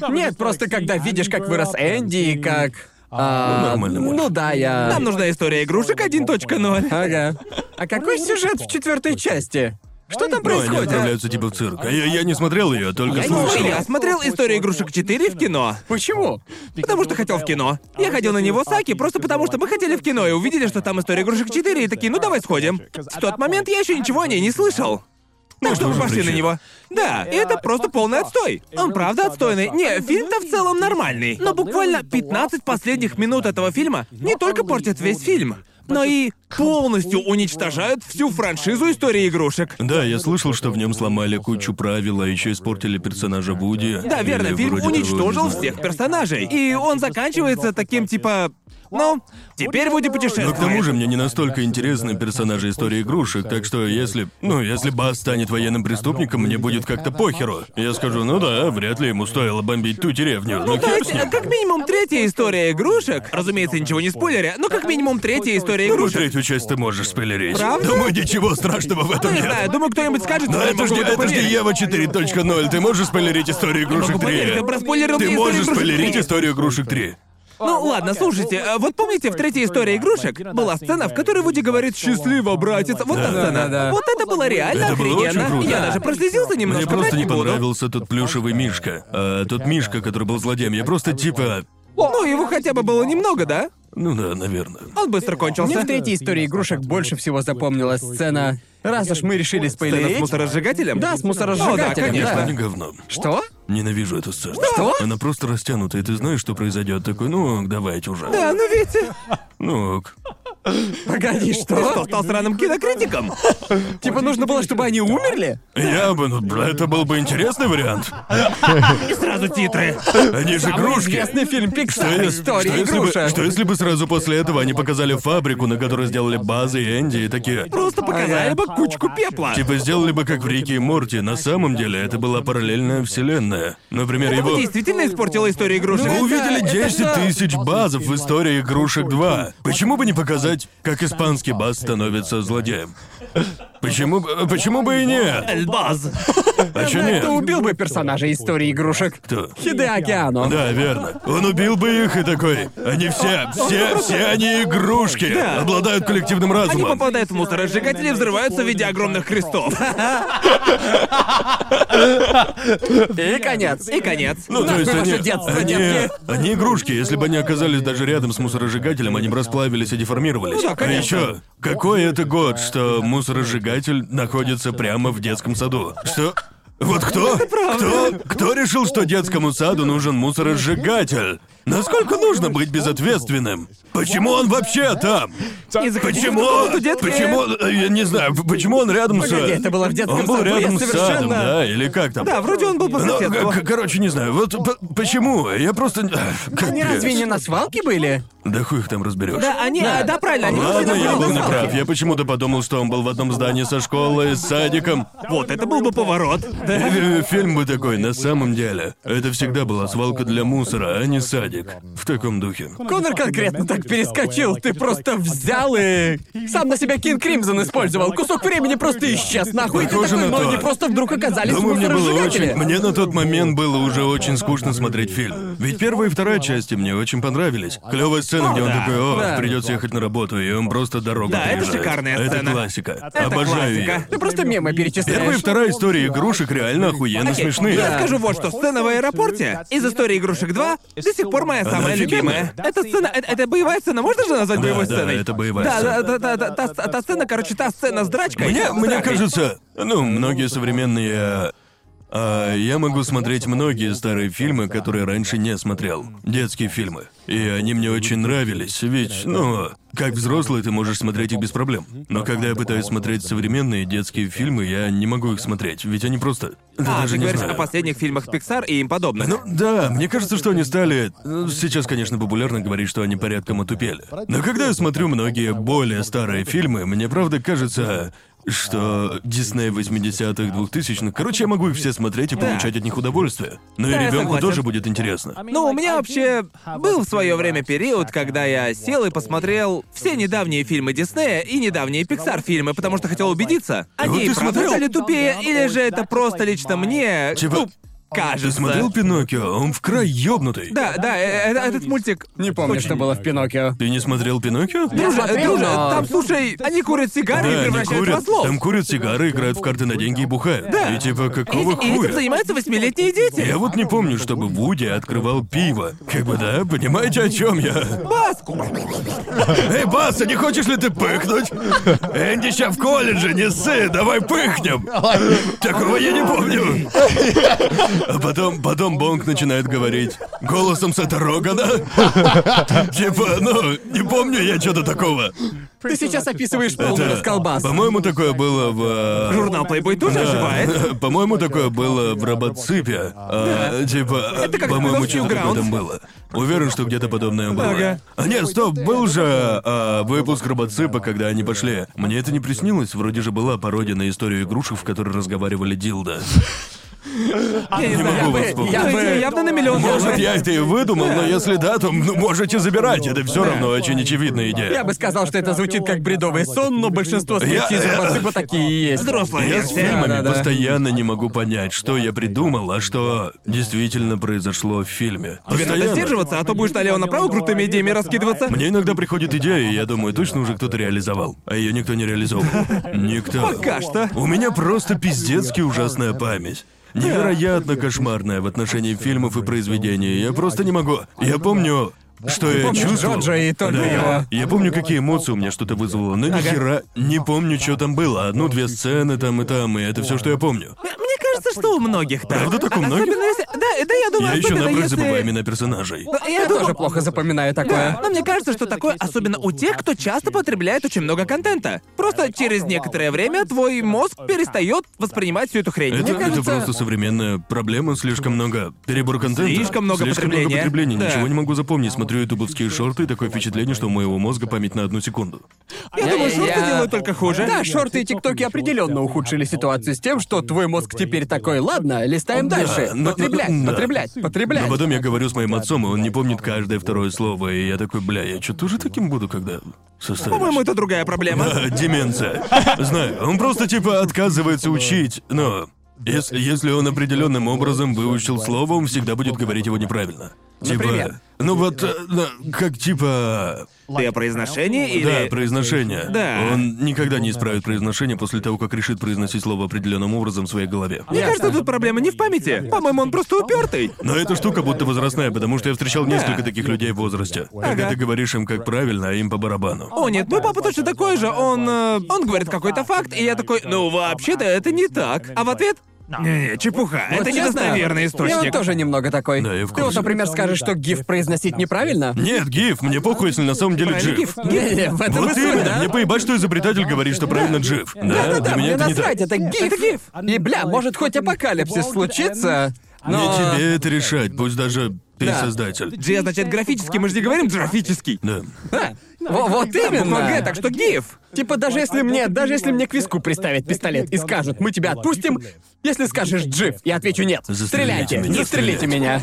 Нет, просто когда видишь, как вырос Энди и как... а,
Ну, нормально,
ну
может.
да, я...
Нам нужна история игрушек 1.0.
Ага. А какой сюжет в четвертой части? Что там
Ну, они
происходит?
отправляются типа в цирк. А Я, я не смотрел ее, только
Я не
слышал.
Слушай,
смотрел.
я смотрел историю игрушек 4 в кино.
Почему?
Потому что хотел в кино. Я ходил на него с Аки просто потому, что мы хотели в кино и увидели, что там история игрушек 4, и такие, ну давай сходим. В тот момент я еще ничего о ней не слышал. Так что мы
тоже
пошли на
причина.
него. Да, и это просто полный отстой. Он правда отстойный. Не, фильм-то в целом нормальный. Но буквально 15 последних минут этого фильма не только портят весь фильм. но и полностью уничтожают всю франшизу истории игрушек.
Да, я слышал, что в нем сломали кучу правил, а еще испортили персонажа Вуди.
Да,
Или
верно, фильм
вроде того, не
уничтожил
знаю.
всех персонажей. И он заканчивается таким типа. Ну, теперь Вуди
Но
путешествует.
Ну, к тому же мне не настолько интересны персонажи истории игрушек, так что если... Ну, если Бас станет военным преступником, мне будет как-то похеру. Я скажу, ну да, вряд ли ему стоило бомбить ту деревню, но
Ну, то
хер
есть,
с ним.
как минимум третья история игрушек, разумеется, ничего не спойлеря, но как минимум третья история
Вторую,
игрушек.
третью часть ты можешь спойлерить.
Правда?
Думаю, ничего страшного в
Ну,
этом
не
нет.
знаю, думаю, кто-нибудь скажет,
Но
что я
Ну, это же
могу
не-
в это
это же не
поверить.
Ева 4.0. Ты можешь спойлерить историю игрушек
Могу поверить,
3?
я проспойлерил
Ты
мне
можешь
историю игрушек
спойлерить
три.
историю игрушек 3?
Ну ладно, слушайте, а вот помните, в третьей истории игрушек была сцена, в которой Вуди говорит «Счастливо, братец». Вот
Да.
эта сцена.
Да, да, да.
Вот это было реально
Это было очень
охрененно.
круто.
Я даже прослезился немножко.
Мне просто
врать
не
буду.
понравился тот плюшевый мишка. А тот мишка, который был злодеем, я просто типа...
Ну, его хотя бы было немного, да?
Ну да, наверное.
Он быстро кончился.
Мне в третьей истории игрушек больше всего запомнилась сцена. Раз уж мы решили
Сцена с
спойлерить.
мусоросжигателем?
Да, с
О, да,
мусоросжигателем.
конечно.
Конечно,
да.
не говном.
Что?
Ненавижу эту сцену.
Что?
Она просто растянута, и ты знаешь, что произойдет. Такой, ну, давайте уже.
Да, ну ведь... э,
Ну, ок.
Погоди,
Ты что,
что?
стал сраным кинокритиком?
Типа нужно было, чтобы они умерли?
Я бы, ну, бля, это был бы интересный вариант.
И сразу титры.
Они же игрушки.
А Известный фильм
Что
Пиксар.
е- что
История
если бы-
игрушек.
что если бы сразу после этого они показали фабрику, на которой сделали базы и Энди, и такие...
Просто показали
Ага.
бы кучку пепла.
Типа сделали бы как в Рике и Морти. На самом деле это была параллельная вселенная. Например,
Это
его...
действительно испортила историю игрушек.
Мы увидели
ну это
10
же-
тысяч базов в истории игрушек 2. Почему бы не показать, как испанский баз становится злодеем? Почему, бы- почему бы и нет?
Эльбаз.
А чё
Кто
нет?
убил бы персонажа истории игрушек?
Кто?
Хидеокеану.
Да, верно. Он убил бы их и такой. Они все, все, все они игрушки. Обладают коллективным
Они
разумом.
попадают в мусоросжигатели и взрываются в виде огромных крестов.
И конец.
И конец.
Ну, то есть
Наше
они,
детство,
они,
детки.
они игрушки. Если бы они оказались даже рядом с мусоросжигателем, они бы расплавились и деформировались.
Ну да,
а
конечно.
еще, какой это год, что мусоросжигатель находится прямо в детском саду? Что? Вот кто? Кто? Кто решил, что детскому саду нужен мусоросжигатель? Насколько нужно быть безответственным? Почему он вообще там?
Из-за
Почему?
каких-то детки-
Почему? э, Я не знаю. Почему он рядом с?
Погоди, это было в детском
Он был
саду, я
рядом с садом,
совершенно-
да? Или как там?
Да, вроде он был по
Ну,
соседству.
к- к- короче, не знаю. Вот п- почему? Я просто... Как
Они
я-
разве не на свалке были?
Да хуй их там разберешь.
Да, они, а, да, правильно, они
Ладно,
просто
я был
забрали.
неправ. Я почему-то подумал, что он был в одном здании со школой, с садиком.
Вот, это был бы поворот. Да.
Э, э, Фильм бы такой, на самом деле. Это всегда была свалка для мусора, а не садик. В таком духе.
Конор конкретно так перескочил. Ты просто взял и... Сам на себя Кинг Кримзон использовал. Кусок времени просто исчез, нахуй. И ты
Похоже
такой,
на
но
то.
они просто вдруг оказались в
Думаю, мне было очень...
мусоросжигателе.
Мне на тот момент было уже очень скучно смотреть фильм. Ведь первая и вторая части мне очень понравились. Клевая сцена, где он
Ну да,
такой, о,
да.
придется ехать на работу, и он просто дорогу
Да, это
переезжает».
шикарная сцена.
Это классика.
Это
Обожаю
классика.
ее.
Ты просто мемы перечисляешь.
Первая и вторая история игрушек реально охуенно
Окей,
смешные.
Я скажу вот что, сцена в аэропорте из истории игрушек 2 до сих пор моя
Она
самая
офигенная.
любимая. Эта сцена, э- это, боевая сцена, можно же назвать
Да,
боевой
да,
сценой?
это боевая
да,
сцена.
Да, да, да, та, та- та сцена, короче, та сцена с драчкой.
Мне,
С
мне
дракой.
кажется, ну, многие современные... э, а, я могу смотреть многие старые фильмы, которые раньше не смотрел. Детские фильмы. И они мне очень нравились, ведь, ну, как взрослый ты можешь смотреть их без проблем. Но когда я пытаюсь смотреть современные детские фильмы, я не могу их смотреть, ведь они просто... Да
А,
даже
ты
не
говоришь
знаю.
о последних фильмах Pixar и им подобных.
Ну да, мне кажется, что они стали... ну, Сейчас, конечно, популярно говорить, что они порядком отупели. Но когда я смотрю многие более старые фильмы, мне правда кажется, что Дисней 80-х, 2000-х... Короче, я могу их все смотреть и получать от них удовольствие. Но и
Да, я
ребенку
согласен.
тоже будет интересно.
Ну, у меня вообще был в свое время период, когда я сел и посмотрел все недавние фильмы Диснея и недавние Pixar фильмы, потому что хотел убедиться, они
вот ты
правда
смотрел?
стали тупее, или же это просто лично мне,
Типа,
ну,
Ты
кажется.
смотрел Пиноккио? Он в край ёбнутый.
Да, да, э- э- этот мультик.
Не помню, что было в Пиноккио.
Ты не смотрел Пиноккио?
Друже,
смотрел,
друже,
но-
там, слушай, они курят сигары
А. Да,
и
они
превращают
курят,
во слов.
там курят сигары, играют в карты на деньги и бухают.
Да.
И типа,
И,
какого
и
хуя?
этим занимаются восьмилетние дети.
Я вот не помню, чтобы Вуди открывал пиво. Как бы, да, понимаете, о чем я?
Бас!
Эй, Баса, не хочешь ли ты пыхнуть? Энди ща в колледже, не ссы, давай пыхнем. Такого я не помню. А потом, потом Бонг начинает говорить голосом Сета Рогана. Типа, ну, не помню я что-то такого.
Ты сейчас описываешь полный
Это,
расколбас.
по-моему, такое было в... э,
Журнал Playboy тоже
Да.
оживает.
Э, По-моему, такое было в робоципе. А, Типа,
как
по-моему,
было в
что-то такое
Newgrounds.
там было. Уверен, что где-то подобное было.
Ага.
А нет, стоп, был же а, выпуск робоципа, когда они пошли. Мне это не приснилось, вроде же была пародия на историю игрушек, в которой разговаривали Дилда.
Я не, знаю,
могу
я
вас
бы-
вспомнить.
я
Я
бы-
бы-
явно на миллион
Может,
долларов.
я это и выдумал, но если да, то ну, можете забирать. Это все равно очень очевидная идея.
Я бы сказал, что это звучит как бредовый сон, но большинство
Я-
статей типа такие и есть.
Взрослая
Я с
версия.
фильмами
Да, да, да.
постоянно не могу понять, что я придумал, а что действительно произошло в фильме.
Тебе надо
Постоянно.
сдерживаться, а то будешь налево направо крутыми идеями раскидываться.
Мне иногда приходит идея, и я думаю, точно уже кто-то реализовал. А ее никто не реализовал. Никто.
Пока что.
У меня просто пиздецки ужасная память. Невероятно кошмарная в отношении фильмов и произведений. Я просто не могу. Я помню, что я
помнишь
чувствовал.
Джорджа и только его.
Я помню, какие эмоции у меня что-то вызвало, но ни хера не помню, что там было. Одну-две сцены там и там, и это все, что я помню. А
Мне кажется, что у многих так.
Правда,
А
так у
Особенно
многих?
если- Да, да, я думаю,
Я еще
особенно
напрочь
если-
забываю имена персонажей.
Да, Я
Я тоже
думаю-
плохо запоминаю
Да,
такое.
но мне кажется, что такое особенно у тех, кто часто потребляет очень много контента. Просто через некоторое время твой мозг перестает воспринимать всю эту хрень.
Это,
Мне
это
кажется-
просто современная проблема, слишком много перебор контента.
Слишком много
Слишком
потребления.
много потребления,
Да.
ничего не могу запомнить. Смотрю ютубовские шорты, и такое впечатление, что у моего мозга память на одну секунду.
Я думаю, шорты
я-
делают только хуже.
Да, шорты и тиктоки определенно ухудшили ситуацию с тем, что твой мозг теперь такой, ладно, листаем дальше.
но-
Потреблять,
да.
потреблять,
Но
потреблять.
потом я говорю с моим отцом, и он не помнит каждое второе слово, и я такой, бля, я что, тоже таким буду, когда состоюсь?
По-моему, это другая проблема.
А, деменция. Знаю, он просто типа отказывается учить, но... Если, если он определенным образом выучил слово, он всегда будет говорить его неправильно.
Например?
Типа, ну вот, э, да, как типа...
Ты о произношении
Да,
или...
произношение.
Да.
Он никогда не исправит произношение после того, как решит произносить слово определенным образом в своей голове.
Мне кажется, тут проблема не в памяти. По-моему, он просто упертый.
Но эта штука будто возрастная, потому что я встречал несколько таких людей в возрасте. Когда
Ага.
ты говоришь им как правильно, а им по барабану.
О, нет, мой папа точно такой же. Он... э, он говорит какой-то факт, и я такой, ну, вообще-то это не так. А в ответ... Не, чепуха.
Вот
это
честно,
недостоверный источник.
Я вот тоже немного такой.
Да, я в
Ты вот,
курсе.
например, скажешь, что гиф произносить неправильно? а
Нет, гиф, мне похуй, если на самом деле
Правильно,
джиф.
гиф.
Не-не, в этом и
Вот
суть,
именно,
да?
мне поебать, что изобретатель говорит, что правильно джиф. Да,
Да-да-да,
для меня
мне
это не
насрать,
так.
это гиф.
Это гиф.
И, бля, может, хоть апокалипсис случится,
Не
но...
тебе это решать, пусть даже ты
Да.
создатель.
G означает графический, мы же не говорим графический.
Да.
Да.
Ну,
Во- вот
Буква
именно. Э,
Г, так что гиф.
Типа, даже если мне, даже если мне к виску приставят пистолет и скажут, мы тебя отпустим, если скажешь джип, я отвечу нет.
Застрелите
Стреляйте,
меня,
застрелите меня.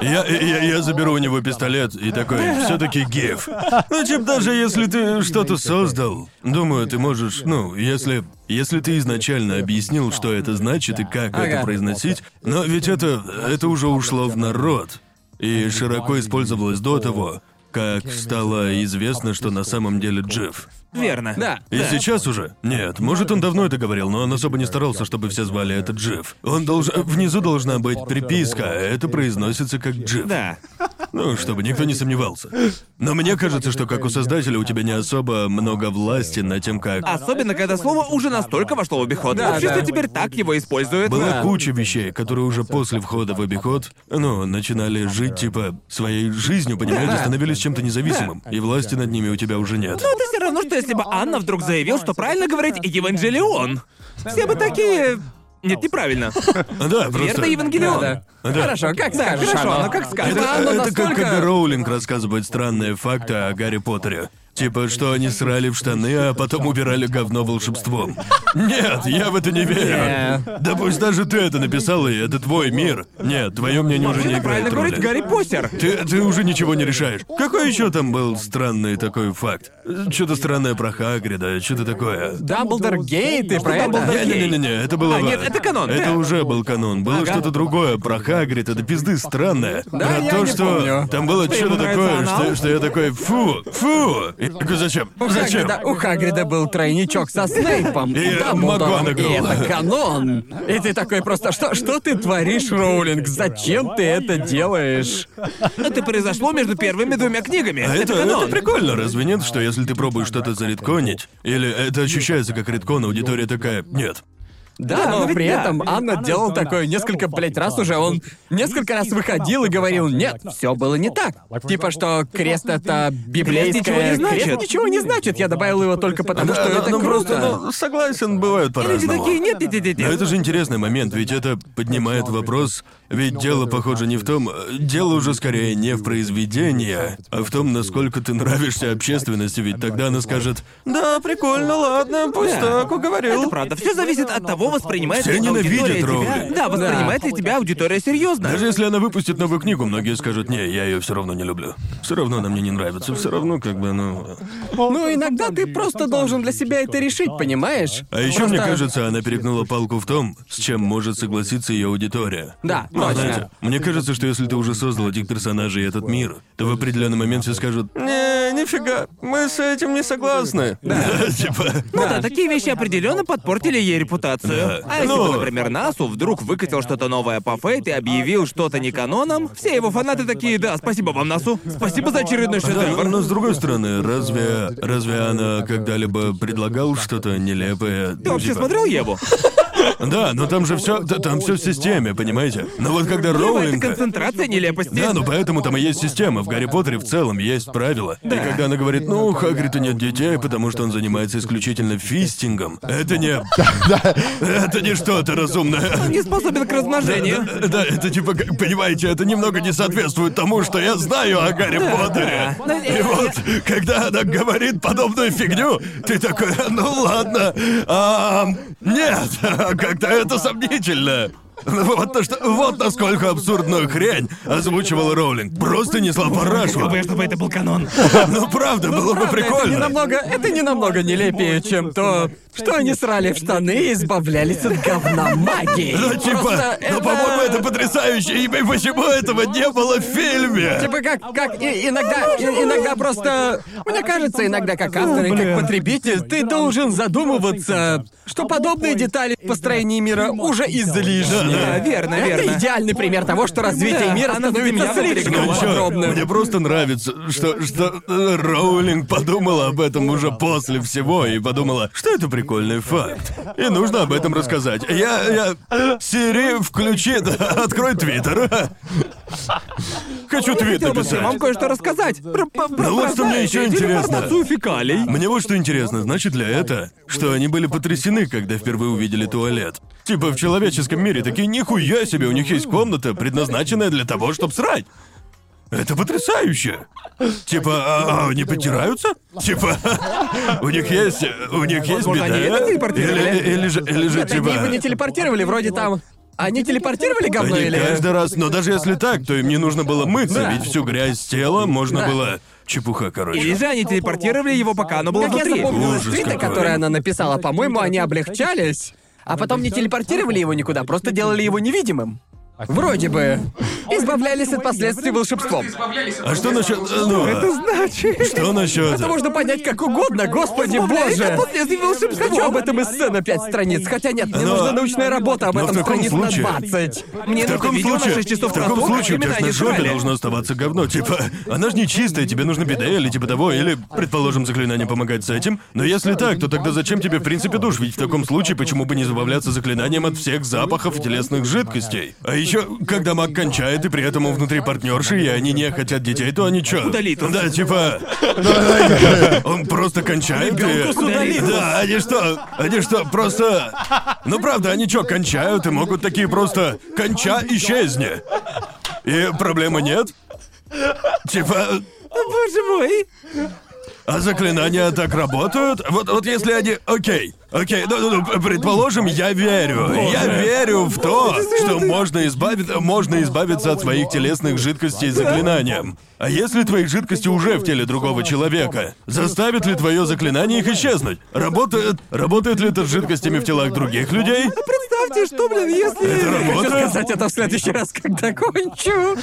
Я, я, я заберу у него пистолет и такой, все-таки гиф. Ну, типа, даже если ты что-то создал, думаю, ты можешь, ну, если. Если ты изначально объяснил, что это значит и как это
Ага.
произносить, но ведь это. это уже ушло в народ. И широко использовалось до того, как стало известно, что на самом деле джиф.
Верно.
Да.
И сейчас уже? Нет, может, он давно это говорил, но он особо не старался, чтобы все звали это Джиф. Он должен... Внизу должна быть приписка, а это произносится как Джиф.
Да.
Ну, чтобы никто не сомневался. Но мне кажется, что как у создателя у тебя не особо много власти над тем, как...
Особенно, когда слово уже настолько вошло в обиход.
Да,
Общество
да.
теперь так его использует.
Была куча вещей, которые уже после входа в обиход, ну, начинали жить, типа, своей жизнью, понимаете, становились чем-то независимым, и власти над ними у тебя уже нет.
Но это все равно, что если бы Анна вдруг заявила, что правильно говорить Евангелион. Все бы такие... Нет, неправильно.
Да, просто...
Ну, Верно, Евангелион.
Да.
Да.
Хорошо, как скажешь,
хорошо,
оно.
оно как скажешь.
Это,
Да, оно
это как
настолько-
когда Роулинг рассказывает странные факты о Гарри Поттере. Типа, что они срали в штаны, а потом убирали говно волшебством. Нет, я в это не верю.
Не.
Да пусть даже ты это написал, и это твой мир. Нет, твое мнение уже не
Вообще-то правильно
играет
говорить
роли.
Гарри Поттер.
Ты, ты уже ничего не решаешь. Какой еще там был странный такой факт? Что-то странное про Хагрида, что-то такое.
Дамблдор гей, ты про это?
Не-не-не-не, это было...
А,
в-
нет, это канон,
Это
да.
уже был канон. Было что-то другое про Хагрид, это пизды странное.
Да,
про
я
то,
не
что
помню.
там было
ему
что-то такое,
нравится
что,
анал?
что я такой, фу, фу. И такой, зачем?
У
Зачем?
Хагрида, у Хагрида был тройничок со Снейпом
И
и Дамблдором, и
МакГонагал.
это канон. И ты такой просто, что, что ты творишь, Роулинг? Зачем ты это делаешь?
Это произошло между первыми двумя книгами.
А это, это
канон.
прикольно, разве нет, что если ты пробуешь что-то заредконить, или это ощущается как редкон, аудитория такая, нет.
Да,
Да,
но
но ведь
при
да.
этом Анна делал такое несколько, блядь, раз уже. Он несколько раз выходил и говорил, нет, все было не так. Типа, что крест это библейское...
Крест ничего не значит. Ну,
Крест ничего не значит. Я добавил
типа,
его только потому,
Да,
что
да,
это
ну,
круто.
просто, ну, согласен, бывают
И люди
по-разному.
такие, нет, нет, нет, нет,
Но
нет.
это же интересный момент, ведь это поднимает вопрос, ведь дело, похоже, не в том, э, дело уже скорее не в произведении, а в том, насколько ты нравишься общественности, ведь тогда она скажет, да, прикольно, ладно, пусть
Да.
так уговорил.
Это правда. Все зависит от того, воспринимает
Все
ли
ненавидят
аудитория тебя.
Роулинг.
Да, воспринимает ли тебя аудитория серьезно.
Даже если она выпустит новую книгу, многие скажут, не, я ее все равно не люблю. Все равно она мне не нравится, все равно как бы, ну...
Ну, иногда ты просто должен для себя это решить, понимаешь?
А еще, мне
Просто-
кажется, она перегнула палку в том, с чем может согласиться ее аудитория.
Да,
Ну,
точно.
знаете, мне кажется, что если ты уже создал этих персонажей и этот мир, то в определенный момент все скажут, не, нифига, мы с этим не согласны. Да, типа...
Ну да, такие вещи определенно подпортили ей репутацию. А если бы,
Ну.
например, Насу вдруг выкатил что-то новое по фейт и объявил что-то не каноном, все его фанаты такие, да, спасибо вам, Насу, спасибо за очередной
Да, но,
шедевр.
но с другой стороны, разве разве она когда-либо предлагала что-то нелепое? Типа,
Ты вообще смотрел Еву?
Да, но там же все, там все в системе, понимаете? Но вот когда
Ева — это
Роулинг...
концентрация нелепости.
Да, ну. но поэтому там и есть система. В Гарри Поттере в целом есть правила. И когда она говорит, ну, у Хагрида нет детей, потому что он занимается исключительно фистингом, это не... Это не что-то разумное.
Не способен к
Да,
размножению.
да, это типа, как- понимаете, это немного не соответствует тому, что я знаю о Гарри Поттере.
да.
Ну,
И вот, когда она говорит подобную фигню, ты такой, ну ладно, ам, нет, как-то это сомнительно. Ну Вот, на что, вот насколько абсурдную хрень озвучивал Роулинг. Просто несла парашу.
Чтобы, чтобы это был канон.
Ну правда, было бы
Правда, Это не
прикольно.
намного, это не намного нелепее, чем то, что они срали в штаны и избавлялись от говна магии.
Ну типа,
Просто
ну
это-
по-моему, это потрясающе, и почему этого не было в фильме?
Типа как, как и- иногда, и- иногда просто... Мне кажется, иногда как автор и как потребитель, ты должен задумываться, что подобные детали в построении мира уже излишни.
Да, верно, верно.
Это идеальный пример того, что развитие
Да,
мира
она
становится
меня
слишком
напрягла.
Ну чё,
подробным.
мне просто нравится, что, что э, Роулинг подумала об этом уже после всего и подумала, что это прикольный факт. И нужно об этом рассказать. Я... я... Сири, включи... да, Открой твиттер. Хочу твит
Хотел бы всем вам
написать.
кое-что рассказать. Про, про, про-
Ну, вот
про-
что мне
знаете,
ещё интересно.
деформацию фекалий.
Мне вот что интересно, значит ли это, что они были потрясены, когда впервые увидели туалет? Типа в человеческом мире такие нихуя себе, у них есть комната, предназначенная для того, чтобы срать. Это потрясающе. Типа, а, а они потираются? Типа, у них есть, у них есть
Возможно,
биdet?
они это телепортировали.
Или, или же, или же
Нет, они его не
типа.
телепортировали, вроде там... Они телепортировали говно
Они
или...
каждый раз, но даже если так, то им не нужно было мыться,
Да.
ведь всю грязь с тела можно
Да.
было. Чепуха, короче.
Или же они телепортировали его, пока оно было
Как я
внутри.
запомнил из
Ужас
твита,
какой.
который она написала, по-моему, они облегчались, а потом не телепортировали его никуда, просто делали его невидимым.
А
Вроде бы. Избавлялись от последствий волшебством.
Просто избавлялись от
А что насчет.
волшебства.
Ну,
Это значит...
что насчет.
Это можно понять как угодно, господи
Избавляюсь
боже!
от последствий волшебства.
Хочу об этом эссе на пять страниц, хотя нет, мне
Но-
нужна научная работа об
но в
этом
таком
страниц на
случае-
20.
Мне
В таком
нужно видео на
случае,
6 часов
в таком
про то, как
случае у тебя
именно а
ж на
они
жопе
жрали.
должно оставаться говно. Типа, она же не чистая, тебе нужно биде или типа того, или, предположим, заклинание помогает с этим. Но если так, то тогда зачем тебе в принципе душ? Ведь в таком случае почему бы не забавляться заклинанием от всех запахов и телесных жидкостей? А еще, когда маг кончает, и при этом у внутри партнерши, и они не хотят детей, то они чё?
Удалит.
Да, типа... Он просто кончает и...
Ребёнку удалит.
Да, они что? Они что, просто... Ну правда, они чё, кончают и могут такие просто... Конча, исчезни. И проблемы нет? Типа,
Боже мой!
а заклинания так работают? Вот, вот если они... Окей, окей, ну, ну, ну, предположим, я верю. Я верю в то, что можно, избавить, можно избавиться от своих телесных жидкостей заклинанием. А если твои жидкости уже в теле другого человека, заставит ли твое заклинание их исчезнуть? Работает, работает ли это с жидкостями в телах других людей?
Представьте, что, блин,
Это
если...
Хочу
работает?
сказать это в следующий раз, когда кончу.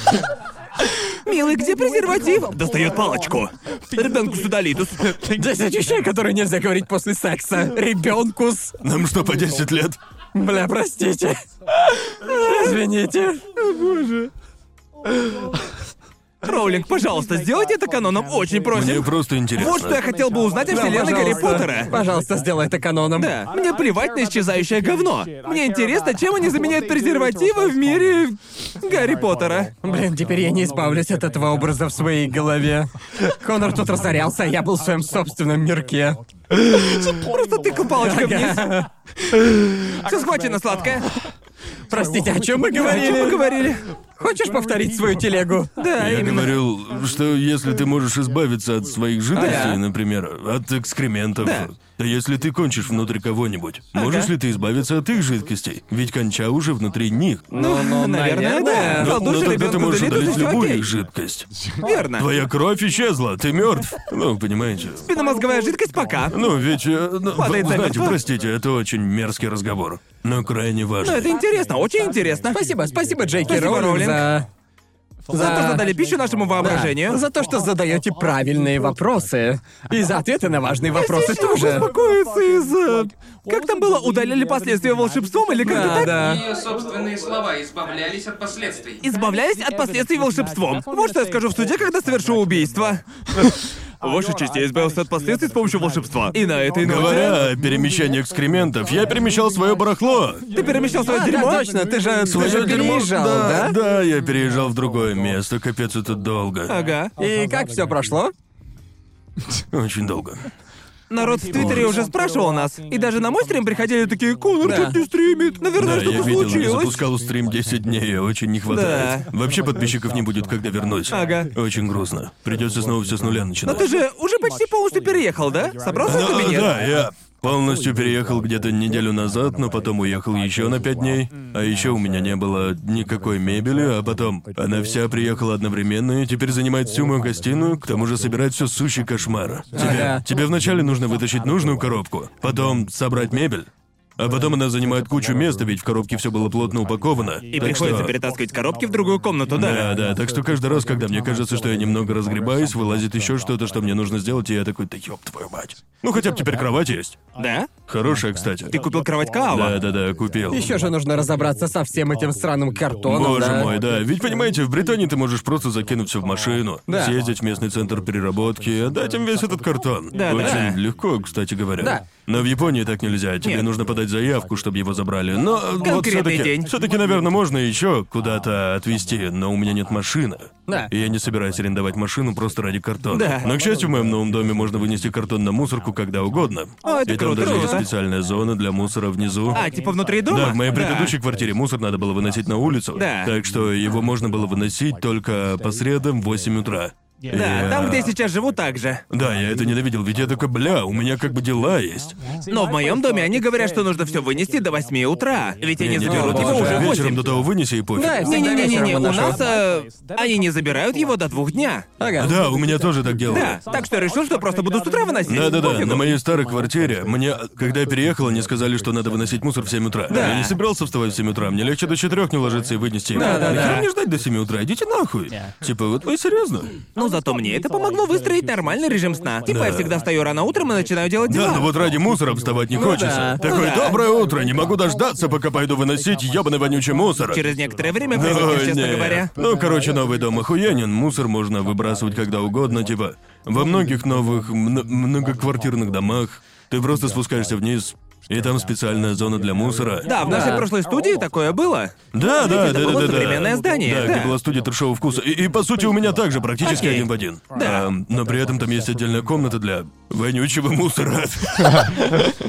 Милый, где презерватив? Достает палочку. Ребенку с удалитус.
10 вещей, которые нельзя говорить после секса. Ребенку с...
Нам что, по 10 лет?
Бля, простите. Извините.
Роулинг Роулинг, пожалуйста, сделайте это каноном, очень
Мне
просим.
просто интересно.
Вот что я хотел бы узнать о
Да,
вселенной Гарри
пожалуйста.
Поттера.
Пожалуйста, сделай это каноном.
Да, мне плевать на исчезающее говно. Мне интересно, чем они заменяют презервативы в мире Гарри Поттера.
Блин, теперь я не избавлюсь от этого образа в своей голове. Конор тут разорялся, а я был в своем собственном мирке.
Просто тыкал палочкой вниз. Все схвачено, сладкое.
Простите, о чем мы
О чем мы
говорили?
говорили?
Хочешь повторить свою телегу?
Да,
Я
именно.
говорил, что если ты можешь избавиться от своих жидкостей,
Ага.
например, от экскрементов,
Да.
то если ты кончишь внутри кого-нибудь, можешь ли ты избавиться от их жидкостей? Ведь конча уже внутри них.
Ну, ну,
наверное, да.
Но,
Колдунья
но Ну, тогда
ребёнка
ты можешь
удалит, это
удалить
всё
любую
ну окей.
их жидкость.
Верно.
Твоя кровь исчезла, ты мертв. Ну, понимаете.
Спинномозговая жидкость пока.
Ну, ведь... э, ну,
Падает на
знаете,
метлу.
простите, это очень мерзкий разговор, но крайне важно.
Но это интересно, очень интересно.
Спасибо, спасибо, Джейки
Спасибо,
Роулинг,
Роулинг.
за...
За то, что дали пищу нашему воображению.
Да, за то, что задаете правильные вопросы. И за ответы на важные вопросы
Ты можешь
тоже.
успокоиться из... э, Как там было, удалили последствия волшебством или как-то
Да,
так?
да.
Ее собственные слова избавлялись от последствий.
Избавляясь от последствий волшебством. Вот что я скажу в суде, когда совершу убийство. Ваша честь, я избавился от последствий с помощью волшебства. И на этой ноте...
Говоря о перемещении экскрементов, я перемещал свое барахло.
Ты перемещал свое
А, да,
дерьмо?
точно, ты же, ты
Своё
же переезжал,
да,
да?
да, я переезжал в другое место, капец, это долго.
Ага.
И как все прошло?
Очень долго.
Народ в Твиттере уже спрашивал нас. И даже на мой стрим приходили такие, Конор
Да.
тут не стримит. Наверное,
да, я
Ну, что-то
видел, я
случилось.
запускал стрим 10 дней, и очень не хватает. Вообще подписчиков не будет, когда вернусь.
Ага.
Очень грустно. Придется снова все с нуля
Но
начинать.
ты же уже почти полностью переехал, да? Собрал свой
Да,
кабинет?
да, я полностью переехал где-то неделю назад, но потом уехал еще на пять дней. А еще у меня не было никакой мебели, а потом она вся приехала одновременно и теперь занимает всю мою гостиную, к тому же собирает все сущий кошмар. Тебе,
Ага.
тебе вначале нужно вытащить нужную коробку, потом собрать мебель. А потом она занимает кучу места, ведь в коробке все было плотно упаковано.
И приходится перетаскивать коробки в другую комнату,
Да, да, так что каждый раз, когда мне кажется, что я немного разгребаюсь, вылазит еще что-то, что мне нужно сделать, и я такой, да ёб твою мать. Ну хотя бы теперь кровать есть.
А, Да?
Хорошая, кстати.
Ты купил кровать
Да,
Каала?
да, да, купил.
Еще же нужно разобраться со всем этим сраным картоном,
Боже
да?
мой, да. Ведь понимаете, в Британии ты можешь просто закинуть все в машину,
Да.
съездить в местный центр переработки и отдать им весь этот картон.
Да, да.
Очень легко, кстати говоря.
Да.
Но в Японии так нельзя, тебе
Нет.
нужно подать заявку, чтобы его забрали. Но вот
Конкретный
все-таки,
день.
все-таки, наверное, можно еще куда-то отвезти, но у меня нет машины.
Да.
И я не собираюсь арендовать машину просто ради картона.
Да.
Но, к счастью, в моем новом доме можно вынести картон на мусорку когда угодно.
О, это
и там
круто,
даже есть
круто.
специальная зона для мусора внизу.
А, типа внутри дома?
Да, в моей
Да.
предыдущей квартире мусор надо было выносить на улицу.
Да.
Так что его можно было выносить только по средам в 8 утра. И,
Да,
э,
там, где я сейчас живу, так же.
Да, я это ненавидел, ведь я такой, бля, у меня как бы дела есть.
Но в моем доме они говорят, что нужно все вынести до 8 утра. Ведь
Не,
они
не,
заберут
ты
его
боже.
уже
типа, уже
в
вечером
8.
до того вынеси и пофиг.
Да, я всегда
Не-не-не-не,
вечером
у
выношу.
нас э, они не забирают его до двух дня.
Ага.
Да, у меня тоже так
Да,
делают.
так что я решил, что просто буду с утра выносить.
Да, да, да.
Пофигу.
На моей старой квартире мне, когда я переехал, они сказали, что надо выносить мусор в 7 утра.
Да.
Я не собирался вставать в 7 утра, мне легче до 4 не ложиться и вынести. его.
Да, да,
Нахера
да.
мне ждать до 7 утра, идите нахуй. Типа, вот вы серьезно?
Ну зато мне это помогло выстроить нормальный режим сна. Типа я всегда встаю рано утром и начинаю делать
Да,
дела.
но вот ради мусора вставать не хочется.
да.
Такое
Ну да.
доброе утро, не могу дождаться, пока пойду выносить ебаный вонючий мусор.
Через некоторое время
Ой,
привыкнешь, честно
нет.
говоря.
Ну, короче, новый дом охуенен, мусор можно выбрасывать когда угодно, типа. Во многих новых мн- многоквартирных домах ты просто спускаешься вниз, и там специальная зона для мусора.
Да, в нашей прошлой студии такое было.
Да, да, да,
это
да,
было
да, да.
современное здание,
Да, где
да.
была студия трешового вкуса. И, и, по сути у меня также практически
Окей.
один в один.
Да.
Эм, но при этом там есть отдельная комната для вонючего мусора.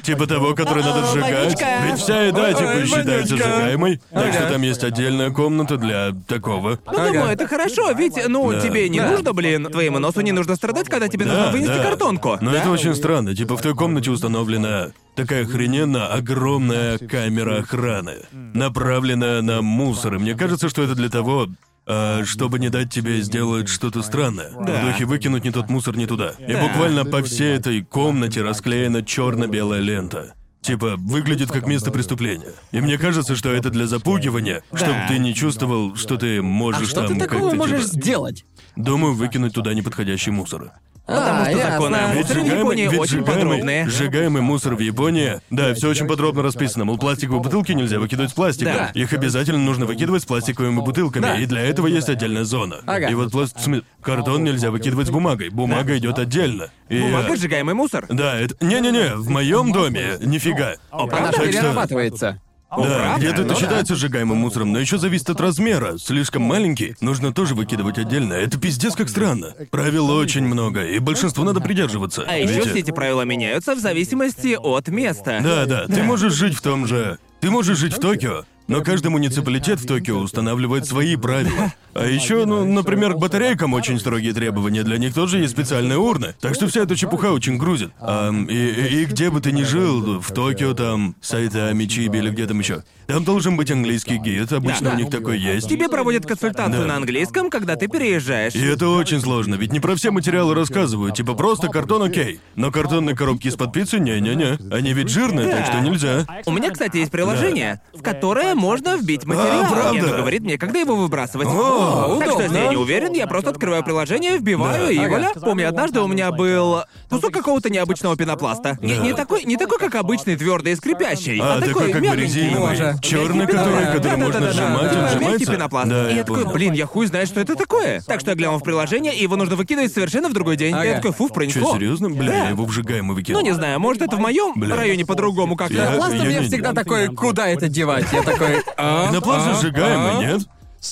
Типа того, который надо сжигать.
А, вонючка.
Ведь вся еда типа
Ой,
считается
вонючка.
сжигаемой. Так что
Ага.
там есть отдельная комната для такого.
Ну, думаю, это хорошо, ведь, ну,
Да.
тебе не
Да.
нужно, блин, твоему носу не нужно страдать, когда тебе
Да,
нужно вынести
да.
картонку.
Но
да?
это очень странно. Типа в той комнате установлена такая охрененно огромная камера охраны, направленная на мусор. И мне кажется, что это для того, э, чтобы не дать тебе сделать что-то странное.
Да.
В духе выкинуть не тот мусор не туда. И
Да.
буквально по всей этой комнате расклеена черно-белая лента. Типа, выглядит как место преступления. И мне кажется, что это для запугивания, чтобы ты не чувствовал, что ты
А
можешь
что
там
ты такого
как-то,
можешь
типа,
сделать?
Думаю, выкинуть туда неподходящий мусор.
Потому что
А, ясно.
законы о
Ведь
мусоре в
сжигаемый-
Японии
ведь
очень
сжигаемый-
подробные.
Сжигаемый мусор в Японии. Да, все очень подробно расписано. Мол, пластиковые бутылки нельзя выкидывать с пластика.
Да.
Их обязательно нужно выкидывать с пластиковыми бутылками.
Да.
И для этого есть отдельная зона.
Ага.
И вот пласт... в смы- картон нельзя выкидывать с бумагой. Бумага идет отдельно. И, э,
Бумага, сжигаемый мусор.
Да, это. Не-не-не, в моем доме нифига.
О,
Она
Так
же
что-
перерабатывается.
Да,
правда?
где-то это
Ну да.
считается сжигаемым мусором, но еще зависит от размера. Слишком маленький, нужно тоже выкидывать отдельно. Это пиздец как странно. Правил очень много, и большинству надо придерживаться.
А еще
Видите?
все эти правила меняются в зависимости от места.
Да, да, ты можешь жить в том же... Ты можешь жить в Токио, но каждый муниципалитет в Токио устанавливает свои правила. А еще, ну, например, к батарейкам очень строгие требования, для них тоже есть специальные урны. Так что вся эта чепуха очень грузит. Ам, и, и- и где бы ты ни жил, в Токио там, Сайтами, Чиби или где там еще, там должен быть английский гид, обычно
Да.
у них такой есть.
Тебе проводят консультацию
Да.
на английском, когда ты переезжаешь.
И это очень сложно, ведь не про все материалы рассказывают, типа просто картон окей. Но картонные коробки из-под пиццы не-не-не. Они ведь жирные, так что нельзя.
У меня, кстати, есть приложение, в которое можно вбить материал.
А, правда?
Оно говорит мне, когда его выбрасывать.
О,
так что, если я
удобно.
не уверен, я просто открываю приложение, вбиваю
Да.
и
Ага.
вуаля. Помню, однажды у меня был кусок какого-то необычного пенопласта. Не,
Да.
не такой, не такой, как обычный, твердый и скрипящий, а,
А, такой как бы
мягенький.
резиновый.
Боже.
Черный,
Мягкий
который,
пенопласт.
который
Да-да-да-да-да.
можно сжимать,
Да,
он
Мягкий
сжимается.
пенопласт.
Да,
и я,
я
такой,
понял.
блин, я хуй знаю, что это такое. Так что я глянул в приложение, и его нужно выкидывать совершенно в другой день. И я
Ага.
такой, фуф,
Че,
пронесло.
серьезно? Блин,
Да.
я его в сжигаемый выкинул.
Ну, не знаю, может, это в моем
Бля.
районе по-другому
Я-
как-то.
Пенопласт у
я
меня
не-
всегда такой, куда это девать? Я такой, а?
Пенопласт же
а,
сжигаемый,
а».
нет?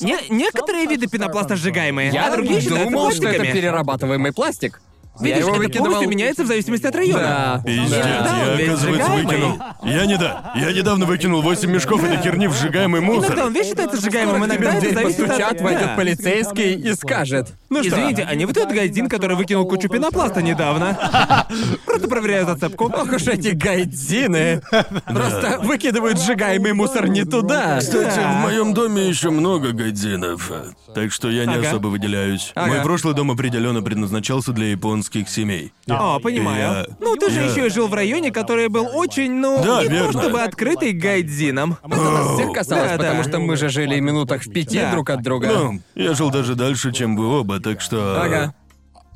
Не- некоторые виды пенопласта сжигаемые,
Я
а другие считаются
думал, что это
пластиками.
перерабатываемый пластик.
Видишь,
я его
этот
выкидывал...
полностью меняется в зависимости от района.
Да.
Пиздец,
Да,
я,
он ведь
оказывается,
сжигаемый.
выкинул. Я не да. Я недавно выкинул 8 мешков этой херни в сжигаемый
Иногда
мусор.
он весь считается сжигаемым,
Скоро тебе
иногда
в
это
дверь
зависит от-
постучат,
Да.
войдет полицейский и скажет. Ну что?
Извините, а не вот этот гайдин, который выкинул кучу пенопласта недавно? Просто проверяю зацепку.
Ох уж эти гайдзины. Просто выкидывают сжигаемый мусор не туда.
Кстати,
Да.
в моем доме еще много гадзинов, так что я не
Ага.
особо выделяюсь. Мой прошлый дом определенно предназначался для японских семей.
О, понимаю.
Я-
Ну, ты же
я-
еще и жил в районе, который был очень, ну,
Да,
не
верно.
то чтобы открытый гайдзином.
Это нас всех касалось,
Да, да.
потому что мы же жили в минутах в пяти
Да.
друг от друга.
Ну, я жил даже дальше, чем вы оба, так что.
Ага.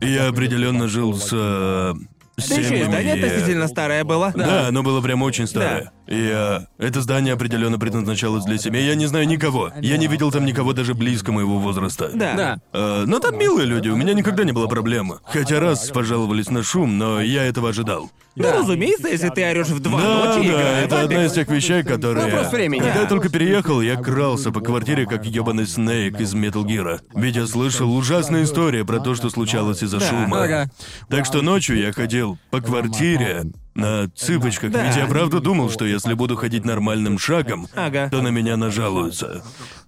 Я определенно жил с. э, с
Да еще и
семьями,
здание
и-
относительно старое было.
Да, оно было прям очень старое. И э, это здание определенно предназначалось для себя. Я не знаю никого. Я не видел там никого даже близко моего возраста.
Да.
Да.
Э, но там милые люди, у меня никогда не было проблемы. Хотя раз пожаловались на шум, но я этого ожидал.
Ну, разумеется, если ты орешь в два
Да,
ночи,
да,
играя в
это
папик.
одна из тех вещей, которые...
Вопрос времени.
Когда я только переехал, я крался по квартире, как ебаный Снейк из Metal Gear. Ведь я слышал ужасные истории про то, что случалось из-за шума.
Ага.
Так что ночью я ходил по квартире на цыпочках,
Да.
ведь я правда думал, что если буду ходить нормальным шагом,
Ага.
то на меня нажалуются.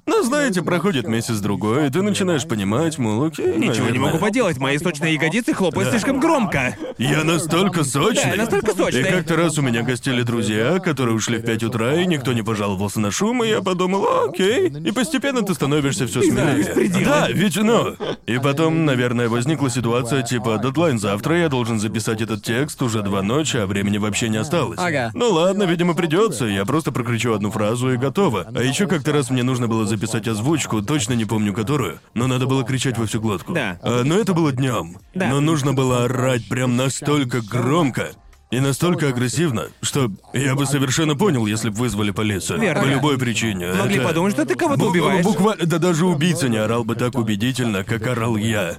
Но знаете, проходит месяц-другой, и ты начинаешь понимать, мол, окей,
Ничего не
наверное.
могу поделать, мои сочные ягодицы хлопают слишком громко.
Я настолько сочный.
Да, настолько сочный.
И как-то раз у меня гостили друзья, которые ушли в 5 утра, и никто не пожаловался на шум, и я подумал, «О, окей. И постепенно ты становишься все смелее. Да, ведь ну. И потом, наверное, возникла ситуация типа дедлайн завтра, я должен записать этот текст, уже два ночи, а времени вообще не осталось.
Ага.
Ну ладно, видимо, придется. Я просто прокричу одну фразу и готово. А еще как-то раз мне нужно было записать озвучку, точно не помню которую, но надо было кричать во всю глотку.
Да.
А, но это было днем.
Да.
Но нужно было орать прям настолько громко и настолько агрессивно, что я бы совершенно понял, если бы вызвали полицию.
Верно.
По любой причине.
Могли
Это-
подумать, что ты кого-то
Бу-
убиваешь.
Буквально, да даже убийца не орал бы так убедительно, как орал я.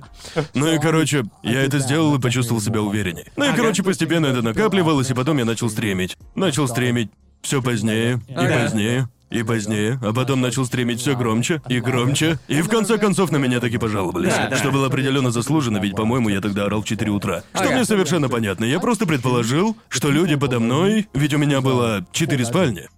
Ну и, короче, я это сделал и почувствовал себя увереннее. Ну и,
Ага.
короче, постепенно это накапливалось, и потом я начал стримить. Начал стримить все позднее и
Ага.
позднее. И позднее, а потом начал стримить все громче и громче, и в конце концов на меня таки пожаловались.
Да, да.
Что было определенно заслужено, ведь, по-моему, я тогда орал в 4 утра. Что
Ага.
мне совершенно понятно. Я просто предположил, что люди подо мной, ведь у меня было 4 спальни.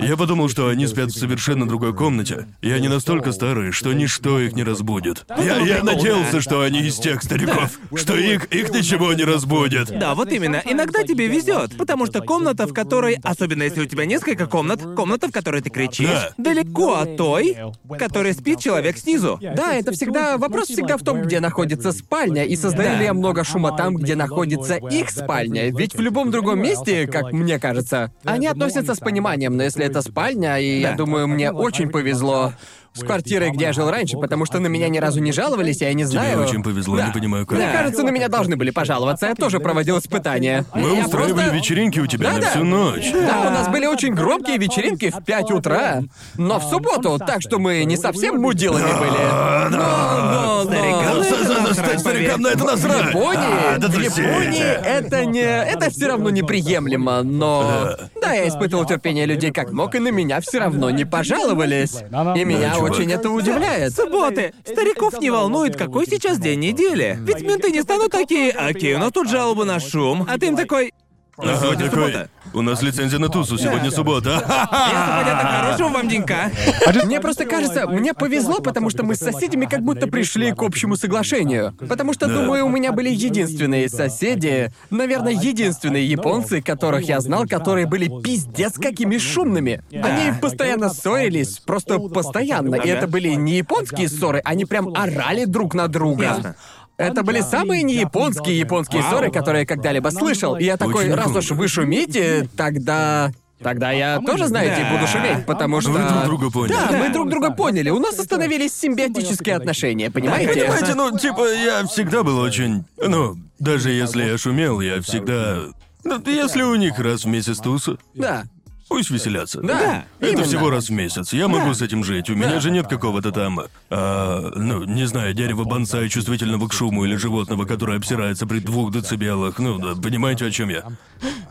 Я подумал, что они спят в совершенно другой комнате, и они настолько старые, что ничто их не разбудит. Я, я надеялся, что они из тех стариков, что их, их ничего не разбудит.
Да, вот именно. Иногда тебе везет, потому что комната, в которой, особенно если у тебя несколько комнат, комната, в которой ты кричишь,
Да.
далеко от той, в которой спит человек снизу.
Да, это всегда вопрос всегда в том, где находится спальня, и создаю ли я много шума там, где находится их спальня. Ведь в любом другом месте, как мне кажется, они относятся с пониманием, но если это спальня, и я
Да.
думаю, мне очень повезло с квартирой, где я жил раньше, потому что на меня ни разу не жаловались, я не
Тебе
знаю.
очень повезло,
Да.
не понимаю как.
Мне кажется, на меня должны были пожаловаться. Я тоже проводил испытания.
Мы
Я
устраивали
просто-
вечеринки у тебя на
Да-да.
всю ночь.
Да, у нас были очень громкие вечеринки в 5 утра, но в субботу, так что мы не совсем мудилами были. Но, но, но...
Старикам, за- за- за- стать старикам на это
В
насрать!
Японии,
А, да
в
тусите.
Японии это не... Это все равно неприемлемо, но... Да, я испытывал терпение людей как мог, и на меня все равно не пожаловались. И меня
чувак.
очень это удивляет.
Субботы. Стариков не волнует, какой сейчас день недели. Ведь менты не станут такие, окей, у нас тут жалобы на шум. А ты им такой,
Ага,
сегодня
такой,
суббота.
У нас лицензия на тусу, сегодня
Да.
суббота.
ясно, понятно, хорошего вам денька.
Мне просто кажется, мне повезло, потому что мы с соседями как будто пришли к общему соглашению. Потому что,
Да.
думаю, у меня были единственные соседи, наверное, единственные японцы, которых я знал, которые были пиздец какими шумными. Они постоянно ссорились, просто постоянно. И это были не японские ссоры, они прям орали друг на друга.
Ясно.
Это были самые неяпонские японские ссоры, которые я когда-либо слышал. И я такой,
Очень
раз
круто.
уж вы шумите, тогда... Тогда я тоже, знаете,
Да.
буду шуметь, потому что...
Вы друг друга поняли.
Да, мы друг друга поняли. У нас остановились симбиотические отношения, понимаете?
Понимаете, ну, типа, я всегда был очень... Ну, даже если я шумел, я всегда... Ну, Если у них раз в месяц туса,
Да.
пусть веселятся.
Да,
Это
именно.
всего раз в месяц. Я могу с этим жить. У меня же нет какого-то там, а, ну, не знаю, дерева бонсай, чувствительного к шуму или животного, которое обсирается при двух децибелах. Ну, да, понимаете, о чем я?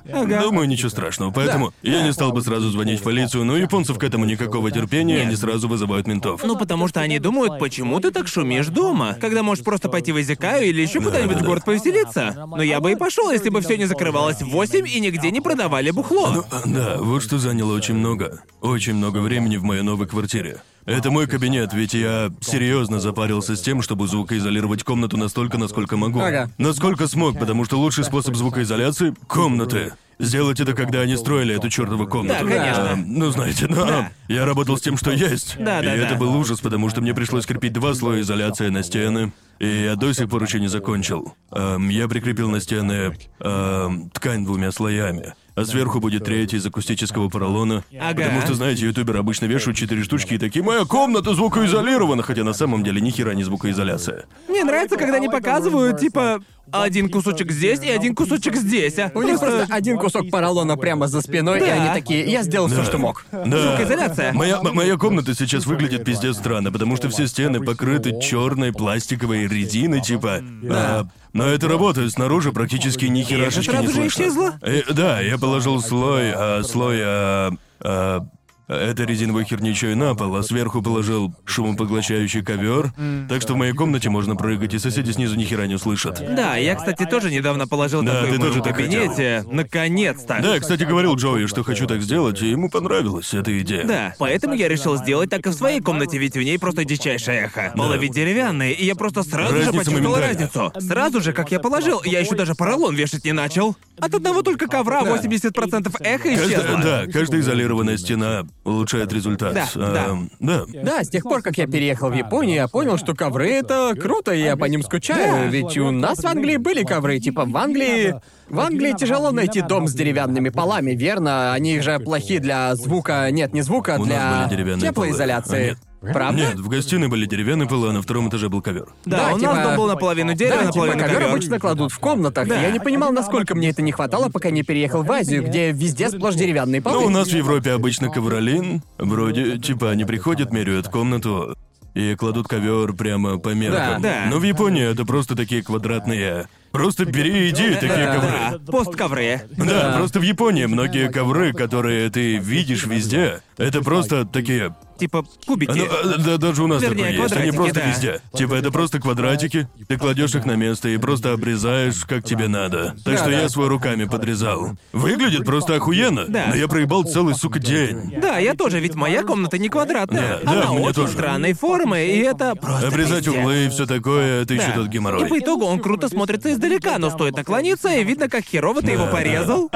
Думаю, ничего страшного. Поэтому я не стал бы сразу звонить в полицию, но у японцев к этому никакого терпения, они сразу вызывают ментов.
Ну, потому что они думают, почему ты так шумишь дома, когда можешь просто пойти в Изикаю или еще куда-нибудь в город повеселиться. Но я бы и пошел, если бы все не закрывалось в 8 и нигде не продавали бухло.
Да, вот что заняло очень много. Очень много времени в моей новой квартире. Это мой кабинет, ведь я серьезно запарился с тем, чтобы звукоизолировать комнату настолько, насколько могу.
Ага.
Насколько смог, потому что лучший способ звукоизоляции — комнаты. Сделать это, когда они строили эту чертову комнату.
Да, конечно.
А, ну, знаете, но я работал с тем, что есть.
Да,
и
да,
это
да.
был ужас, потому что мне пришлось крепить два слоя изоляции на стены. И я до сих пор еще не закончил. Эм, я прикрепил на стены эм, ткань двумя слоями. А сверху будет третий из акустического поролона.
Ага.
Потому что, знаете, ютуберы обычно вешают четыре штучки и такие «Моя комната звукоизолирована!» Хотя на самом деле ни хера не звукоизоляция.
Мне нравится, когда они показывают, типа, один кусочек здесь и один кусочек здесь, а
У них
просто
просто один кусок поролона прямо за спиной, и
Да.
они такие, я сделал все, что мог.
Да.
Звукоизоляция.
Моя, м- моя комната сейчас выглядит пиздец странно, потому что все стены покрыты черной пластиковой резиной, типа. Да. Но это работает, снаружи практически ни херашечки
Это
не
сразу же
слышно.
исчезло?
Э, да, я положил слой, а, слой, а, а, этой резиновой херни чё и на пол, а сверху положил шумопоглощающий ковер, так что в моей комнате можно прыгать, и соседи снизу ни хера не услышат.
Да, я, кстати, тоже недавно положил
Да,
такой
ты
в моем
тоже так
кабинете. Наконец-то.
Да, я, кстати, говорил Джоуи, что хочу так сделать, и ему понравилась эта идея.
Да, поэтому я решил сделать так и в своей комнате, ведь в ней просто дичайшее эхо. Пола ведь деревянные, и я просто сразу
Разница
же почувствовал
моментальная.
разницу. Сразу же, как я положил, я еще даже поролон вешать не начал. От одного только ковра 80% эха исчезло.
Каждая, да, каждая изолированная стена улучшает результат.
Да,
Эм, да.
Да, с тех пор, как я переехал в Японию, я понял, что ковры — это круто, и я по ним скучаю.
Да.
Ведь у нас в Англии были ковры, типа в Англии... В Англии тяжело найти дом с деревянными полами, верно? Они же плохи для звука... Нет, не звука, а
У нас
для
были деревянные полы.
теплоизоляции.
А,
Правда?
Нет, в гостиной были деревянные полы, а на втором этаже был ковер.
Да,
Да,
у
типа-
нас дом был наполовину дерева,
Да, типа
наполовину
ковер
ковер.
обычно кладут в комнатах.
Да.
Я не понимал, насколько мне это не хватало, пока не переехал в Азию, где везде сплошь деревянные полы.
Ну, у нас в Европе обычно ковролин. Вроде, типа, они приходят, меряют комнату и кладут ковер прямо по меркам.
Да, да.
Но в Японии это просто такие квадратные. Просто бери и иди, такие
Да.
ковры.
Да, постковры.
Да, просто в Японии многие ковры, которые ты видишь везде, это просто такие
Типа
Ну,
кубики.
э, да, даже у нас
Вернее,
такое есть. Они
квадратики,
просто
да.
везде. Типа это просто квадратики. Ты кладешь их на место и просто обрезаешь, как тебе надо. Так
Да,
что я
да.
свой руками подрезал. Выглядит просто охуенно.
Да.
Но я проебал целый сука день.
Да, я тоже, ведь моя комната не квадратная.
Да, да,
Она
у меня
очень
тоже.
странной формы, и это просто
Обрезать
пиздец.
углы и все такое, это еще
Да.
тот
И по
геморрой.
итогу он круто смотрится издалека, но стоит наклониться, и видно, как херово ты его порезал.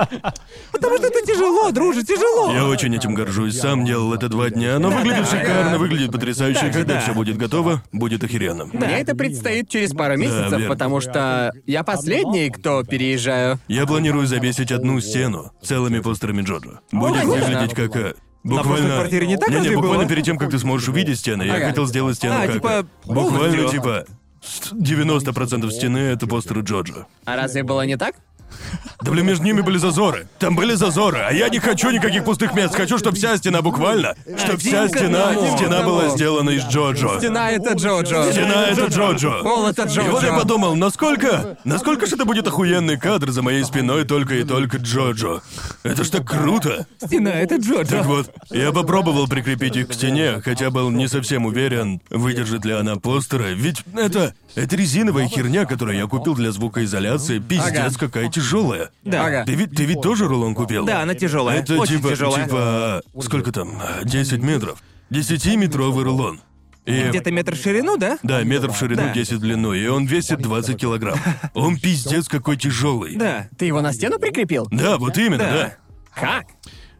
Потому что это тяжело, друже, тяжело.
Я очень этим горжусь, сам делал это два дня, но выглядит
да,
шикарно,
да.
выглядит потрясающе, и когда
да.
все будет готово, будет охеренно.
Мне это предстоит через пару месяцев,
верно.
потому что я последний, кто переезжаю.
Я планирую завесить одну стену целыми постерами Джоджо. Будет
понятно.
выглядеть как... э, Буквально...
просто в квартире не так
Не-не,
разве
буквально
было?
перед тем, как ты сможешь увидеть стены, я
Ага.
хотел сделать стену
А,
как...
типа,
Буквально,
полностью.
типа, с- 90% стены — это постеры Джорджа.
А разве было не так?
Да блин, между ними были зазоры. Там были зазоры, а я не хочу никаких пустых мест. Хочу, чтобы вся стена буквально, чтобы вся
Один к
стена,
одному.
стена была сделана из Джоджо.
Стена это Джоджо.
Стена — это Джоджо.
Пол это
И вот я
Джоджо.
подумал, насколько, насколько же это будет охуенный кадр за моей спиной только и только Джоджо. Это ж так круто.
Стена это
Так
Джорджа.
вот, я попробовал прикрепить их к стене, хотя был не совсем уверен, выдержит ли она постеры, ведь это... Это резиновая херня, которую я купил для звукоизоляции, пиздец,
Ага.
какая тяжелая.
Да.
Ага.
Ты ведь, ты ведь тоже рулон купил?
Да, она тяжелая.
Это
очень
типа,
тяжелая.
типа, сколько там, 10 метров? 10-метровый рулон. И...
Где-то метр в ширину, да?
Да, метр в ширину,
Да.
10 в длину, и он весит 20 килограмм. Он пиздец какой тяжелый.
Да.
Ты его на стену прикрепил?
Да, вот именно,
Да.
да.
Как?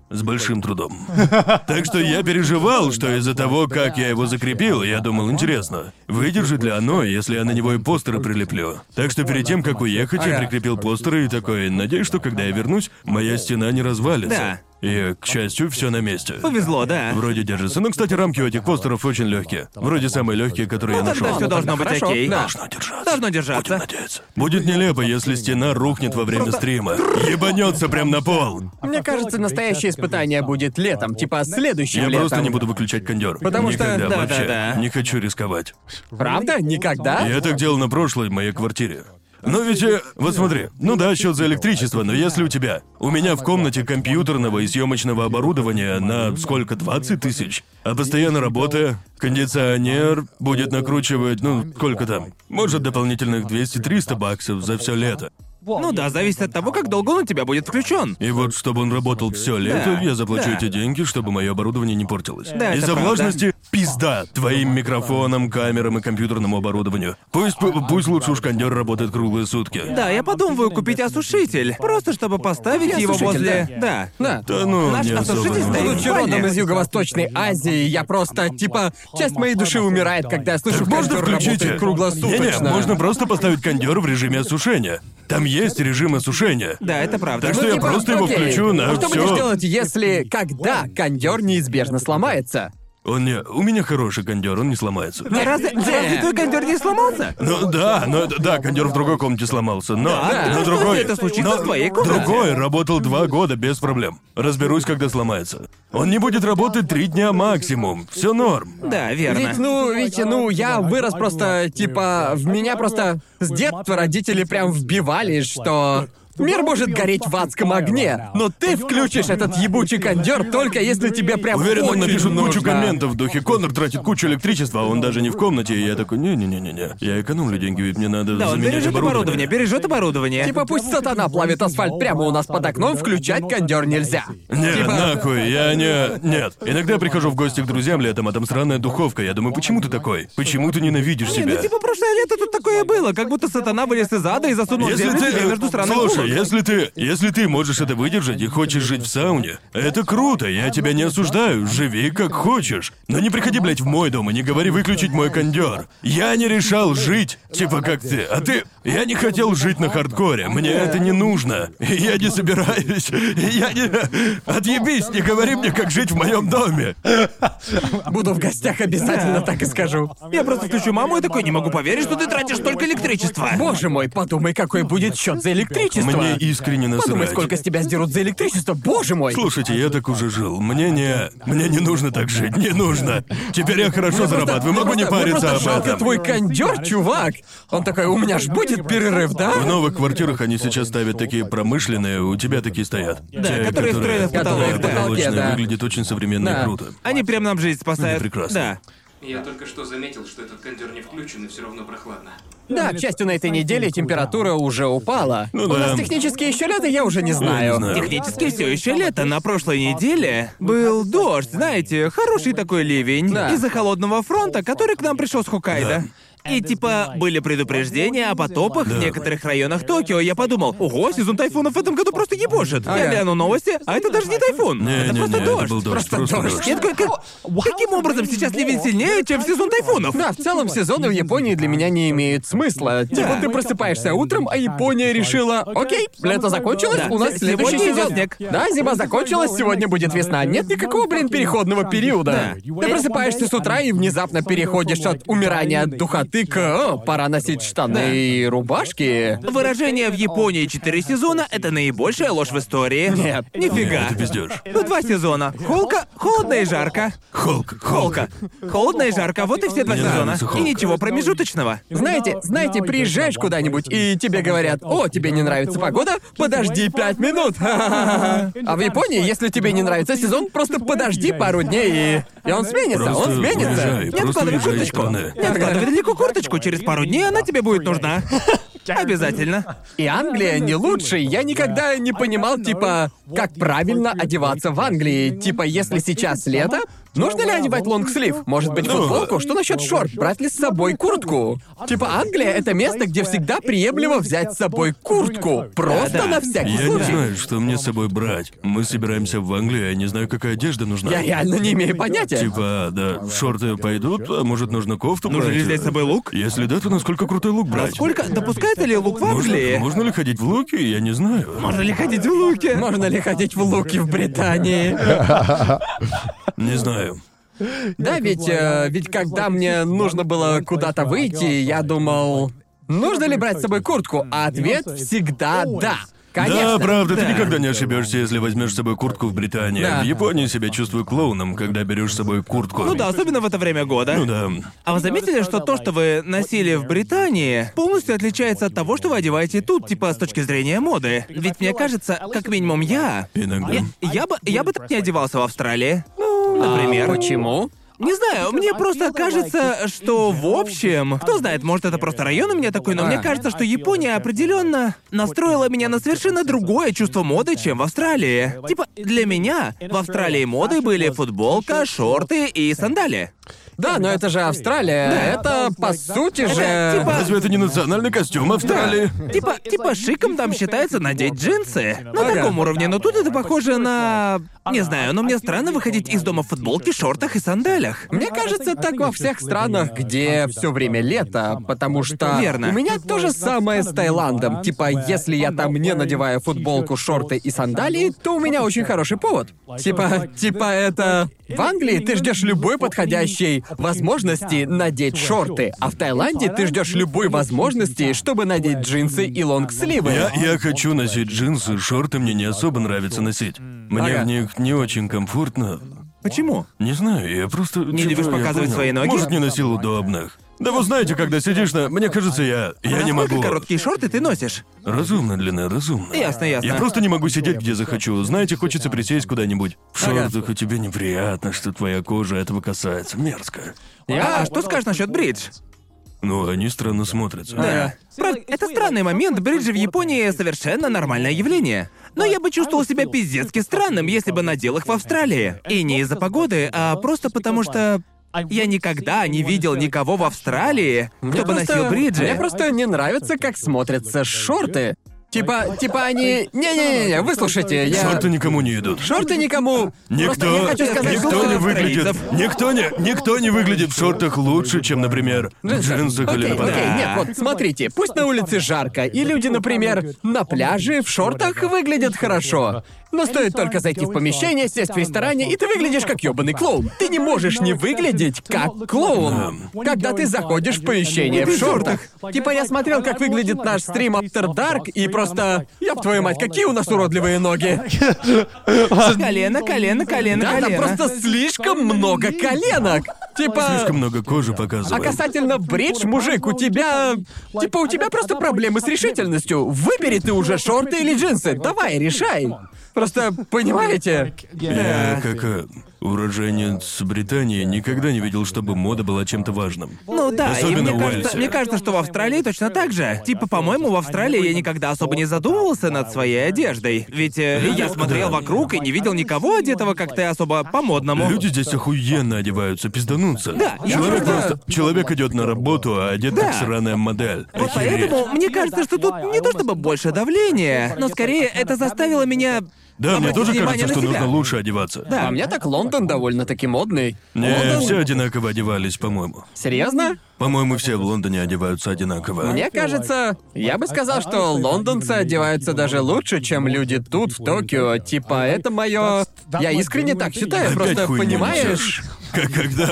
С большим трудом. Так что я переживал, что из-за того, как я его закрепил, я думал, интересно, выдержит ли оно, если я на него и постеры прилеплю. Так что перед тем, как уехать, я
Ага.
прикрепил постеры и такой, надеюсь, что когда я вернусь, моя стена не развалится. И, к счастью, все на месте.
Повезло, да.
Вроде держится. Ну, кстати, рамки у этих постеров очень легкие. Вроде самые легкие, которые я
Ну,
нашел.
тогда все должно быть
Хорошо,
окей. А
да.
Должно держаться.
Должно
Будем
держаться.
надеяться. Будет нелепо, если стена рухнет во время стрима. Ебанется прям на пол.
А
Мне кажется, настоящее испытание будет летом, типа следующим
Я
летом.
просто не буду выключать кондер.
Потому что-
Никогда
да,
вообще.
да, А? да.
Не хочу рисковать.
Правда? Никогда?
Я так делал на прошлой моей квартире. Но ведь э, вот смотри, ну да, счет за электричество, но если у тебя. У меня в комнате компьютерного и съемочного оборудования на сколько, 20 тысяч, а постоянно работа, кондиционер будет накручивать, ну, сколько там, может, дополнительных 200-300 баксов за все лето.
Ну да, зависит от того, как долго он у тебя будет включен.
И вот, чтобы он работал все лето,
Да,
я заплачу
да.
эти деньги, чтобы мое оборудование не портилось.
Да,
Из-за
это правда.
влажности пизда твоим микрофоном, камерам и компьютерному оборудованию. Пусть, пу- пусть лучше уж кондер работает круглые сутки.
Да, я подумываю купить осушитель. Просто чтобы поставить его
Осушитель,
возле. Да.
Да.
Да ну,
Наш
не особо
осушитель
нужно.
стоит
Будучи родом из Юго-Восточной Азии, я просто, типа, часть моей души умирает, когда я слышу,
Можно
как
включить
работает
и-
круглосуточно.
Не-не, можно просто поставить кондер в режиме осушения. Там есть режим осушения.
Да, это правда.
Так что
Ну,
я
типа,
просто его
окей.
включу на
А Что
всё.
будешь делать, если когда кондер неизбежно сломается?
Он не... У меня хороший кондер, он не сломается.
Да типа, Разве, разве твой кондер не сломался?
Ну да, но это- да, кондер в другой комнате сломался, но,
Да,
но
да.
другой.
Если это случится
но
в твоей комнате.
Другой работал два года без проблем. Разберусь, когда сломается. Он не будет работать три дня максимум. Все норм.
Да,
Ведь,
верно.
ну, ведь, ну, я вырос просто, типа, в меня просто с детства родители прям вбивали, что мир может гореть в адском огне, но ты включишь этот ебучий кондер только если тебе прям
Уверен, он
очень
напишет
нужно.
кучу комментов в духе «Коннор тратит кучу электричества, а он даже не в комнате». И я такой «Не-не-не-не-не, я экономлю деньги, ведь мне надо
Да, он
заменять
бережет оборудование, бережет оборудование.
Типа, пусть сатана плавит асфальт прямо у нас под окном, включать кондер нельзя.
Не,
Типа-
нахуй, я не... Нет. Иногда я прихожу в гости к друзьям летом, а там сраная духовка. Я думаю, почему ты такой? Почему ты ненавидишь
Не,
себя?
ну типа прошлое лето тут такое было, как будто сатана вылез из ада
Ну,
и засунул
Если
землю себе
ты...
между странами.
Слушай, если ты... Если ты можешь это выдержать и хочешь жить в сауне, это круто, я тебя не осуждаю, живи как хочешь. Но не приходи, блядь, в мой дом и не говори выключить мой кондер. Я не решал жить, типа как ты, а ты... Я не хотел жить на хардкоре, мне это не нужно. И Я не собираюсь, И я не... Отъебись, не говори мне, как жить в моем доме.
Буду в гостях, обязательно так и скажу.
Я просто включу маму и такой, не могу поверить, что ты тратишь столько электричества.
Боже мой, подумай, какой будет счет за электричество.
Мне искренне насрать.
Подумай, сколько с тебя сдерут за электричество, боже мой!
Слушайте, я так уже жил. Мне не... Мне не нужно так жить, не нужно. Теперь я хорошо зарабатываю, могу не
Просто- мне
париться
просто
об
жалко
этом.
твой кондер, чувак! Он такой, у меня ж будет перерыв,
В
да?
новых квартирах они сейчас ставят такие промышленные, у тебя такие стоят. Да,
которые встроены в потолок, да.
потолочные,
Да.
выглядит очень современно и
Да.
круто.
Они прям нам жизнь
Это
спасают.
прекрасно.
Да.
Я только что заметил, что этот кондер не включен и все равно прохладно.
Да, к счастью, на этой неделе температура уже упала.
Ну
у
да.
нас технически еще лето, я уже не знаю.
знаю.
Технически все еще лето. На прошлой неделе был дождь, знаете, хороший такой ливень
Да.
из-за холодного фронта, который к нам пришел с Хоккайдо. И типа были предупреждения о потопах в некоторых районах Токио. Я подумал, ого, сезон тайфунов в этом году просто не божит. Я
Ага.
гляну новости, а это даже не тайфун.
Не,
это
не,
просто
не, это
дождь.
был дождь, просто дождь.
Я такой, как- Каким образом сейчас ливень сильнее, чем в сезон тайфунов?
Да, в целом сезоны в Японии для меня не имеют смысла. Типа ты просыпаешься утром, а Япония решила, окей, лето закончилось,
Да.
у нас
Се-
следующий
сегодня
сезон.
идёт снег.
Да, зима закончилась, сегодня будет весна. Нет никакого, блин, переходного периода.
Да.
Ты просыпаешься с утра и внезапно переходишь от умирания от духоты к «О, пора носить штаны
Да.
и рубашки.
Выражение в Японии четыре сезона — это наибольшая ложь в истории. Нет. Нифига.
Это пиздеж.
Ну, два сезона. Холка, холодно и жарко.
Холк,
Холка. Холодно и жарко, вот и все два
Мне
сезона.
нравится
И
Холк.
ничего промежуточного.
Знаете, знаете, приезжаешь куда-нибудь, и тебе говорят, «О, тебе не нравится погода? Подожди пять минут!» А в Японии, если тебе не нравится сезон, просто подожди пару дней, и, и он сменится,
Просто
он сменится.
уезжай,
Нет,
Не
просто
откладывай
уезжай из
курточку.
страны.
Не откладывай далеко курточку, через пару дней она тебе будет нужна. Обязательно.
И Англия не лучше. Я никогда не понимал, типа, как правильно одеваться в Англии. Типа, если сейчас лето, нужно ли одевать лонгслив? Может
Ну.
быть, футболку? Что насчет шорт? Брать ли с собой куртку? Типа, Англия — это место, где всегда приемлемо взять с собой куртку. Просто
Да-да.
на всякий
Я не
случай.
знаю, что мне с собой брать. Мы собираемся в Англию, я не знаю, какая одежда нужна.
Я реально не имею понятия.
Типа, да, шорты пойдут, а может, нужно кофту
Нужно
брать?
ли взять с собой лук?
Если да, то насколько крутой лук брать?
А Сколько? Допускается ли лук в
Можно,
Англии?
можно ли ходить в луке? Я не знаю.
Можно ли ходить в луке?
Можно ли ходить в луки в Британии?
Не знаю.
Да, ведь, э, ведь когда мне нужно было куда-то выйти, я думал, нужно ли брать с собой куртку? А ответ всегда да. Конечно.
Да, правда,
Да.
ты никогда не ошибешься, если возьмешь с собой куртку в Британии.
Да.
В Японии себя чувствую клоуном, когда берешь с собой куртку.
Ну да, особенно в это время года.
Ну да.
А вы заметили, что то, что вы носили в Британии, полностью отличается от того, что вы одеваете тут, типа с точки зрения моды? Ведь мне кажется, как минимум я,
Иногда.
А я, я бы, я бы так не одевался в Австралии. Например.
А почему?
Не знаю, мне просто кажется, что в общем, кто знает, может это просто район у меня такой, но
А.
мне кажется, что Япония определенно настроила меня на совершенно другое чувство моды, чем в Австралии. Типа для меня в Австралии модой были футболка, шорты и сандали.
Да, но это же Австралия. Это по сути же.
типа-
Разве это не национальный костюм Австралии?
Типа, типа шиком там считается надеть джинсы. На
Ага.
таком уровне, но тут это похоже на... Не знаю, но мне странно выходить из дома в футболке, шортах и сандалях.
Мне кажется, так во всех странах, где все время лето, потому что
Верно.
у меня то же самое с Таиландом. Типа, если я там не надеваю футболку, шорты и сандалии, то у меня очень хороший повод. Типа, типа это... В Англии ты ждешь любой подходящей возможности надеть шорты, а в Таиланде ты ждешь любой возможности, чтобы надеть джинсы и лонгсливы.
Я, я хочу носить джинсы, шорты мне не особо нравится носить. Мне
Ага.
в них не очень комфортно.
Почему?
Не знаю, я просто... Не
любишь показывать свои ноги?
Может, не носил удобных. Да вы знаете, когда сидишь на... Мне кажется, я... Я не
Насколько
могу...
короткие шорты ты носишь?
Разумно, длина, разумно.
Ясно, ясно.
Я просто не могу сидеть, где захочу. Знаете, хочется присесть куда-нибудь. В шортах, и тебе неприятно, что твоя кожа этого касается. Мерзко.
А что скажешь насчет бридж?
Ну, они странно смотрятся.
Да. Правда, это странный момент, бриджи в Японии совершенно нормальное явление. Но я бы чувствовал себя пиздецки странным, если бы надел их в Австралии. И не из-за погоды, а просто потому что... Я никогда не видел никого в Австралии, кто бы носил бриджи.
Мне просто не нравится, как смотрятся шорты. Типа, типа они... Не-не-не, выслушайте, я...
Шорты никому не идут.
Шорты никому... Просто
Никто,
я хочу сказать,
никто
что-
не выглядит,
австралийцев.
никто не, никто не выглядит в шортах лучше, чем, например, в
Джинсы.
джинсах или
Окей,
наподобие.
окей, нет, вот смотрите, пусть на улице жарко, и люди, например, на пляже в шортах выглядят хорошо. Но стоит только зайти в помещение, сесть в ресторане, и ты выглядишь как ёбаный клоун. Ты не можешь не выглядеть как клоун, когда ты заходишь в помещение в шортах. Типа я смотрел, как выглядит наш стрим After Dark, и просто... Ёб твою мать, какие у нас уродливые ноги.
Колено, колено, колено,
Да, там
колено.
просто слишком много коленок. Типа...
Слишком много кожи
А
показывает.
касательно бридж, мужик, у тебя... Типа, у тебя просто проблемы с решительностью. Выбери ты уже шорты или джинсы. Давай, решай. Просто, понимаете?
Я как... э, Уроженец Британии никогда не видел, чтобы мода была чем-то важным.
Ну да, и
Особенно
мне
в
кажется,
Уэльсе.
мне кажется, что в Австралии точно так же. Типа, по-моему, в Австралии я никогда особо не задумывался над своей одеждой. Ведь э, я смотрел вокруг и не видел никого одетого как-то особо по-модному.
Люди здесь охуенно одеваются, пизданутся.
Да, я
человек
просто-
человек идет на работу, а одет
Да.
как сраная модель.
Вот
Охереть.
поэтому мне кажется, что тут не то чтобы больше давления, но скорее это заставило меня...
Да, мне
обратить
тоже
внимание
кажется,
на
что
себя.
нужно лучше одеваться.
А
Да,
мне так Лондон довольно-таки модный.
Не,
Лондон-
все одинаково одевались, по-моему.
Серьезно?
По-моему, все в Лондоне одеваются одинаково.
Мне кажется, я бы сказал, что лондонцы одеваются даже лучше, чем люди тут, в Токио. Типа, это мое... Я искренне так считаю,
Опять
просто
хуйню
понимаешь...
Как когда...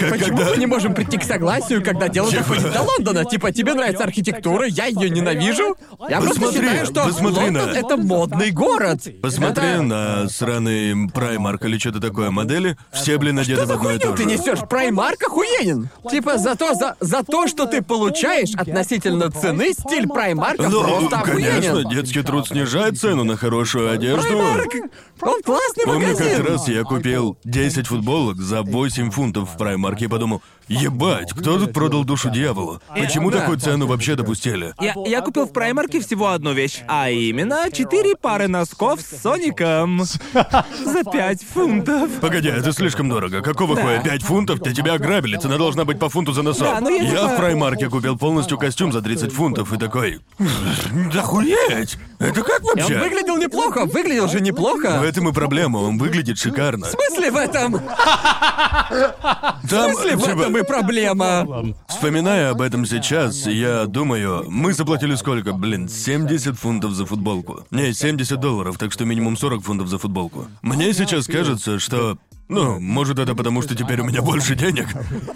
Как
Почему
когда...
мы не можем прийти к согласию, когда дело доходит до Лондона? Типа, тебе нравится архитектура, я ее ненавижу. Я просто
Посмотри,
считаю, что
посмотри на-
Лондон — это модный город.
Посмотри
Это-
на сраный праймарк или что-то такое модели, все, блин, одеты
Что
в
за
одно и
хуйню
то
ты
же.
несешь? Праймарк охуенен! Типа за то, за, за то, что ты получаешь относительно цены, стиль Праймарка
Ну,
просто
конечно,
охуенен!
детский труд снижает цену на хорошую одежду.
Праймарк! Он классный
Помню, как
магазин!
раз я купил 10 футболок за 8 фунтов в праймарке и подумал, ебать, кто тут продал душу дьяволу? Почему
да.
такую цену вообще допустили?
я, я купил в Праймарке всего одну вещь, а именно четыре пары носков с Соником за пять фунтов.
Погоди, это слишком дорого. Какого хуя? 5 фунтов? Ты тебя ограбили, цена должна быть по фунту за носок.
ну,
Да, но я
я
такая-
в праймарке купил полностью костюм за 30 фунтов и такой... Да хуеть! Это как
И Он
вообще?
выглядел неплохо, выглядел же
В
неплохо.
этом и проблема, он выглядит шикарно.
В смысле в этом?
Там,
В смысле в
типа,
этом и проблема?
Вспоминая об этом сейчас, я думаю, мы заплатили сколько, блин, 70 фунтов за футболку. Не, 70 долларов, так что минимум 40 фунтов за футболку. Мне сейчас кажется, что... Ну, может, это потому, что теперь у меня больше денег.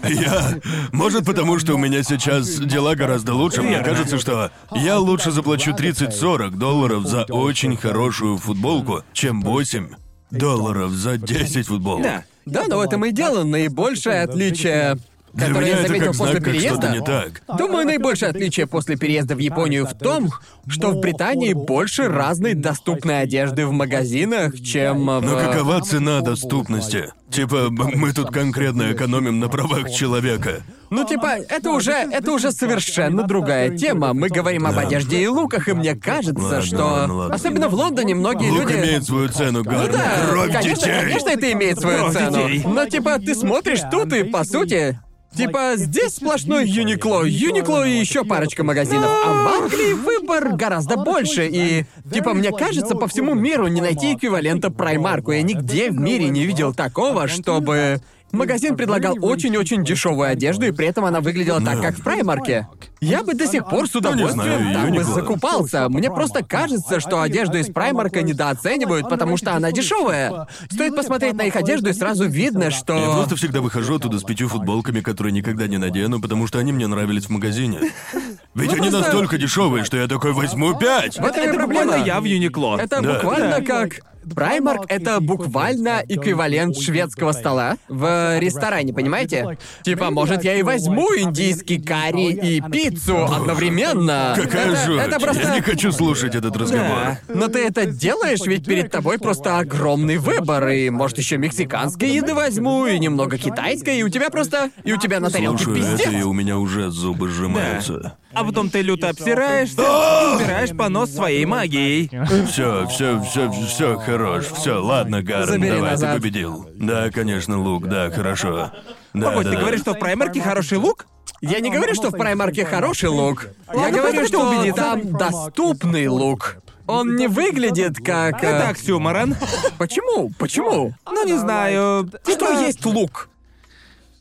Я... Может, потому, что у меня сейчас дела гораздо лучше. Мне кажется, что я лучше заплачу 30-40 долларов за очень хорошую футболку, чем 8 долларов за 10 футболок.
Да.
Да, но в этом и дело. Наибольшее отличие,
Для
которое
меня
я
это
заметил
как
после
знак, как что-то не
переезда,
так.
Думаю, наибольшее отличие после переезда в Японию в том, что в Британии больше разной доступной одежды в магазинах, чем в...
Но какова цена доступности? Типа, б- мы тут конкретно экономим на правах человека.
Ну, типа, это уже, это уже совершенно другая тема. Мы говорим об одежде и луках, и мне кажется,
Ладно,
что...
ладно, ладно.
Особенно в Лондоне многие
Лук
люди...
имеет свою цену, Гарн.
Ну Да,
Кровь
конечно,
детей!
конечно, это имеет свою
Кровь
цену.
детей.
Но типа ты смотришь тут и по сути. Типа здесь сплошной Юникло, Юникло и еще парочка магазинов, а в Англии выбор гораздо больше и типа мне кажется по всему миру не найти эквивалента Праймарку. Я нигде в мире не видел такого, чтобы магазин предлагал очень-очень дешевую одежду и при этом она выглядела так, как в Праймарке. Я бы до сих пор с удовольствием
Ну, знаю,
там бы
Uniqlo.
закупался. Мне просто кажется, что одежду из Праймарка недооценивают, потому что она дешевая. Стоит посмотреть на их одежду, и сразу видно,
Я
что...
просто всегда выхожу оттуда с пятью футболками, которые никогда не надену, потому что они мне нравились в магазине. Ведь они
просто-
настолько дешевые, что я такой возьму пять.
В этом и
Это буквально
проблема.
я в Юникло.
Это
Да.
буквально
Да.
как... Праймарк — это буквально эквивалент шведского стола в ресторане, понимаете? Типа, может, я и возьму индийский карри и пиццу одновременно.
Какая
это,
жуть.
Это просто...
Я не хочу слушать этот разговор.
Да. А, Но ты это делаешь, ведь перед тобой просто огромный выбор, и может еще мексиканской еды возьму, и немного китайской, и у тебя просто... И у тебя на тарелке
Слушаю это, и
пиздец.
у меня уже зубы сжимаются.
А потом ты люто обсираешься и убираешь понос своей магией.
Все, все, все, все, хорош. Все, ладно, Гарн,
Забери
давай,
назад.
ты победил. Да, конечно, Лук, да, хорошо. Да,
Погодь,
да,
ты
да.
говоришь, что в Праймарке хороший лук?
Я не говорю, что в праймарке хороший лук. Я
Ладно,
говорю,
просто
что
убедиться.
там доступный лук. Он не выглядит как... э,
Это оксюморон.
Почему? Почему?
Ну, не знаю.
Что есть лук?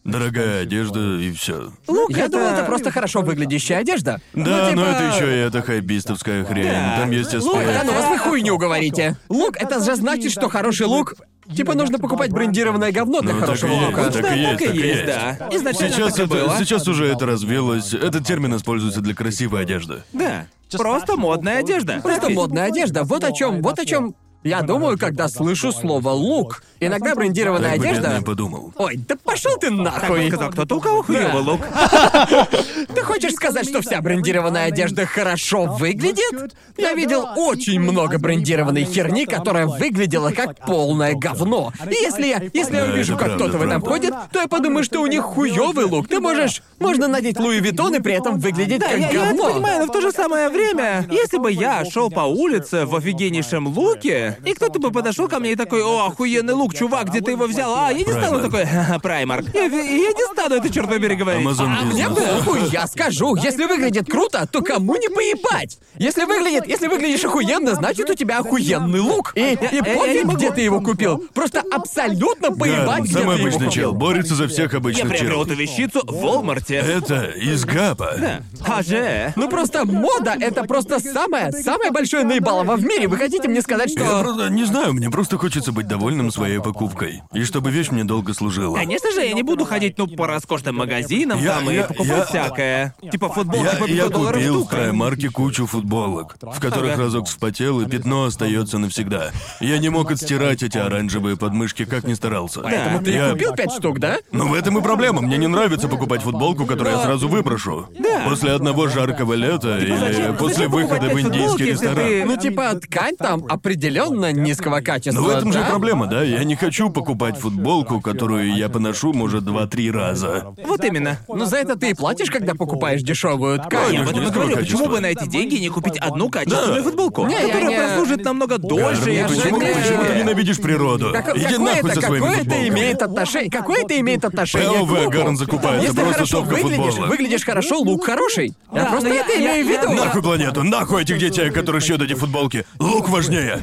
Дорогая одежда и все.
Лук
Я
это-
думал, это э, просто хорошо выглядящая одежда.
Да,
Ну,
но
типа,
это еще и эта хайбистовская хрень. Там есть
Лук,
аспект.
да ну вас вы хуйню говорите. Лук, это же значит, что хороший лук... Типа нужно покупать брендированное говно для
Ну, так и
хорошего
есть,
лука.
так и есть, так и есть.
да. Изначально
Сейчас,
так и
это,
было.
сейчас уже это развилось. Этот термин используется для красивой одежды.
Да. Просто модная одежда.
Просто модная одежда. Вот о чем, вот о чем. Я думаю, когда слышу слово лук. Иногда брендированная
Так бы бедный
одежда.
подумал.
Ой, да пошел ты нахуй!
Сказал кто-то, у кого хуёвый лук.
Ты хочешь сказать, что вся брендированная одежда хорошо выглядит? Я видел очень много брендированной херни, которая выглядела как полное говно. И если я, если я
Да,
увижу,
это
как
правда,
кто-то в этом
правда.
ходит, то я подумаю, что у них хуёвый лук. Ты можешь... Можно надеть Луи Витон и при этом выглядеть
Да,
как
я, я это
говно.
Ну, понимаю, но в то же самое время, если бы я шел по улице в офигеннейшем луке, и кто-то бы подошел ко мне и такой, о, охуенный лук, чувак, где ты его взял? А, я не стану
Праймарк.
такой, «Ха-ха, праймарк. Я, я не стану это, черт побери, говорить.
Амазон
А мне
бизнес.
похуй, я скажу, если выглядит круто, то кому не поебать? Если выглядит, если выглядишь охуенно, значит у тебя охуенный лук. И, и
Э, я не
пофиг,
могу.
где ты его купил. Просто абсолютно
Да, ну,
поебать, где ты
самый
его
обычный
купил.
чел. Борется за всех
Я
обычных чел.
приобрел эту вещицу в А Волмарте.
Это из Гапа.
Хаже.
Ну просто мода — это просто самое, самое большое наебалово в мире. Вы хотите мне сказать,
Я
что...
правда не знаю, мне просто хочется быть довольным своей покупкой. И чтобы вещь мне долго служила.
Конечно же, я не буду ходить, ну, по роскошным магазинам
Я-
там и
я-
покупать
я-
всякое. Типа футболки
Я,
по 500
я
долларов
купил в
штука.
Праймарке кучу футболок, в которых разок вспотел, и пятно остается навсегда. Я не мог отстирать эти оранжевые подмышки, как ни старался.
Поэтому ты
я...
купил пять штук, да?
Но в этом и проблема. Мне не нравится покупать футболку, которую я сразу выброшу. После одного жаркого лета или
зачем-
после
зачем покупать
выхода в
эти
индийский
футболки, если ты-
ресторан.
Ну типа ткань там определенно низкого
Но
качества,
Ну, в этом же
да?
проблема, да? Я не хочу покупать футболку, которую я поношу, может, два-три раза.
Вот именно.
Но Ну, за это ты и платишь, когда покупаешь дешевую ткань.
Я об
Конечно,
этом и
низкого
говорю, почему
качества.
бы на эти деньги не купить одну качественную футболку,
Не, я
которая
не-
прослужит намного дольше и
Гарми, почему,
же не-
почему ты
не...
ненавидишь природу?
Как-
Иди
какое
нахуй
это,
со своими
какое это
футболками.
имеет отношение? Какое это имеет отношение
ПЛВ
к луку?
Гарн закупается,
Если
просто
хорошо
стопка
выглядишь,
футболок.
выглядишь хорошо, лук хороший. Я
Да,
просто
но я-
это
я-
имею в
я-
виду.
я-
Нахуй планету, нахуй этих детей, которые шьют эти футболки. Лук важнее.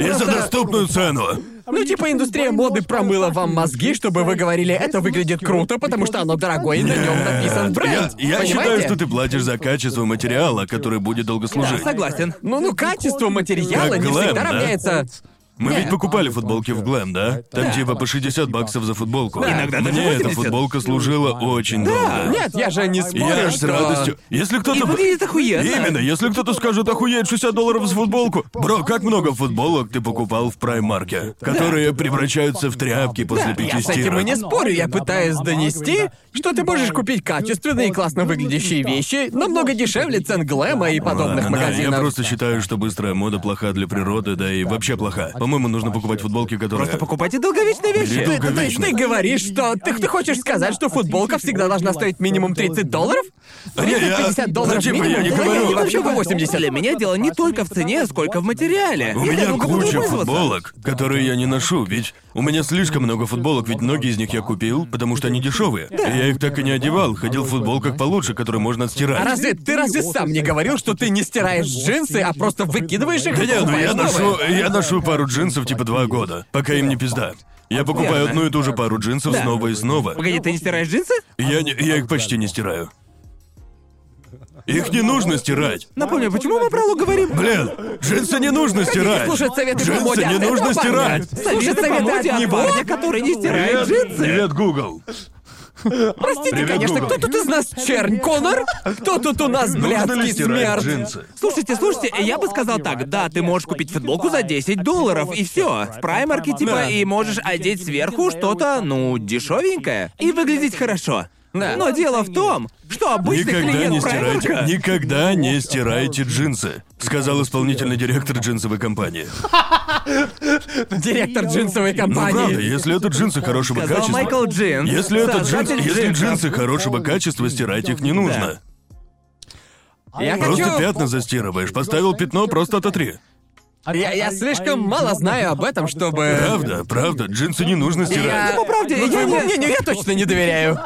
И за доступную цену.
Ну, типа, индустрия моды промыла вам мозги, чтобы вы говорили, это выглядит круто, потому что оно дорогое, и на нем написан
Э, Я,
бренд.
я
Понимаете?
считаю, что ты платишь за качество материала, который будет долго служить.
Согласен.
Ну, ну, качество материала
Как
не
глэм,
всегда
да?
равняется...
Мы ведь
Нет.
покупали футболки в Глэм, да? Там типа по 60 баксов за футболку.
Иногда даже
Мне эта
80.
футболка служила очень долго.
Нет, я же не спорю,
Я с
что-
радостью. Если
И
кто-то...
выглядит охуенно.
Именно, если кто-то скажет, охуеть, 60 долларов за футболку. Бро, как много футболок ты покупал в праймарке, которые превращаются в тряпки после пяти
Я с этим и не
стирок?
спорю, я пытаюсь донести, что ты можешь купить качественные и классно выглядящие вещи намного дешевле цен Глэма и подобных
Ладно, да,
магазинов.
Я просто считаю, что быстрая мода плоха для природы, да и вообще плоха. По-моему, нужно покупать футболки, которые...
Просто покупайте долговечные
Бери
вещи.
Ты, ты-
Долговечно.
ты говоришь, что ты, ты хочешь сказать, что футболка всегда должна стоить минимум 30 долларов? 30-50 долларов
Ну, типа, я
минимум?
не
Да
говорю.
и вообще по 80
Для
лет.
меня дело не только в цене, сколько в материале.
У
Я
меня
ну,
могу
куча
вызваться.
футболок, которые я не ношу, ведь у меня слишком много футболок, ведь многие из них я купил, потому что они дешевые. И я их так и не одевал, ходил в футболках получше, которые можно отстирать.
А разве ты разве сам не говорил, что ты не стираешь джинсы, а просто выкидываешь их?
Да
и
не, ну я
покупаешь
ношу,
новые?
я ношу пару джинсов типа два года, пока им не пизда. Я покупаю
Верно.
одну и ту же пару джинсов снова и снова.
Погоди, ты не стираешь джинсы?
Я, не- я их почти не стираю. Их не нужно стирать.
Напомню, почему мы про лук говорим?
Блин, джинсы не нужно стирать.
Слушать советы по
Джинсы
моде
не
от этого
нужно
парня.
стирать.
Слушать
по
советы от
моде от
него?
парня, который не стирает
Привет,
джинсы.
привет, Google.
Простите,
Привет,
конечно,
Google.
кто тут из нас чернь, Конор? Кто тут у нас,
Нужно ли
блядский
стирать
смерть?
джинсы?
Слушайте, слушайте, я бы сказал так, да, ты можешь купить футболку за 10 долларов, и все. В праймарке типа
Да.
и можешь одеть сверху что-то, ну, дешевенькое, и выглядеть хорошо.
Да.
Но дело в том, что обычный
Никогда
клиент
не
праймарка...
стирайте, никогда не стирайте джинсы, сказал исполнительный директор джинсовой компании.
Директор джинсовой
Ну правда,
компании.
если это джинсы хорошего
Сказал
качества.
Майкл Джинс.
Если это джинсы,
создатель
если
джинсов.
джинсы хорошего качества, стирать их не нужно.
Я
Просто
хочу...
пятна застирываешь. Поставил пятно, просто ототри.
Я, я слишком мало знаю об этом, чтобы...
Правда, правда, джинсы не нужно
Я... Ну,
стирать.
по правде, я,
твоему
не- мнению я точно не доверяю.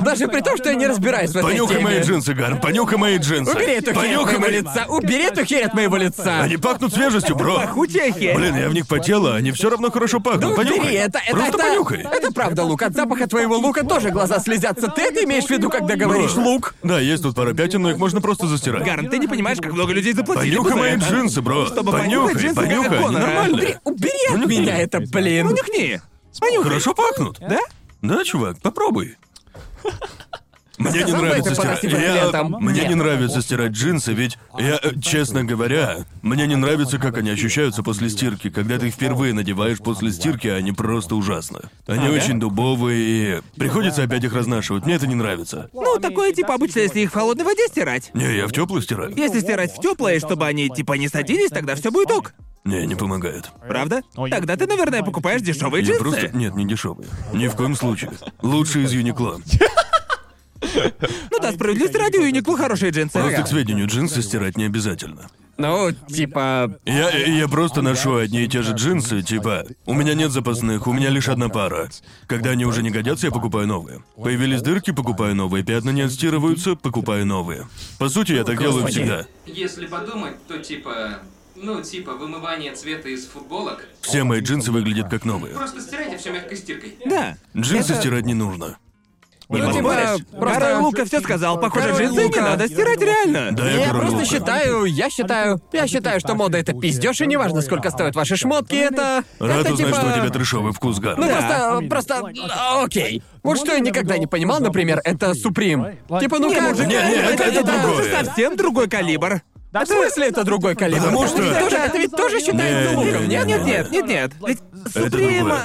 Даже при том, что я не разбираюсь в этой
Понюхай
теме.
мои джинсы, Гарн, понюхай мои джинсы.
Убери эту херь от
Понюхай
моего
мои...
лица! Убери эту херь от моего лица!
Они пахнут свежестью, бро.
Пахучая херь.
Блин, я в них потела, они все равно хорошо
Да
пахнут.
убери,
Понюхай.
это, это,
Просто
это,
понюхай.
это правда лук. От запаха твоего лука тоже глаза слезятся. Ты это имеешь в виду, когда говоришь
Бро.
лук?
Да, есть тут пара пятен, но их можно просто застирать.
Гарн, ты не понимаешь, как много людей заплатили
Понюхай
бы за
мои
это.
джинсы, бро.
а? Чтобы понюхать
понюхай,
джинсы
понюхай,
Гарри
они
Коннора.
нормальные.
Убери от меня это, блин.
Понюхни.
Хорошо пахнут.
Да?
Да, чувак, попробуй. Мне не
Сказал бы
нравится
это
стирать.
по
я-
лентам.
Мне
Нет.
не нравится стирать джинсы, ведь я, э, честно говоря, мне не нравится, как они ощущаются после стирки, когда ты их впервые надеваешь после стирки, они просто ужасно. Они очень дубовые, и приходится опять их разнашивать. Мне это не нравится.
Ну, такое типа обычно, если их в холодной воде стирать.
Не, я в теплую стираю.
Если стирать в теплое, чтобы они типа не садились, тогда все будет ок.
Не, не помогает.
Правда? Тогда ты, наверное, покупаешь
А
дешевые
Я
джинсы.
просто... Нет, не дешевые. Ни в коем случае. Лучше из Юникло.
Ну да, справедливости ради, у Uniqlo хорошие джинсы.
Просто, к сведению, джинсы стирать не обязательно.
Ну, типа...
Я, я просто ношу одни и те же джинсы, типа, у меня нет запасных, у меня лишь одна пара. Когда они уже не годятся, я покупаю новые. Появились дырки, покупаю новые, пятна не отстирываются, покупаю новые. По сути, я так делаю всегда.
Если подумать, то типа... Ну, типа вымывание цвета из футболок.
Все мои джинсы выглядят как новые.
Просто стирайте все мягкой стиркой.
Да.
Джинсы стирать не нужно.
Ну, типа,
Король
просто...
Лука все сказал, похоже,
Король
джинсы
Лука.
не надо стирать реально.
Да,
Я
король
просто
Лука.
считаю, я считаю, я считаю, что мода это пиздешь, и неважно, сколько стоят ваши шмотки, это...
Рад
это
узнать,
типа...
что у тебя трешовый вкус, Гар.
Ну
Да.
просто, просто, а, окей. Вот что я никогда не понимал, например, это Суприм. Типа, ну
Не,
как же...
мужик,
не, не, это- это другое.
совсем другой калибр.
В смысле это другой калибр?
Потому что-
Это, тоже- это ведь тоже считается
Не, не,
луком,
не,
нет?
не,
Нет, нет, нет, нет. Ведь Суприма...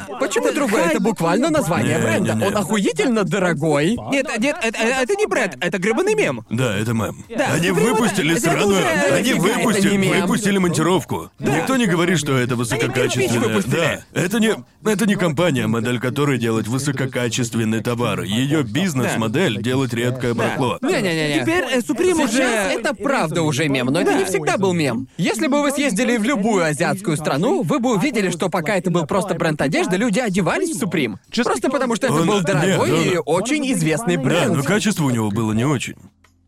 другое.
Почему другой? Это буквально название
Не,
бренда.
не, не.
Он охуительно дорогой.
Нет, нет, это, э, это не бренд, это гребаный мем.
Да, это мем.
Да,
они
Суприм
выпустили
это- это
сраную...
уже- это
они
не-
выпустили,
это не мем.
выпустили монтировку. Никто не говорит, что это
Они
высококачественное.
выпустили.
Да, это не... Это не компания, модель которой делать высококачественный товар. Ее бизнес-модель — делать редкое барахло.
Не-не-не.
Теперь э, Суприм уже...
Сейчас это правда уже мем, но это
Да.
не всегда был мем. Если бы вы съездили в любую азиатскую страну, вы бы увидели, что пока это был просто бренд одежды, люди одевались в Supreme. Просто потому, что это
Он-
был дорогой
нет, он-
и очень известный
Да,
бренд.
но качество у него было не очень.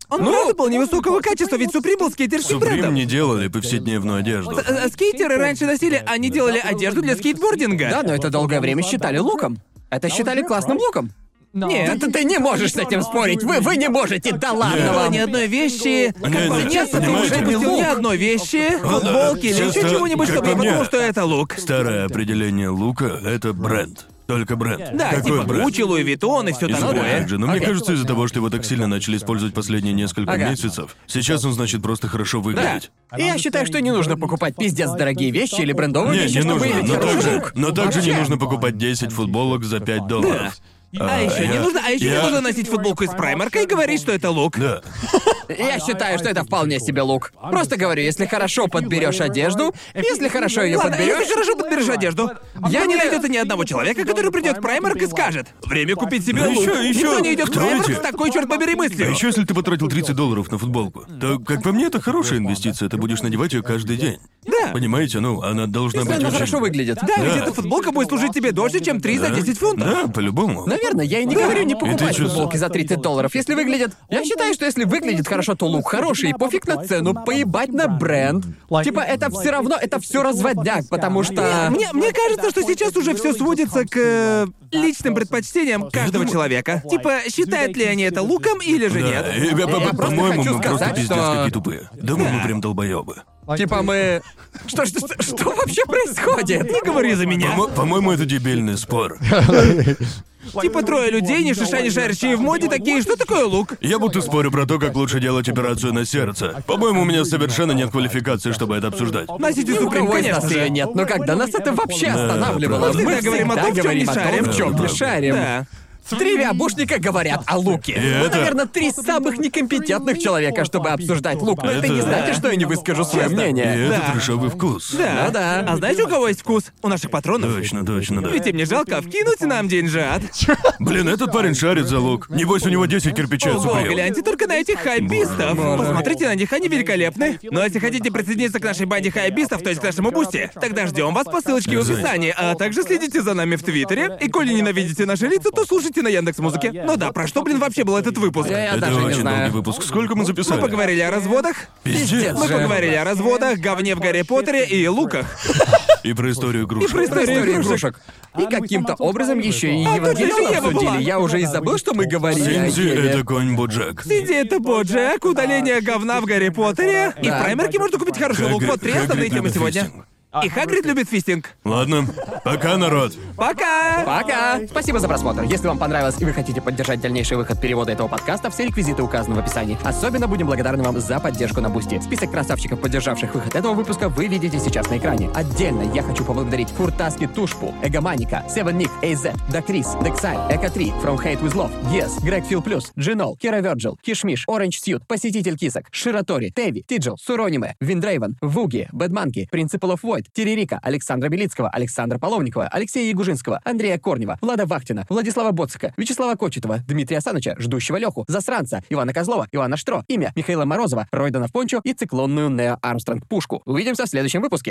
Он правда был невысокого качества, ведь Суприм был скейтерским
Суприм
брендом.
не делали повседневную одежду.
Э, э, Скейтеры раньше носили, они делали одежду для скейтбординга.
Да, но это долгое время считали луком. Это считали классным луком.
Нет.
Ты, ты- ты не можешь с этим спорить. Вы, вы не можете, да ладно
Не было
вам.
ни одной вещи. Как
Не,
по
не,
мне, Суприм
понимаете?
уже выпустил ни одной вещи, футболки или еще
Честно,
чего-нибудь,
как
чтобы
по
я
мне.
подумал, что это лук.
Старое определение лука — это бренд. Только бренд.
Да,
Какой
типа
бренд?
Гуччи, Луи Виттон и все
И Зодиак
такое.
также. Но мне
Окей.
кажется, из-за того, что его так сильно начали использовать последние несколько
Ага.
месяцев, сейчас он, значит, просто хорошо
Да.
выглядит.
И я считаю, что не нужно покупать пиздец дорогие вещи или брендовые
Не,
вещи,
не
чтобы
нужно.
иметь
Но
хороший
также,
лук.
но также не
Вообще.
нужно покупать 10 футболок за 5 долларов.
А еще не
я-
нужно, а еще не
я-
нужно носить футболку из праймарка и говорить, что это лук.
Да. А
Я считаю, что это вполне себе лук. Просто говорю, если хорошо подберешь одежду, если хорошо ее
Ладно,
подберешь,
если хорошо подберешь одежду, я не найдется ни одного человека, который придет в Праймарк и скажет «Время купить себе
Да
лук».
ещё- ещё-
Никто не идет в
кто эти?
Праймарк с такой, черт побери,
А
мыслью.
еще если ты потратил 30 долларов на футболку, то, как по мне, это хорошая инвестиция, ты будешь надевать ее каждый день.
Да.
Понимаете, ну, она должна
если
быть
она
очень-
хорошо выглядит.
Да, ведь эта футболка будет служить тебе дольше, чем 3 за
Да.
10 фунтов.
Да, по-любому.
Наверное, я и не говорю не покупать
чё-
футболки за 30 долларов, если выглядит...
Ну,
Я считаю, что если выглядит хорошо, то лук хороший, и пофиг на цену, поебать на бренд. Типа, это все равно, это
Ну,
все разводняк, потому что...
Мне, мне кажется, что сейчас уже все сводится к э, личным предпочтениям каждого человека. Типа, считают ли они это луком или же
Да,
нет.
и, э, по- по-
Я просто
по-моему,
хочу
мы просто
сказать,
пиздец
что-
какие тупые. Думаю, мы прям долбоебы.
Типа мы... Что, что, что, что вообще происходит?
Не говори за меня.
По-моему, это дебильный спор.
Типа трое людей, ни шиша, ни шарящие в моде, такие, что такое лук?
Я будто спорю про то, как лучше делать операцию на сердце. По-моему, у меня совершенно нет квалификации, чтобы это обсуждать.
Носить
Ни у
изупрем,
кого из
конечно
нас ее
же.
Ну, нет, но когда нас это вообще останавливало?
правда.
Мы
Мы говорим о том, в чём
говорим
не
о том,
шарим.
в чём не
Правда.
шарим.
Да.
Три виабушника говорят о луке. Мы,
это-
наверное, три самых некомпетентных человека, чтобы обсуждать лук, но это,
Это-
не значит, что я не выскажу свое
Честно.
И
мнение.
это
Да.
трешовый вкус.
Да,
Ну да. Ну,
А знаете, у кого есть вкус? У наших патронов.
Точно, точно, да.
Ведь им не жалко, вкинуть нам деньжат.
Блин, этот парень шарит за лук. Небось, у него 10 кирпичей
Ого,
супрем.
гляньте только на этих хайбистов. Посмотрите на них, они великолепны. Но если хотите присоединиться к нашей банде хайбистов, то есть к нашему бусте, тогда ждем вас по ссылочке в
Зай.
описании. А также следите за нами в Твиттере. И коли ненавидите наши лица, то слушайте на Яндекс Музыке. Ну да, про что, блин, вообще был этот выпуск?
Я- я
Это
даже не
очень
знаю.
долгий выпуск. Сколько мы
Мы
записали?
поговорили о разводах,
Пиздец.
мы
Же.
поговорили о разводах, говне в Гарри Поттере и луках.
И про историю игрушек.
И про историю-
история
игрушек.
игрушек. И каким-то образом еще и
А,
тут же
Евангелион
Ева была.
обсудили. Я уже и забыл, что мы говорили о
Синзи —
Еве.
это конь Боджек.
Сиди, это Боджек, удаление говна в Гарри Поттере. И в
Да.
праймерке можно купить хороший лук.
Хагрид-
Вот три
Хагрид
основные темы
любит
сегодня.
фистинг.
И Хагрид любит фистинг.
Ладно, пока, народ.
Пока!
Пока! Спасибо за просмотр. Если вам понравилось и вы хотите поддержать дальнейший выход перевода этого подкаста, все реквизиты указаны в описании. Особенно будем благодарны вам за поддержку на Бусти. Список красавчиков, поддержавших выход этого выпуска, вы видите сейчас на экране. Отдельно я хочу поблагодарить Фуртаски Тушпу, Эгоманика, Севен Ник, Эйзет, Дакрис, Дексай, Эко 3, From Hate With Love, Yes, Грег Фил Плюс, Джинол, Кира Верджил, Кишмиш, Оранж Сьют, Посетитель Кисок, Ширатори, Теви, Тиджил, Сурониме, Виндрейвен, Вуги, Бэдманки, Принципал оф Войд, Терерика, Александра Белицкого, Александра Половникова, Алексея Ягужинского, Андрея Корнева, Влада Вахтина, Владислава Боцика, Вячеслава Кочетова, Дмитрия Саныча, Ждущего Леху, Засранца, Ивана Козлова, Ивана Штро, имя Михаила Морозова, Ройдана в Пончо и циклонную Нео Армстронг Пушку. Увидимся в следующем выпуске.